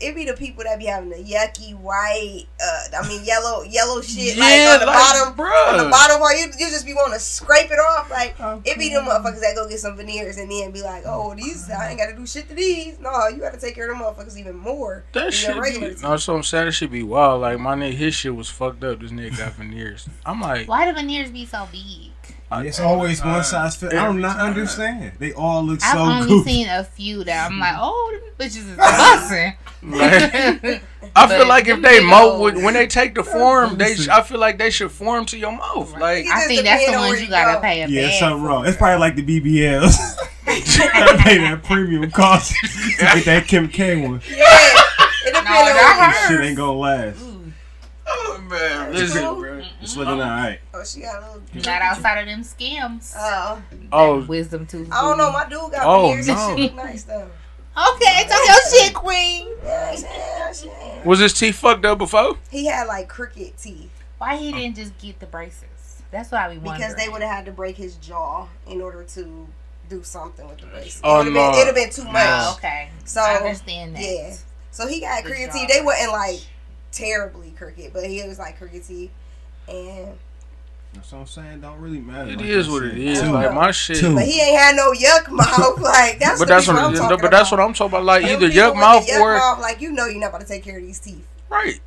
S3: it be the people that be having the yucky white, uh, I mean yellow, yellow shit like on the bottom,
S2: bruh.
S3: on the bottom part. You, you just be want to scrape it off. Like it be them
S4: Okay.
S3: motherfuckers that go get some veneers and then be like, oh these, I ain't gotta do shit to these. No, you gotta take care of them motherfuckers even more.
S2: That
S3: than your
S2: shit. Be,
S3: regular
S2: no,
S3: teeth.
S2: that's what I'm saying. That shit be wild. Like my nigga, his shit was fucked up. This nigga got veneers. I'm like,
S5: Why do veneers be so big?
S4: Uh, It's always one size fits. I do not understand. They all look
S5: I've
S4: so
S5: only
S4: goofy.
S5: seen a few that I'm like, oh, them bitches is busting.
S2: like, I feel
S5: But
S2: like if
S5: them
S2: they
S5: big
S2: mo
S5: old-
S2: would- when they take the form, they sh- I feel like they should form to your mouth. Like
S5: I
S3: just
S5: think that's
S3: depend
S5: the
S3: on
S5: ones
S3: where
S5: you
S3: you
S5: gotta
S3: go.
S5: pay a
S4: Yeah, it's
S5: bag
S4: something
S5: for.
S4: wrong. It's probably like the BBLs. I pay that premium cost to get that Kim K one.
S3: Yeah, it depends
S5: No, that
S3: on.
S4: This shit ain't gonna last.
S5: Ooh,
S2: oh man,
S3: Cool.
S2: listen, bro.
S4: It's looking all right.
S3: Oh, she got a little.
S5: Not outside of them scams.
S3: Uh,
S2: Oh,
S5: Wisdom tooth.
S3: I don't know. My dude got
S2: Oh,
S3: veneers. and
S2: no.
S3: She look nice though.
S5: Okay, talk your shit, queen.
S3: Yeah, yeah, yeah.
S2: was his teeth fucked up before?
S3: He had like crooked teeth
S5: Why he didn't just get the braces? That's what I be wondering.
S3: because they would have had to break his jaw in order to do something with the braces.
S2: Oh,
S3: it would have
S2: no.
S3: been, it'd been too much.
S5: Oh, okay.
S3: So,
S5: I understand that.
S3: yeah. So he got
S5: The
S3: crooked
S5: jaw
S3: teeth. They
S5: break.
S3: wasn't like terribly crooked, but he was like crooked teeth. And
S4: That's what I'm saying. Don't really matter.
S2: It
S4: Like
S2: is
S4: I
S2: what it
S4: said,
S2: is.
S4: two.
S2: Like my shit.
S4: Two.
S3: but he ain't had no yuck mouth. Like that's
S2: But
S3: the
S2: that's
S3: people
S2: what.
S3: I'm talking
S2: But that's
S3: about.
S2: what I'm talking about. Like
S3: Them
S2: either
S3: people
S2: yuck
S3: with the
S2: mouth
S3: yuck
S2: or
S3: mouth, like you know you're not about to take care of these teeth.
S2: Right.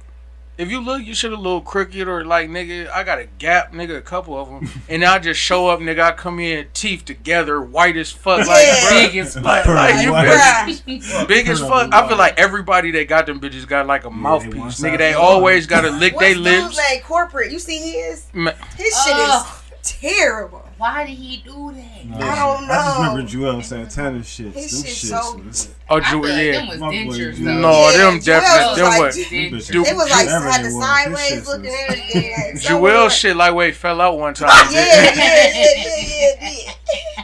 S2: If you look, you should have little crooked or like nigga. I got a gap, nigga, a couple of them, and I just show up, nigga. I come in teeth together, white as fuck, like
S3: Yeah.
S2: big,
S5: Big as
S2: like,
S4: Pearl
S2: like, you
S4: white.
S2: better- big
S4: Pearl
S2: as fuck. I feel
S4: white.
S2: like everybody that got them bitches got like a
S4: they want
S2: mouthpiece, nigga.
S4: something.
S2: They always gotta lick
S3: What's
S2: their
S3: dude's
S2: lips.
S3: name? Corporate. You see his?
S2: Ma-
S3: His
S5: Ugh.
S3: shit is terrible.
S5: Why did he do that?
S4: No,
S3: I don't
S4: I just
S3: know.
S4: remember Joel Santana shit. Them
S3: His shit's
S4: shits.
S3: so-
S4: was-
S2: Oh,
S5: I feel
S2: Ju-
S5: like them
S2: yeah.
S5: was
S4: My boy
S5: dentures,
S4: Jules.
S5: though.
S2: No, them
S3: Joel
S2: definitely.
S3: was
S2: Them
S3: like-
S2: what?
S4: them bitches
S2: Dude,
S4: was
S3: It was like
S4: whatever
S3: had
S4: they
S3: the
S4: were. His
S3: sideways
S4: shits
S3: looking
S4: was-
S3: and everything. Like, so
S2: Joel
S3: what?
S2: shit like wait fell out
S5: Oh,
S2: one time.
S3: Yeah, yeah, yeah, yeah, yeah, yeah.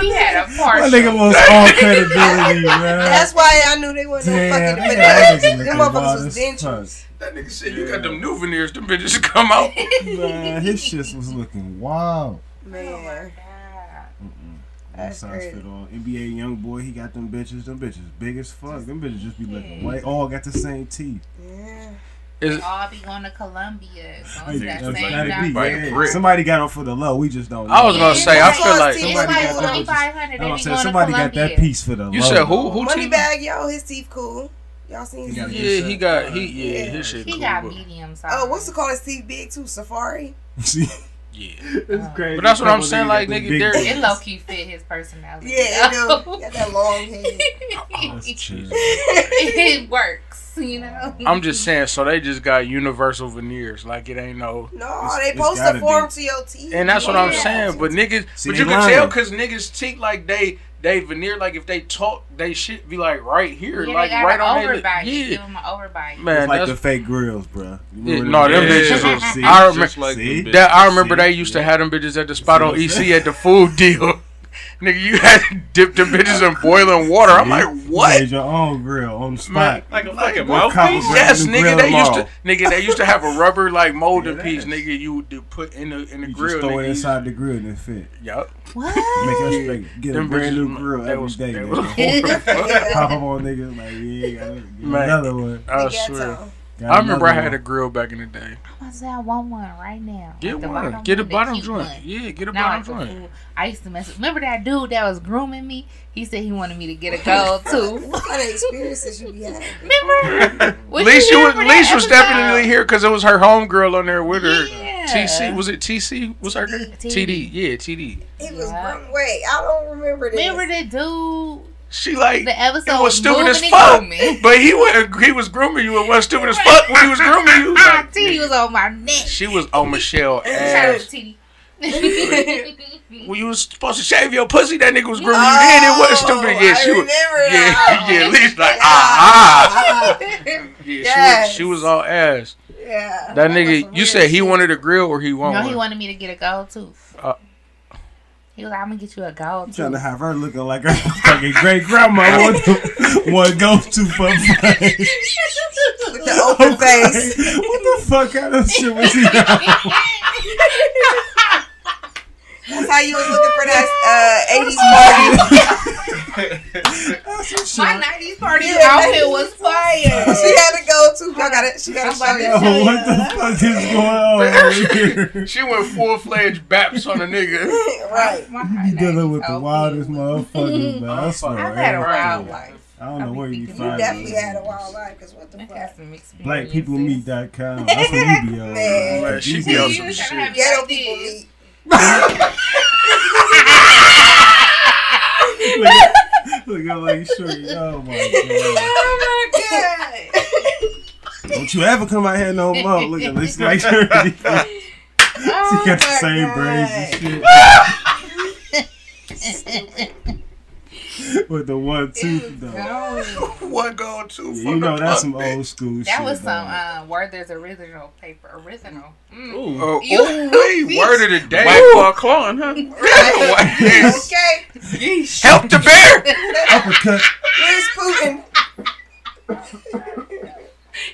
S5: He had a
S4: My
S5: partial.
S4: nigga lost all credibility, man.
S3: That's why I knew they wasn't no
S4: Damn,
S3: fucking
S4: that
S3: bananas.
S4: nigga
S3: Them
S4: wild
S3: motherfuckers was
S4: as
S3: dentures.
S2: That nigga said you got them new veneers. Them bitches come out.
S4: fuck. Man, his shits was looking wild.
S5: Oh,
S3: Man.
S4: Mm-mm.
S3: That's
S4: One size
S3: crazy.
S4: fit all. NBA young boy, he got them bitches. Them bitches big as fuck. Them bitches just be looking white. All got the same teeth.
S3: Yeah.
S2: Is-
S5: All be going to Columbia. Going
S4: Like,
S5: to that
S4: that's
S5: same
S4: gotta be,
S5: doctor.
S2: by the
S4: yeah.
S2: brick.
S4: Somebody got them for the low. We just don't.
S2: I was
S4: know.
S2: gonna say I
S3: Yeah.
S2: feel like
S4: Somebody
S5: It's like
S4: got those.
S5: twenty five hundred. They
S4: No, I'm
S5: be
S4: saying
S5: going to
S4: somebody got that
S5: Columbia.
S4: piece for the
S2: you
S4: low.
S2: said who? Who teeth?
S3: Moneybag, yo, his teeth cool. Y'all seen
S4: He
S3: his
S4: got
S3: teeth?
S2: Yeah, uh, he got he
S3: Yeah.
S2: yeah, his shit.
S5: He
S2: cool,
S5: got
S2: but-
S5: medium size.
S3: Oh, what's the call? His teeth big too. Safari.
S4: See,
S2: Yeah.
S4: it's crazy.
S2: But that's what I'm
S4: Couple
S2: saying,
S4: niggas
S2: like,
S4: got them
S2: nigga,
S4: big
S2: there-
S4: teeth.
S5: It low key fit his personality.
S3: Yeah,
S5: though.
S3: it do. Got that long head.
S4: That's true.
S5: it works, you know.
S2: I'm just saying, so they just got universal veneers. Like it ain't no
S3: No,
S4: It's-
S3: they
S4: it's
S3: supposed
S4: gotta
S3: to
S4: be.
S3: form to your teeth.
S2: And that's what I'm
S5: Yeah.
S2: saying. But niggas
S4: See,
S2: but
S4: they
S2: you can tell
S4: lying.
S2: cause niggas teeth like they they veneer like if they talk they shit be like right here.
S5: Yeah,
S2: like
S5: they got
S2: right
S5: an
S2: on their lip.
S5: overbite. You
S2: Yeah.
S5: Give him an overbite.
S2: Man,
S4: It's like
S2: that's
S4: the fake grills, bro.
S2: Yeah, no, them bitches
S5: was-
S2: I remember-
S6: Just like
S4: See?
S6: them bitches.
S2: that I remember
S4: See?
S2: they used to
S4: Yeah.
S2: have them bitches at the spot on
S4: See?
S2: EC at the food deal. Nigga, you had to dip them bitches in boiling water. I'm like, what?
S4: Made your own grill on the
S2: Man,
S4: spot.
S2: like a fucking
S4: What
S2: mouthpiece.
S4: cop was
S2: Yes, nigga.
S4: running the grill
S2: They used to,
S4: tomorrow?
S2: nigga. They used to have a rubber like molding
S4: Yeah,
S2: piece,
S4: that is.
S2: nigga. You would do put in the in the
S4: you
S2: grill.
S4: just throw
S2: nigga.
S4: it inside the grill and it fit.
S2: Yup.
S5: What?
S4: Make us like, get a
S2: Them
S4: brand
S2: bitches,
S4: new grill
S2: they
S4: every
S2: was-
S4: day.
S2: they
S4: nigga.
S2: was horrible.
S4: Pop up on niggas like, yeah, gotta get
S2: Man.
S4: another one.
S2: I
S3: Big ass
S2: swear.
S3: toe.
S4: Got
S2: I remember I
S4: another
S2: had a
S4: one.
S2: grill back in the day.
S5: I said I want one right now.
S2: Get
S5: Like the
S2: one.
S5: bottom
S2: Get a
S5: one, the
S2: bottom
S5: cute
S2: joint.
S5: one.
S2: Yeah, get a
S5: Now I
S2: bottom
S5: go,
S2: joint.
S5: "Ooh." I used to mess. Remember that dude that was grooming me? He said he wanted me to get a gold too.
S3: What kind of experiences you be having?
S5: Remember? Was
S2: Leash, you
S5: you here
S2: was,
S5: for that
S2: Leash was
S5: episode?
S2: definitely here because it was her homegirl on there with her.
S5: Yeah.
S2: TC was it TC? Was her name?
S5: TD.
S2: TD? Yeah, TD.
S3: It was
S5: Yeah.
S3: great. Wait, I don't remember this.
S5: Remember the dude
S2: She like
S5: The episode
S2: it was stupid
S5: Moving
S2: as
S5: and
S2: fuck,
S5: Grooming.
S2: but he was he was grooming you. It was stupid as fuck when he was grooming you.
S5: Ah,
S2: Like,
S5: titty was on my neck.
S2: she was on Michelle
S5: Shout out
S2: ass.
S5: to titty.
S2: When you was supposed to shave your pussy, that nigga was grooming you. Then it was stupid. Yeah,
S3: Oh,
S2: she was.
S3: I remember now.
S2: Yeah, yeah, at least like ah
S3: Ah.
S2: ah. Yeah,
S3: Yes.
S2: she was she was on ass.
S3: yeah.
S2: That
S3: was
S2: nigga,
S3: some
S2: you
S3: weird
S2: said he
S3: shit.
S2: wanted a grill or he wanted
S5: No,
S2: one?
S5: he wanted me to get a gold tooth.
S2: Uh.
S5: he was like, I'm gonna get you a gold
S4: Trying to
S5: tooth.
S4: have her looking like her fucking great grandma. What the what go to for fun?
S3: With the open face.
S4: What the fuck kind of shit was he? on?
S3: That's how you was looking for that uh, 80s party.
S4: That's some shit.
S5: My 90s party
S3: Yeah,
S5: outfit was fire.
S3: she had to go too. I got it. She got to show you.
S4: Yo, what the fuck is going on over here?
S2: She went full fledged baps on a nigga.
S3: right.
S5: My
S4: You dealing
S5: 90s
S4: with the
S5: outfit.
S4: wildest motherfuckers, man. I swear.
S5: I've had a
S4: everything.
S5: wild life.
S4: I don't know
S5: I've
S4: where
S5: been
S4: you
S5: thinking
S4: find
S5: you
S3: Definitely
S4: these
S3: had a
S4: niggas.
S3: wild life. Cause what the
S5: I had
S3: fuck?
S5: some experiences.
S4: Blackpeoplemeet.com. That's what you be on.
S3: Man.
S2: Man, she
S4: These
S2: be on
S4: niggas-
S5: You
S2: some
S5: was trying to
S2: shit.
S3: Ghetto
S5: have me like
S3: people
S5: this.
S3: meet.
S4: Look at like sure. Oh my
S3: Oh my god.
S4: god! Don't you ever come out here no more. Look at this like sure. She
S3: Oh
S4: got the
S3: my
S4: same
S3: God.
S4: braids and shit. With the one tooth though.
S2: What go to?
S4: Yeah, you know that's some old school shit.
S5: That was some
S4: dog.
S5: uh, Werther's original paper. Original. Mm.
S6: Ooh.
S2: Oh,
S5: You-
S2: wait, word of the day.
S6: White claw clawing, huh?
S2: Yes.
S3: Okay.
S2: Help the bear.
S5: uh,
S4: uppercut.
S3: Where's Putin?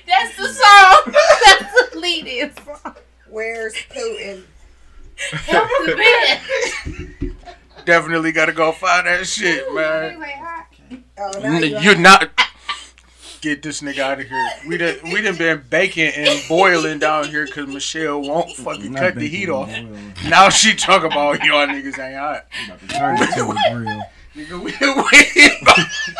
S5: That's the song. That's the lead-in song.
S3: Where's Putin?
S5: Help the man.
S2: Definitely gotta go find that shit,
S5: He
S2: man.
S5: like, "Hi."
S3: Oh, now you
S2: N- You're not. Get this nigga out of here. We done we done been baking and boiling down here because Michelle won't fucking
S4: Not
S2: cut the
S4: baking
S2: heat
S4: no
S2: off.
S4: oil.
S2: Now she talk about y'all niggas ain't hot.
S4: About to turn it to a grill.
S2: Nigga, we,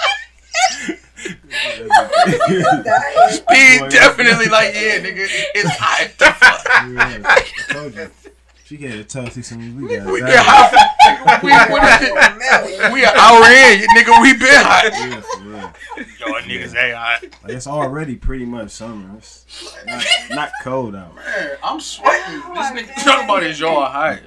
S3: are dying.
S2: we, we definitely like yeah, nigga. It's hot. The fuck?
S4: Yeah, I told you. She had a tough season. We got
S2: We been
S4: that.
S2: hot. We, we,
S3: You're melting.
S2: we an hour in, you nigga. We been hot.
S4: Yeah, for real.
S2: Y'all niggas ain't hot.
S4: Like it's already pretty much summer. It's not, not cold out.
S2: Man, I'm sweating. This nigga talking about is y'all hot.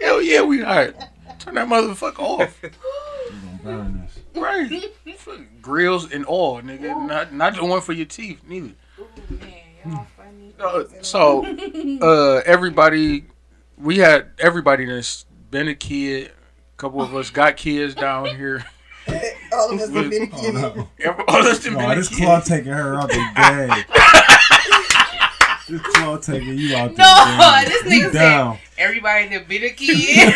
S2: Hell yeah, we hot. Turn that motherfucker off.
S4: It's gonna burn us.
S2: Right. Fuck Grills and all, nigga. Not not the one for your teeth, neither. Uh, so, uh, everybody, we had everybody that's been a kid. A couple of us got kids down here.
S3: All of us have been
S4: Oh,
S3: kidding.
S4: no.
S2: Every, all us done
S4: No,
S2: been a
S4: this
S2: kid.
S4: claw taking her out the bag. this claw taking you out the
S5: No,
S4: bag.
S5: this
S4: You
S5: nigga
S4: down.
S5: said everybody that been a kid.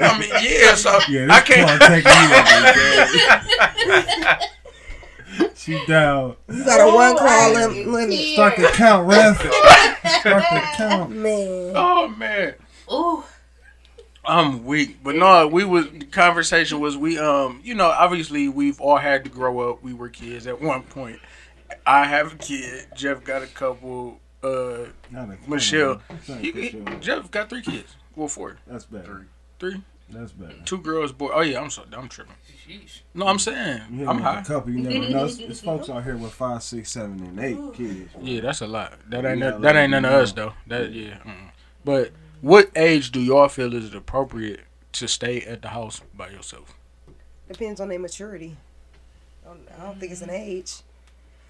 S2: I mean, yeah. So
S4: Yeah,
S2: I
S4: this claw
S2: can't.
S4: taking you out the bag. She down.
S3: You got a one claw
S5: Oh, I
S3: lim- limit.
S4: Start the count, ref. Start the count.
S3: Man.
S2: Oh man.
S5: Ooh,
S2: I'm weak, but no, we was the conversation was we um you know obviously we've all had to grow up. We were kids at one point. I have a kid. Jeff got a couple. Uh,
S4: Not a-
S2: Michelle.
S4: It's not
S2: he- he-
S4: Michelle.
S2: Jeff got three kids. Well, four,
S4: That's better.
S2: three,
S4: That's better.
S2: two girls, boy. Oh yeah, I'm so I'm tripping.
S5: sheesh.
S2: No, I'm saying
S4: You hit
S2: I'm
S4: me with
S2: high.
S4: A couple, you never know. It's, it's folks out here with five, six, seven, and eight kids.
S2: Yeah, that's a lot. That ain't
S4: Yeah,
S2: no- that ain't none of
S4: no.
S2: us though. That yeah. mm. But what age do y'all feel is it appropriate to stay at the house by yourself?
S3: Depends on their maturity. I don't, I don't think it's an age.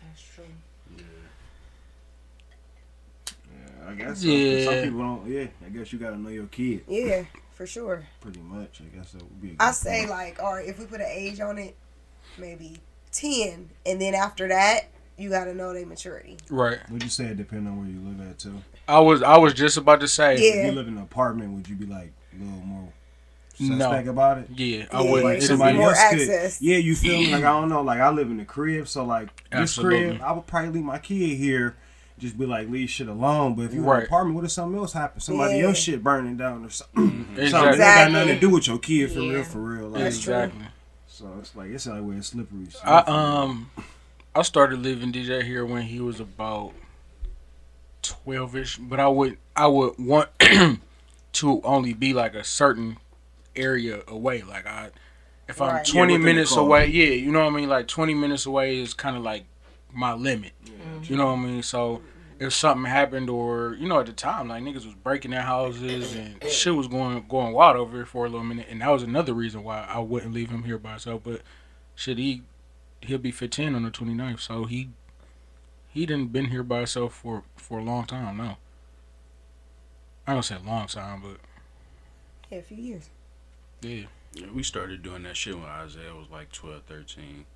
S5: That's true.
S4: Yeah, I guess.
S2: Yeah.
S4: Some, some people don't. Yeah, I guess you gotta know your kid
S3: Yeah, for sure.
S4: pretty much. I guess that would be. A good
S3: I say
S4: point.
S3: like, all right, if we put an age on it, maybe ten, and then after that, you got to know their maturity.
S2: Right.
S4: Would you say it depends on where you live at too?
S2: I was I was just about to say.
S4: If you
S3: Yeah,
S4: live in an apartment, would you be like a little more
S2: No.
S4: suspect about it?
S2: Yeah, I
S3: Yeah,
S2: wouldn't.
S3: like
S2: It'd
S3: somebody
S2: be-
S3: more
S4: could-
S3: access.
S4: Yeah, you feel me? Like I don't know. Like I live in a crib, so like this crib,
S2: Absolutely.
S4: I would probably leave my kid here. Just be like, leave shit alone. But if you in an
S2: Right.
S4: apartment, what if something else happens? Somebody
S3: Yeah.
S4: else shit burning down or
S2: Mm-hmm.
S4: something. something
S2: Exactly.
S4: that got nothing
S3: Exactly.
S4: to do with your kid for
S5: Yeah.
S4: real, for real. Like,
S3: That's true.
S2: Exactly.
S4: So it's like it's like where it's slippery. So
S2: I um, I started living DJ here when he was about twelve ish, but I would I would want to only be like a certain area away. Like I, If I'm
S3: Right.
S2: 20
S6: Yeah, within the
S2: minutes
S6: call.
S2: away, yeah, you know what I mean? Like 20 minutes away is kind of like my limit. You know what I mean? So if something happened or, you know, at the time, like niggas was breaking their houses and shit was going going wild over here for a little minute. And that was another reason why I wouldn't leave him here by himself. But shit, he, he'll be 15 on the 29th. So he, he didn't been here by himself for, for a long time now. I don't say a long time, but
S3: Yeah, a few years.
S2: yeah.
S6: Yeah, we started doing that shit when Isaiah was like 12, 13.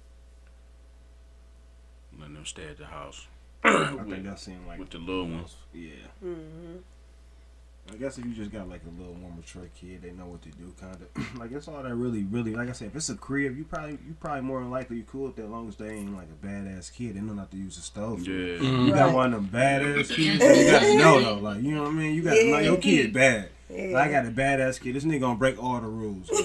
S6: Letting them stay at the house.
S2: um,
S4: I think I seen like
S6: with the little ones.
S4: Yeah.
S3: Mm-hmm.
S4: I guess if you just got like a little more mature kid, they know what to do, kind of. like it's all that really, really. Like I said, if it's a crib, you probably, you probably more than likely you cool with that, long as they ain't like a badass kid. They know not to use the stove.
S6: Yeah.
S2: Mm.
S4: You got
S3: Right.
S4: one of them badass kids. so you gotta know though, like you know what I mean. You got to know your kid bad.
S3: Yeah.
S4: Like, I got a badass kid. This nigga gonna break all the rules. Like,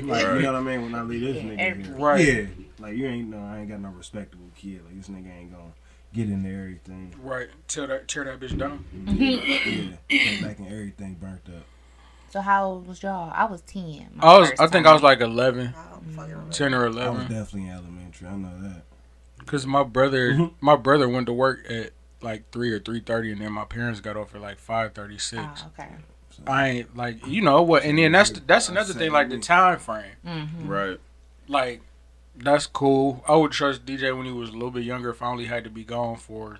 S4: like, you
S6: right.
S4: know what I mean? When I leave this nigga, here.
S2: Right.
S4: Yeah, like you ain't no, I ain't got no respectable kid. Like this nigga ain't gonna get into everything.
S2: Right. Tear that, tear that bitch down.
S4: yeah, came back and everything burnt up.
S5: So how old was y'all? I was ten. my
S2: I was.
S5: first
S2: I think
S5: time.
S2: I was like 11,
S3: I don't fucking remember.
S2: 10 or
S4: I was
S2: 11.
S4: definitely in elementary. I know that.
S2: Cause my brother,
S4: Mhm.
S2: my brother went to work at like three or three thirty, and then my parents got off at like five thirty six.
S5: Oh, okay.
S2: I ain't like you know what, and then that's the, that's another thing like the time frame.
S5: Mm-hmm.
S6: Right.
S2: Like that's cool. I would trust DJ when he was a little bit younger if I only had to be gone for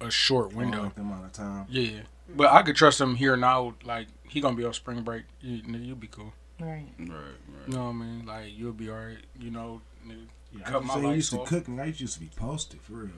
S2: a short
S4: I
S2: window.
S4: like the amount of time.
S2: Yeah,
S5: Mm-hmm.
S2: but I could trust him here now. Like he gonna be on spring break. You, you'll be cool.
S5: Right.
S6: Right.
S2: You
S6: Right.
S2: know what I mean? Like you'll be alright. You know. nigga.
S4: Yeah,
S2: Cut
S4: I used
S2: my
S4: to say I
S2: lights
S4: used to
S2: off.
S4: cook, and I used to be posted for real.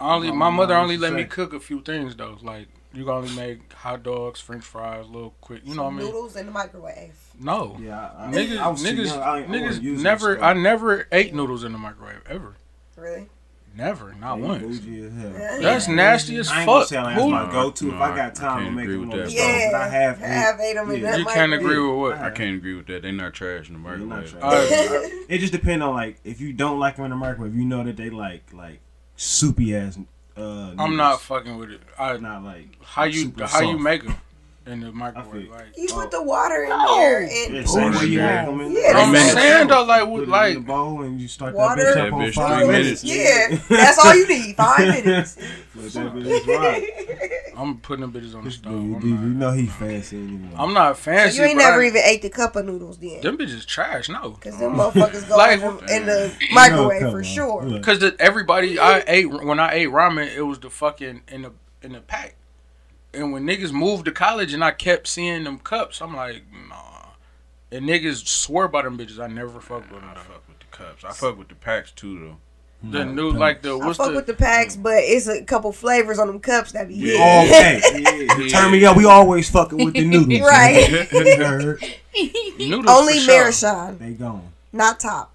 S2: I Only
S4: No,
S2: my
S4: no,
S2: mother
S4: what
S2: only
S4: you
S2: let me
S4: say?
S2: cook a few things though. Like you can only make hot dogs, French fries, little quick. You know what I mean?
S3: Noodles in the microwave.
S2: No,
S4: Yeah, I, I,
S2: niggas,
S4: I was too
S2: niggas,
S4: young. I ain't- I wasn't
S2: niggas
S4: using
S2: never.
S4: stuff.
S2: I never ate noodles in the microwave ever.
S3: Really?
S2: Never, not
S4: Yeah,
S2: once.
S4: bougie as hell.
S3: Yeah.
S2: That's nasty as
S4: I ain't gonna
S2: fuck.
S4: say like
S2: Who-
S4: that's my go-to. if
S6: No,
S4: I got
S6: I
S4: time, I'm
S6: can't
S4: making
S6: agree
S4: one of
S6: with
S4: those.
S6: that, bro.
S4: But I have.
S3: I have ate them in
S4: Yeah.
S3: that
S2: You can't
S3: microwave.
S2: agree with what?
S4: Yeah.
S6: I can't agree with that. They not trash in the
S4: You're not
S6: microwave.
S4: trash.
S2: Alright.
S4: It just depends on like if you don't like them in the microwave, you know that they like like soupy ass. Uh,
S2: I'm
S4: noodles.
S2: not fucking with it. I,
S4: not like
S2: how you
S4: super
S2: how you
S4: soft.
S2: make them in the microwave?
S4: feel-
S2: Like
S3: You
S4: Oh.
S3: put the water in there and
S4: Yeah,
S6: Pour
S4: same way
S6: it
S4: you
S6: in.
S4: make 'em in
S3: Yeah,
S4: the
S2: I'm
S6: minute.
S2: saying though, like
S4: Put it
S2: with
S4: in
S2: like
S4: the bowl and you start
S3: Water.
S4: that bitch
S6: That
S4: up
S6: bitch
S4: on
S6: three
S4: five minutes.
S6: minutes.
S3: Yeah, that's all you need. Five minutes.
S4: Let that bitch rock.
S2: I'm putting them bitches on the
S4: This
S2: stove.
S4: dude,
S2: I'm
S4: you
S2: not,
S4: know he fancy anyway.
S2: I'm not fancy.
S3: you ain't
S2: but
S3: never
S2: I-
S3: even ate the cup of noodles then.
S2: Them bitches trash. No.
S3: Because them motherfuckers go
S2: Like-
S3: in, the, in the
S4: You know,
S3: microwave
S4: come
S3: for
S4: on.
S3: sure.
S4: Look,
S2: Cause the, everybody I ate when I ate ramen, it was the fucking in the in the pack. And when niggas moved to college, and I kept seeing them cups, I'm like, nah. And niggas swear by them bitches. I never fuck with them.
S6: I fuck with the cups. I fuck with the packs too though.
S2: The new like the
S3: I
S2: what's
S3: fuck
S2: the
S3: with the packs, but it's a couple flavors on them cups that be
S6: Yeah.
S3: hitting.
S4: all day. Turn me up. We always fucking with the noodles.
S3: Right.
S4: You heard?
S2: noodles
S3: Only
S2: for sure.
S3: Marishan,
S4: They gone.
S3: not top.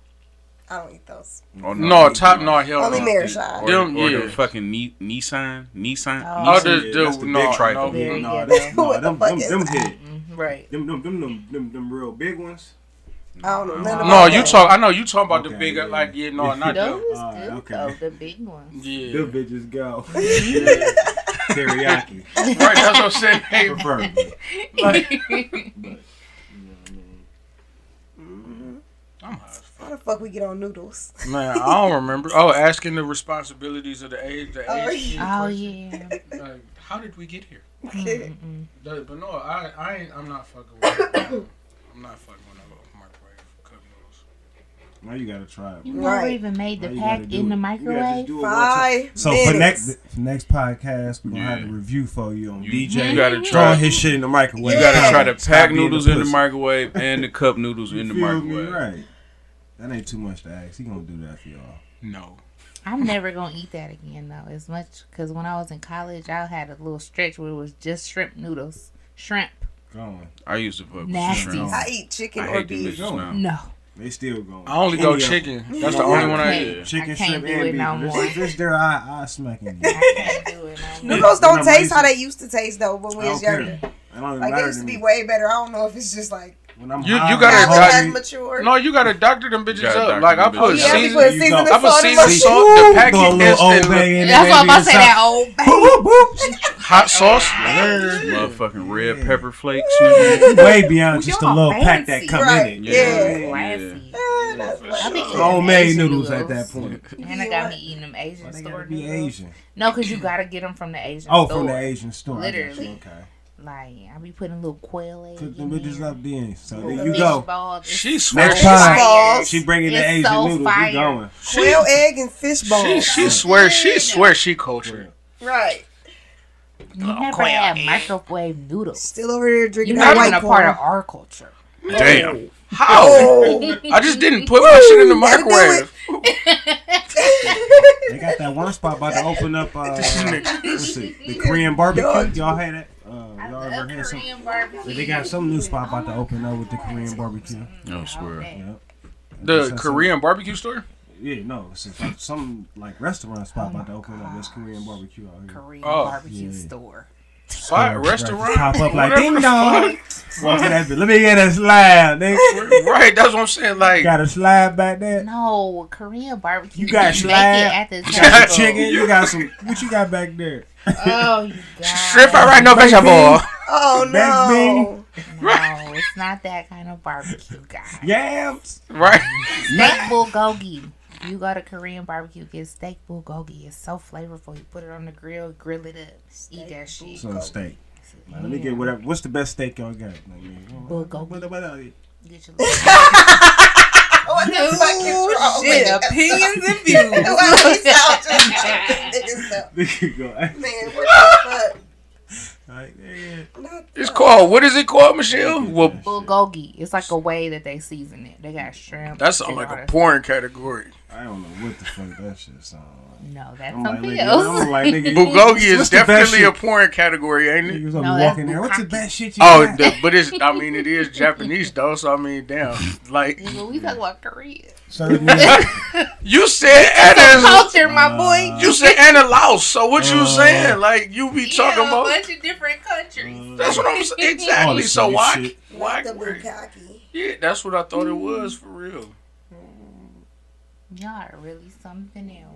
S3: I don't eat those.
S6: Oh,
S2: No top no hell.
S3: Only
S2: no.
S3: Marishan.
S6: Or,
S2: Them,
S6: or
S2: yeah.
S6: the fucking Ni- Nissan, Nissan.
S5: Oh.
S6: Nissan.
S2: Oh, the,
S4: Yeah,
S2: the,
S4: that's the
S2: no,
S6: big trifle.
S2: no.
S5: Yeah. Very
S4: No,
S5: good.
S4: that's, no,
S3: What the
S4: them,
S3: fuck
S4: them,
S3: is
S4: them
S3: that?
S4: hit.
S5: Mm-hmm. Right.
S4: Them, them, them, them, them, them real big ones.
S3: I don't know. None
S5: No,
S2: No,
S3: about
S2: you
S3: that.
S2: talk. I know you talking about the
S4: Okay,
S2: bigger.
S4: yeah.
S2: Like yeah, no, not
S5: Those
S2: them.
S5: good
S4: Alright, okay.
S5: though, the big ones.
S2: Yeah,
S4: Them bitches go.
S2: Yeah.
S4: Teriyaki.
S2: right. That's what I'm saying. Hey,
S4: Preferably.
S2: like, I'm high.
S3: How the fuck we get on noodles?
S2: Man, I don't remember. Oh, asking the responsibilities of the age. The
S3: Oh,
S2: age kid
S5: Oh
S2: question.
S5: yeah.
S2: Like, how did we get here?
S5: Mm-mm.
S2: But but no, I, I ain't. I'm not fucking with. I'm not fucking with no microwave cup noodles.
S4: Now you gotta try it.
S5: You
S4: bro.
S5: never
S3: Right.
S5: even made the
S4: Now you
S5: pack
S4: gotta do
S5: in the
S4: it. You gotta just
S5: microwave.
S4: do it one time.
S3: Five
S4: So
S3: minutes.
S4: for next for next podcast, we're gonna
S6: Yeah.
S4: have a review for you on
S6: You,
S4: DJ.
S6: you gotta
S4: Throw
S6: try.
S4: his shit in the microwave.
S6: You gotta try the
S4: Stop
S6: pack
S4: being a
S6: noodles in the
S4: pussy.
S6: microwave and the cup noodles in
S4: You
S6: the
S4: feel me?
S6: microwave.
S4: Right. That ain't too much to ask. He gonna do that for y'all.
S2: No.
S5: I'm never gonna eat that again though, as much because when I was in college, I had a little stretch where it was just shrimp noodles, shrimp.
S4: Going.
S6: I used to fuck
S4: Oh,
S6: with
S5: Nasty.
S6: shrimp.
S3: I eat chicken
S6: I
S3: or
S6: hate them
S3: beef.
S6: bitches now.
S5: No,
S4: They still going.
S2: I only
S4: Any
S2: go
S4: of them.
S2: chicken. That's the only one I eat.
S5: I
S4: Chicken,
S5: can't
S4: shrimp,
S5: do
S4: and
S5: it
S4: beef.
S5: no
S4: If it's-
S5: more.
S4: If it's there, I I smacking you.
S5: I can't do it. No more.
S3: Noodles don't
S4: Remember, I
S3: taste
S4: used
S3: how
S4: to-
S3: they used to taste though when we
S4: I
S3: was
S4: don't care.
S3: younger.
S4: I don't even
S3: Like it
S4: matter
S3: used to be
S4: me.
S3: way better. I don't know if it's just like
S4: When I'm
S2: You- you
S4: high, I'm
S2: gotta-
S3: not
S2: Right.
S3: as
S4: hungry.
S3: mature.
S2: No, you gotta doctor them bitches
S6: gotta
S2: up.
S6: doctor
S2: Like I
S6: them
S2: put
S6: bitches
S3: yeah,
S6: up.
S3: we
S2: season.
S3: put
S4: you
S3: season
S4: go.
S3: and
S2: I put
S3: salt in
S2: season
S3: my-
S2: salt. The packet
S4: Throw a
S2: is
S4: little Old
S2: in the-
S4: Bay in
S5: That's
S4: there,
S5: why I'm
S4: maybe
S5: about to say
S4: some-
S5: that old baby.
S4: Whoop, whoop, whoop.
S2: Hot sauce?
S6: Motherfucking red pepper flakes. nigga.
S4: Way beyond just a
S5: Y'all
S4: little pack that
S5: fancy.
S4: come
S3: Right.
S4: in it.
S3: Yeah.
S5: Classy.
S3: Eh, that's what-
S5: I be eating
S4: Homemade
S5: Asian
S4: noodles at that point.
S5: Hannah got me eating them Asian
S4: Why they
S5: store
S4: gotta be
S5: noodles.
S4: Asian?
S5: No, because you gotta get them from the Asian
S4: Oh,
S5: store.
S4: from the Asian store. I got you,
S5: Literally.
S4: Okay.
S5: Like, I be putting little quail eggs.
S4: Cook
S5: in
S4: them bitches
S5: there.
S4: up then. So
S3: Little
S4: there you
S5: Fish
S4: go.
S5: balls. It's
S2: She swears
S4: Next
S2: she,
S4: time
S3: balls.
S4: she bringing the
S5: It's
S4: Asian
S5: so
S4: noodles,
S5: fire.
S4: we going.
S3: Quail egg and fish
S2: she,
S3: bones.
S2: she swears she swears she cultured.
S3: Right.
S5: You never had microwave noodles.
S3: Still over there
S5: You're
S3: drinking
S5: not
S3: that
S5: even
S3: white
S5: a
S3: claw.
S5: part of our culture.
S6: Damn.
S2: How?
S4: Oh.
S2: I just didn't put my shit in the
S3: Gotta do
S2: microwave.
S3: Oh.
S4: They got that one spot about to open up. Uh, let's see, the Korean barbecue. Y'all had it. Uh, y'all ever had some? They got some new spot about to
S5: Oh
S4: open up with the Korean barbecue.
S6: I swear.
S4: Yep.
S2: The Korean barbecue store?
S4: Yeah, no, it's just like some like restaurant spot about to open up. That's Korean barbecue out here.
S5: Korean
S2: Oh.
S5: barbecue
S4: Yeah.
S5: store.
S2: Spot,
S4: Pop
S2: restaurant?
S4: up like
S2: Whatever
S4: ding
S2: the
S4: dong. Walk in that bitch. Let me get a slab. Nigga.
S2: Right, that's what I'm saying. Like,
S4: Got a slab back there.
S5: No, Korean barbecue.
S4: You got
S5: make it
S4: slab.
S5: at the
S4: You got
S5: table.
S4: some chicken. You got some. What you got back there?
S5: Oh, you got
S2: shrimp, I right, no vegetable.
S3: Oh
S4: That's
S3: no.
S5: No, it's not that kind of barbecue, guys.
S4: Yams.
S2: Right?
S5: Steak bulgogi. You go to Korean barbecue, get steak bulgogi. It's so flavorful. You put it on the grill, grill it up, eat that shit.
S4: So steak. Like, let me get whatever. What's the best steak y'all got? Like, man, what-
S5: Bulgogi.
S4: what- what- what-
S5: Get your little
S3: What the fuck is wrong with
S5: shit,
S3: it?
S5: opinions and views.
S3: Why we sound just like these niggas though?
S4: Nigga go, all
S3: Man, what
S4: right, yeah.
S3: the fuck? Not-
S2: It's called, what is it called, Michelle? Well,
S5: bulgogi. It's like a way that they season it. They got shrimp.
S2: that's
S5: and
S2: like
S5: all
S2: a
S5: that-
S2: porn category.
S4: I don't know what the fuck that shit sound like.
S5: No, that's
S4: I'm Oh, like,
S5: something
S4: nigga,
S5: else.
S4: I'm like, nigga,
S2: Bulgogi
S4: what's
S2: is
S4: the best
S2: definitely a
S4: shit?
S2: porn category, ain't it?
S4: Niggas gonna
S5: No,
S4: be
S5: that's
S4: walking there. What's the
S5: bukkake.
S4: best shit you
S2: Oh,
S4: got?
S2: the, but it's, I mean, it is Japanese, though, so I mean, damn. Like,
S5: Nigga, we talk about Korea.
S4: Serve me a
S2: you said Anna,
S5: Culture, my boy.
S2: you said Anna Laos, so what you
S4: Uh,
S2: saying? Like, you be talking
S5: yeah, a
S2: about.
S5: bunch of different countries.
S2: That's what I'm saying.
S4: All
S2: Exactly.
S4: this
S2: So
S4: funny
S2: why?
S4: shit.
S2: Why?
S3: The bukkake.
S2: Yeah, that's what I thought it was
S5: Mm.
S2: for real.
S5: Y'all are really something else.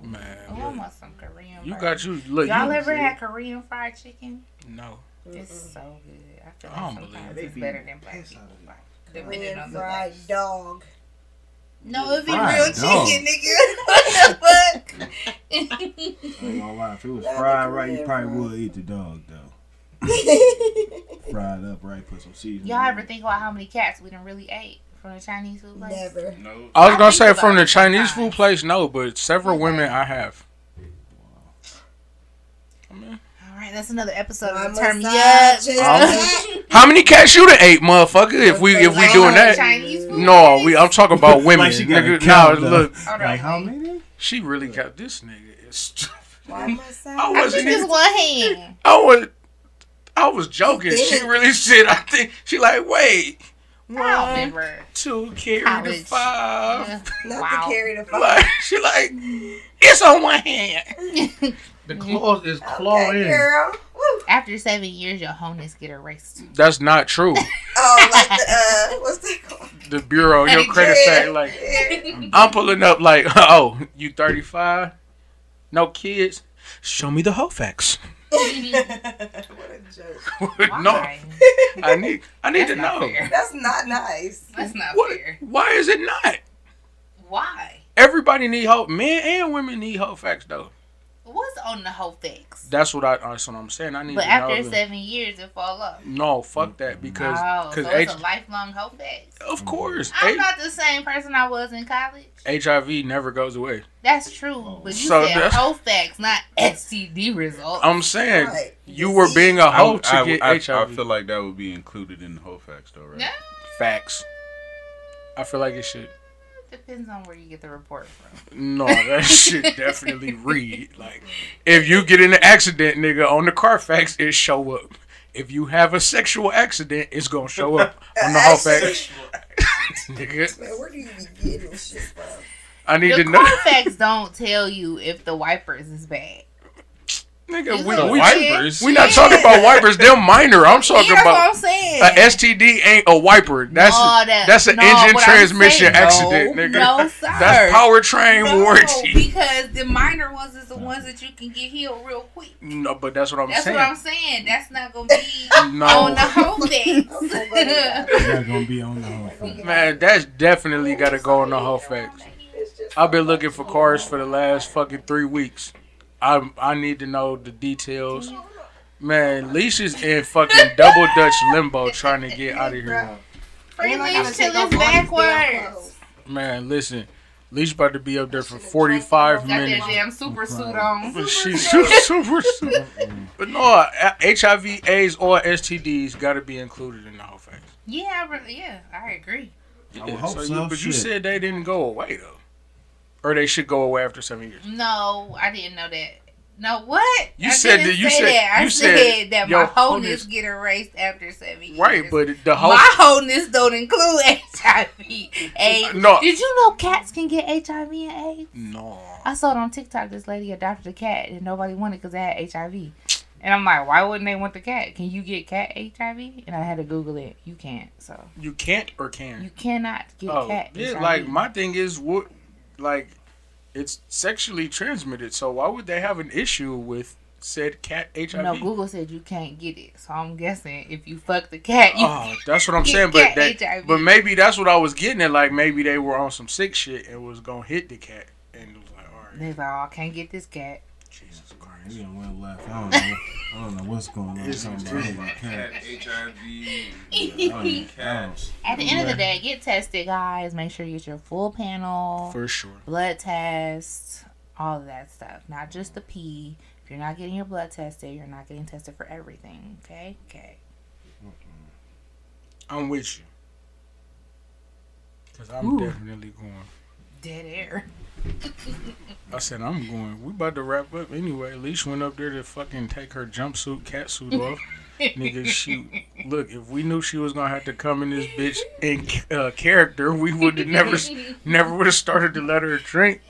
S5: Oh, I
S2: Man,
S5: want some Korean.
S2: you
S5: barbecue.
S2: got you. Look,
S5: Y'all
S2: you,
S5: ever had Korean fried chicken?
S2: No.
S5: It's so good. I feel
S2: I don't
S5: like sometimes
S4: believe it.
S5: it's better than black
S4: Piss
S5: people.
S4: out of it.
S5: Depending on the
S3: fried
S5: dish.
S3: dog.
S5: No, it'd be
S4: Fried
S5: real
S4: dog.
S5: chicken.
S3: Chicken, nigga. What the fuck?
S4: I ain't gonna lie. If it was
S3: That's
S4: fried
S3: a
S4: right, you
S3: Korean
S4: probably
S3: fried.
S4: would eat the dog though. Fried up right, put some seasoning.
S5: Y'all
S4: in
S5: ever
S4: it.
S5: think about how many cats we done really ate from the Chinese food place?
S3: Never.
S6: No.
S2: I was gonna
S5: I think
S2: say
S5: about
S2: from the
S5: it
S2: Chinese food
S5: sometimes. Mm-hmm.
S2: place, no, but several women I have.
S5: All right, that's another episode
S3: My
S5: of the Term
S3: massage
S5: Yup.
S3: is
S2: Oh. How many cats you done ate, motherfucker? If we if we
S5: Like,
S2: doing
S5: on
S2: that,
S5: Chinese food
S2: no,
S5: place?
S2: we. I'm talking about women.
S4: Like she got a
S2: nigga, no,
S4: count, though.
S2: look,
S5: Hold on,
S4: Like how
S5: wait.
S4: many?
S2: she really got this nigga. Is,
S3: Why massage?
S2: I
S5: I think
S2: wasn't.
S5: it's
S2: Even,
S5: one hand.
S2: I was. I was joking. She really said. I think she like wait.
S5: I don't
S2: One,
S5: remember.
S2: two, carry the
S5: College.
S2: five.
S3: Not
S5: wow.
S3: to carry the fuck.
S2: Like she like it's on one hand. The claw is
S3: Okay, girl. Woo.
S5: After seven years, your homies get erased.
S2: That's not true.
S3: Oh, like the uh, what's that called?
S2: The bureau, your credit
S3: Yeah,
S2: stat, like
S3: yeah.
S2: I'm pulling up like, oh, you 35, no kids. Show me the Hofax.
S3: what a joke.
S2: no,
S5: Why?
S2: I need, I need
S5: That's
S2: to
S5: not
S2: know.
S5: fair.
S3: That's not nice.
S5: That's not
S2: What?
S5: fair.
S2: Why is it not?
S5: Why?
S2: Everybody need hope. Men and women need Hofax though.
S5: What's on the whole fix?
S2: That's what I. uh, That's what I'm saying. I need
S5: But
S2: to
S5: after
S2: know. the-
S5: seven years, it fall off.
S2: no, fuck that because
S5: Oh, so
S2: because
S5: it's a lifelong whole fix.
S2: of course
S5: I'm
S2: H-
S5: not the same person I was in college.
S2: HIV never goes away.
S5: That's true, but you
S2: Oh, So
S5: said
S2: that's-
S5: whole facts, not STD results.
S2: I'm saying
S3: Right.
S2: you were being a
S6: I,
S2: hoe
S6: would-
S2: to
S6: I,
S2: get
S6: I, I
S2: HIV.
S6: feel like that would be included in the whole facts, though, right?
S5: no,
S2: Facts. I feel like it should.
S5: depends on where you get the report from.
S2: No, that should definitely read. Like, if you get in an accident, nigga, on the Carfax, it show up. If you have a sexual accident, it's gonna show up on the Carfax, nigga.
S3: Man, where do you be getting this shit from?
S2: I need
S5: The
S2: to know.
S5: Carfax don't tell you if the wipers is bad.
S2: Nigga,
S5: You
S2: we,
S5: little
S2: we,
S5: bitch.
S6: wipers.
S2: we not talking about wipers. They're minor. I'm talking
S5: Here's what
S2: about
S5: I'm saying.
S2: a STD ain't a wiper. That's
S5: No, that-
S2: that's an
S5: no,
S2: engine
S5: what I'm
S2: transmission
S5: saying-
S2: accident,
S5: no,
S2: nigga.
S5: No, sir.
S2: That's powertrain
S5: No,
S2: warranty.
S5: Because the minor ones is the ones that you can get healed real quick.
S2: No, but that's what I'm
S5: That's
S2: saying.
S5: what I'm saying. That's not gonna be on
S2: no,
S5: the whole thing.
S4: It's not gonna be on the whole thing.
S2: man, that's definitely gotta go on the Huffx. I've been looking for cars for the last fucking three weeks. I I need to know the details. Man, Leisha's in fucking double Dutch limbo trying to get out of here.
S5: Free
S3: And I
S5: leash
S3: gotta
S5: till
S3: take off
S5: it's
S3: all these damn
S5: backwards.
S3: clothes.
S2: Man, listen, Leisha about to be up there for 45
S5: Got that
S2: minutes.
S5: damn super suit on.
S2: But she's super, super, super. But no, uh, HIV, AIDS, or STDs got to be included in the whole thing.
S5: Yeah, I really, yeah, I agree.
S4: I would hope so,
S2: you, but you
S4: shit.
S2: said they didn't go away though, or they should go away after seven years.
S5: No, I didn't know that. No, what?
S2: You
S5: I
S2: said
S5: didn't
S2: that- you
S5: say
S2: said-
S5: that. I
S2: you
S5: said,
S2: said
S5: that
S2: your
S5: my wholeness
S2: wholeness-
S5: get erased after seven years.
S2: Right, but the whole
S5: my wholeness don't include HIV. AIDS.
S2: No.
S5: Did you know cats can get HIV and AIDS?
S2: no.
S5: I saw it on TikTok. This lady adopted a cat and nobody wanted because it had HIV. And I'm like, why wouldn't they want the cat? Can you get cat HIV? And I had to Google it. You can't. So
S2: You can't or
S5: you
S2: can.
S5: cannot get
S2: oh,
S5: cat
S2: yeah,
S5: HIV.
S2: like my thing is what, like, it's sexually transmitted. So why would they have an issue with said cat HIV?
S5: no, Google said you can't get it. So I'm guessing if you fuck the cat, you
S2: Oh, that's what I'm
S5: You
S2: saying. But that,
S5: get HIV.
S2: but maybe that's what I was getting at. Like maybe they were on some sick shit and was gonna hit the cat and it was like, all right,
S5: They like, oh, I can't get this cat.
S2: Jesus
S4: We
S2: Christ.
S4: done went left. I don't know. I don't know what's going on.
S2: It's-
S4: Something
S2: it's-
S4: about
S6: Cat
S4: cats.
S6: HIV.
S4: I don't even- I don't-
S5: At the end of the day, get tested, guys. Make sure you get your full panel,
S2: For sure.
S5: blood test, all of that stuff. Not just the pee. If you're not getting your blood tested, you're not getting tested for everything. Okay? Okay.
S2: I'm with you. Cause I'm
S5: Ooh.
S2: definitely going.
S5: Dead air.
S2: I said I'm going. We about to wrap up anyway. Leash went up there to fucking take her jumpsuit, catsuit off. Nigga, she look. If we knew she was gonna have to come in this bitch in uh, character, we would have never, s- never would have started to let her drink.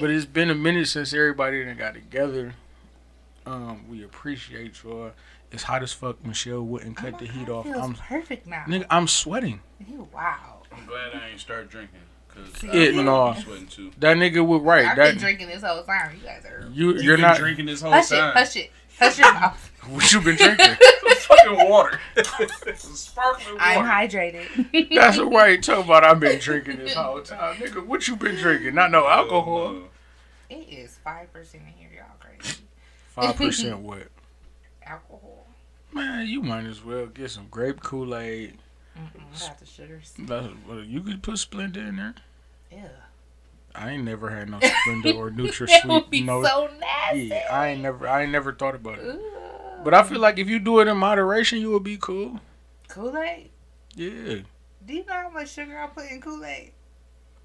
S2: But it's been a minute since everybody done got together. Um, we appreciate y'all. It's hot as fuck. Michelle wouldn't cut the heat off.
S5: Feels
S2: I'm,
S5: perfect now.
S2: nigga, I'm sweating.
S5: You wow.
S6: I'm glad I ain't start drinking. Cause I
S2: It-
S6: would
S2: no.
S6: be sweating too.
S2: That nigga would right.
S5: I've been
S2: That
S5: drinking this whole time. You guys are.
S2: you,
S6: You've
S2: you're
S6: been
S2: not.
S6: drinking this whole
S5: Hush it.
S6: time.
S5: Hush it. Hush your mouth.
S2: What you been drinking?
S6: Fucking water. Sparkling water.
S5: I'm hydrated.
S2: That's right. Talk about I've been drinking this whole time, nigga. What you been drinking? Not no alcohol.
S5: it is 5% in here. Y'all crazy.
S2: Five percent what?
S5: Alcohol.
S2: Man, you might as well get some grape Kool Aid.
S5: Mm-mm, I got the sugars.
S2: You could put Splenda in there.
S5: Ew.
S2: I ain't never had no Splenda or
S5: That would be
S2: NutraSweet. No,
S5: so nasty.
S2: yeah, I ain't never, I ain't never thought about it.
S5: Ooh.
S2: But I feel like if you do it in moderation, you will be cool.
S5: Kool Aid.
S2: Yeah,
S5: Do you know how much sugar I put in Kool Aid?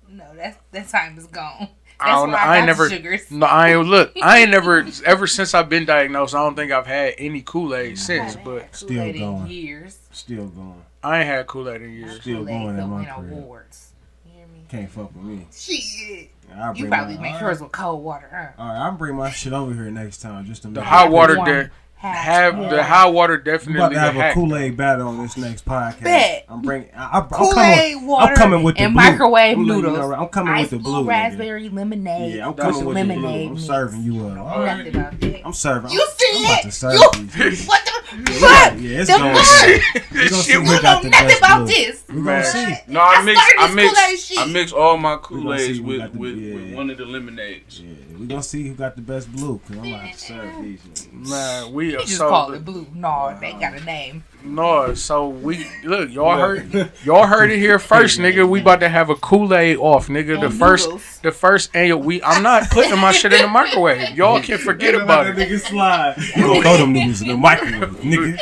S5: No, that's that time is gone. That's
S2: I don't know.
S5: why
S2: I,
S5: I,
S2: ain't
S5: got the
S2: never.
S5: sugars.
S2: No, I ain't look. I ain't never. Ever since I've been diagnosed, I don't think I've had any Kool Aid since. But
S5: Kool-Aid
S4: Still going.
S5: in years.
S4: Still going.
S2: I ain't had Kool Aid in years.
S4: Still
S5: Kool-Aid
S4: going
S5: could
S4: in my
S5: win
S4: crib.
S5: awards. You hear me?
S4: Can't fuck with me.
S5: Shit.
S4: I
S5: You probably
S4: my,
S5: make
S4: all right.
S5: yours with cold water, huh?
S4: All right, I'll bring my shit over here next time just to make
S2: The hot
S4: it-
S2: water
S5: Warm.
S2: de-
S5: Half
S2: have the
S5: water.
S2: hot water
S4: We about
S2: definitely
S4: to have a
S2: hack.
S4: Kool Aid battle on this next podcast.
S5: Bet.
S4: I'm bringing. I, I, I'm
S5: Kool-Aid
S4: coming,
S5: water
S4: Oh, I'm coming with the
S5: and
S4: blue.
S5: microwave
S4: I'm letting you
S5: noodles.
S4: know, I'm coming
S5: Ice
S4: with the
S5: blue,
S4: blue. nigga.
S5: raspberry lemonade.
S4: Yeah, I'm
S5: with
S4: coming with the blue.
S5: lemonade
S4: I'm
S5: mix.
S4: serving you up.
S5: I
S4: I'm-
S5: laughed about that.
S4: I'm serving.
S5: You
S4: I'm,
S5: see
S4: I'm about
S5: it?
S4: to serve
S5: You-
S4: these niggas.
S5: What the
S4: Yeah,
S5: fuck?
S4: yeah, it's
S5: The
S4: going.
S5: fuck?
S4: down. We
S2: This shit
S4: gonna see
S5: You
S4: who got
S5: don't know
S4: the
S5: nothing
S4: best
S5: about
S4: blue.
S5: this.
S4: We gonna see.
S6: No, I
S5: I
S6: mix. I
S5: started this Kool-Aid
S6: mix.
S5: shit.
S6: I mix all my Kool
S4: gonna see
S6: Aids
S4: who
S6: with
S4: got the-
S6: with,
S4: yeah.
S6: with one of the lemonades.
S4: Yeah, we gonna see who got the best blue. Cause I'm about to serve these. niggas.
S2: Man, we are
S5: You just
S2: so
S5: call it blue. No, they got a name.
S2: no. So we look. Y'all heard. Y'all heard it here first, nigga. We about to have a Kool Aid off, nigga. The
S5: And
S2: first.
S5: noodles.
S2: The first annual. We. I'm not putting my shit in the microwave. Y'all can forget about it.
S4: nigga slide. You gonna throw them niggas in the microwave, nigga.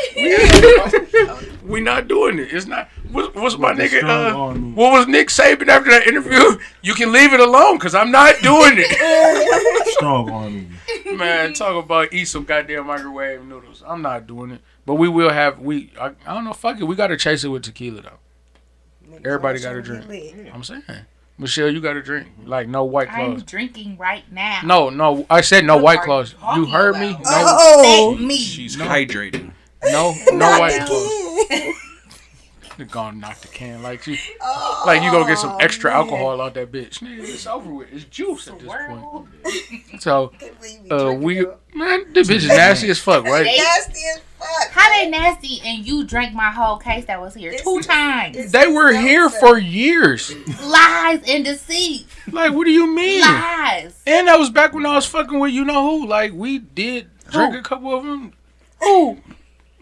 S2: We not doing it. It's not. What, what's my
S4: the
S2: nigga?
S4: strong
S2: Uh,
S4: arm.
S2: what was Nick Saban after that interview? You can leave it alone, cause I'm not doing it.
S4: Strong arm. nigga.
S5: Mm-hmm.
S2: Man, talk about eat some goddamn microwave noodles. I'm not doing it. But we will have we. I, I don't know. Fuck it. We gotta chase it with tequila though.
S3: Niggas
S2: Everybody
S3: always
S2: got a
S3: tryna
S2: drink.
S3: get lit.
S2: I'm saying. Michelle, you got a drink. Like no white
S5: I'm
S2: claws.
S5: drinking right now.
S2: No, no. I said no
S5: What
S2: white
S5: are
S2: claws.
S5: talking
S2: You heard me?
S5: about? Oh,
S2: No,
S3: Oh,
S5: Thank me.
S6: She's hydrating.
S2: no, no
S3: not
S2: white
S3: the
S2: claws.
S3: kid.
S2: They're gonna knock the can like you.
S5: Oh,
S2: Like you gonna get some extra alcohol out that bitch. Nigga, it's over with. It's juice at this point.
S5: Swirl.
S2: So
S3: Completely
S2: uh,
S3: tripped
S2: we
S3: it up.
S2: man, this bitch is nasty as fuck, right?
S3: nasty as fuck.
S5: How they nasty and you drank my whole case that was here two times.
S3: It's
S2: They were
S3: so
S2: here
S3: good.
S2: for years.
S5: Lies and deceit.
S2: Like, what do you mean?
S5: Lies.
S2: And that was back when I was fucking with you know who. Like, we did drink
S5: Who?
S2: a couple of them.
S5: Who?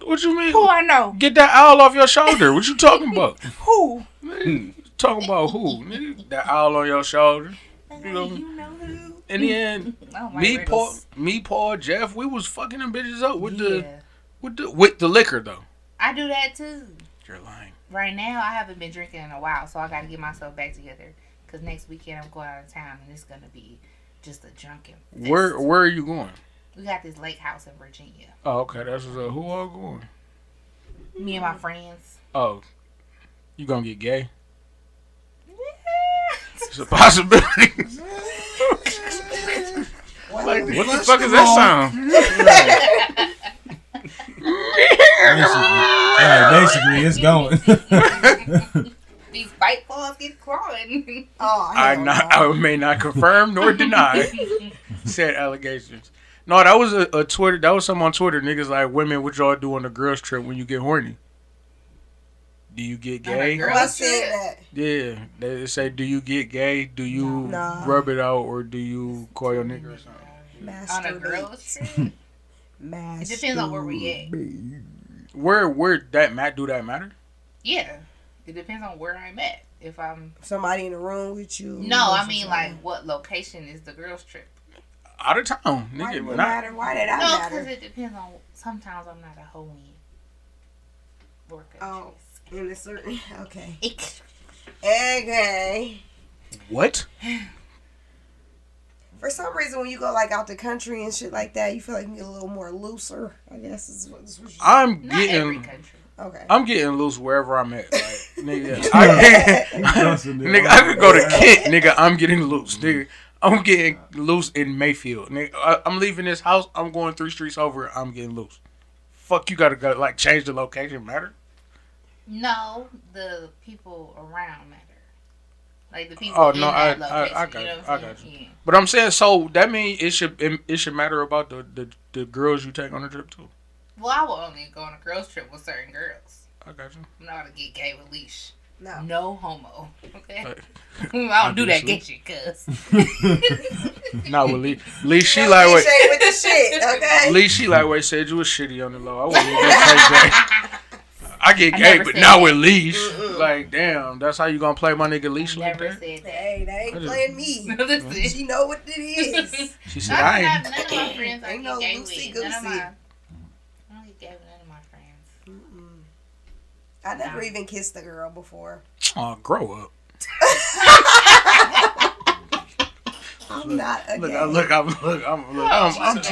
S2: What you mean?
S5: Who I know?
S2: Get that owl off your shoulder. What you talking about?
S5: Who?
S2: Nigga, talking about who? Nigga, that owl on your shoulder. You know,
S5: You know who?
S2: in the end,
S5: I don't like
S2: me,
S5: riddles.
S2: Paul, me, Paul, Jeff, we was fucking them bitches up with the
S5: Yeah.
S2: with the with the liquor though.
S5: I do that too.
S2: You're lying.
S5: Right now, I haven't been drinking in a while, so I got to get myself back together. Cause next weekend I'm going out of town, and it's gonna be just a drunken. fest.
S2: Where where are you going?
S5: we got this lake house in Virginia.
S2: Oh, okay, that's what's up. Who all going?
S5: Me and my friends.
S2: Oh, you gonna get gay? It's a possibility. like, what the fuck is that sound?
S4: Basically, yeah, basically it's going.
S5: These bite claws get clawing.
S3: Oh,
S2: I
S3: hell
S2: not,
S3: no.
S2: I may not confirm nor deny said allegations. No, that was a, a Twitter. That was something on Twitter. Niggas like women. What y'all do on the girls trip when you get horny? Do you get
S5: On a
S2: gay?
S5: girls'
S3: I said that.
S2: Yeah, they say, do you get gay? Do you
S3: Nah.
S2: rub it out, or do you call your nigga or something?
S5: on a
S3: Masturbate.
S5: girl's trip. It depends on where we at.
S2: Where where that mat do that matter?
S5: Yeah, it depends on where I'm at. If I'm
S3: Somebody in the room with you.
S5: no, I mean like what location is the girls trip?
S2: Out of town,
S3: Why
S2: nigga.
S3: did it
S2: When I,
S3: matter? Why did I
S5: No, because
S3: matter?
S5: it depends on. Sometimes I'm not a whole in. Worker.
S3: Oh. In a certain. Okay.
S5: choice.
S3: Okay.
S2: what?
S3: For some reason, when you go like out the country and shit like that, you feel like you get a little more looser. I guess is what, is what you.
S2: I'm
S5: Not every
S2: getting
S5: country.
S3: Okay.
S2: I'm getting loose wherever I'm at. Like, nigga, I can, nigga, I could go to Kent, nigga. I'm getting loose, nigga. I'm getting loose in Mayfield, nigga. I, I'm leaving this house. I'm going three streets over. I'm getting loose. Fuck, you gotta go like change the location. Matter?
S5: No, the people around matter. Like the people.
S2: Oh,
S5: in
S2: no,
S5: that
S2: I- I- I
S5: location,
S2: got
S5: you know
S2: you.
S5: what I'm
S2: I got
S5: saying? Yeah.
S2: But I'm saying so that mean it should it, it should matter about the, the the girls you take on a trip too.
S5: Well, I will only go on a girls trip with certain girls.
S2: I got you.
S5: I'm not gonna get gay with leash.
S2: Oh.
S3: no.
S5: No homo. Okay.
S2: Right.
S5: I don't do that
S2: Obviously.
S5: get you, cuz.
S2: Not with Lee. Lee, she
S3: Don't
S2: like
S3: be
S2: wait.
S3: shady with the shit. Okay.
S2: Lee, she like wait said you was shitty on the low. I wouldn't even take that. I get
S5: I
S2: gay,
S5: never
S2: but
S5: said
S2: not
S5: that.
S2: with leash. Like damn, that's how you gonna play my nigga leash like
S5: Never
S2: that?
S5: said that.
S3: Hey, they
S2: I
S3: ain't
S2: just-
S3: playing me.
S5: Listen.
S3: She know what it is.
S2: She said
S5: I
S2: I
S5: don't have
S2: ain't.
S5: none of my friends I
S3: Ain't
S5: get
S3: no
S5: gay
S3: loosey
S5: with. None of
S3: goosey.
S5: my, I don't get gay with none of my friends.
S3: Mm-mm. I never even kissed a girl before.
S2: Oh, grow up.
S3: I'm not a
S2: Look,
S3: gay.
S2: I, look, I'm, look, I'm,
S5: Oh,
S2: look, I'm, Um, I'm just-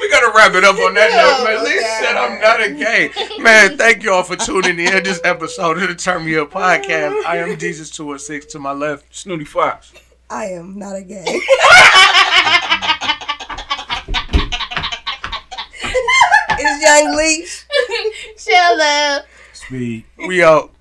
S2: We gotta wrap it up on that note, man. Lee said I'm not a gay. Man, thank y'all for tuning in this episode of the Turn Me Up podcast. I am Jesus 206 to my left.
S6: Snooty Fox.
S3: I am not a gay. it's Young Leash.
S5: Shella.
S4: Speed.
S2: We out.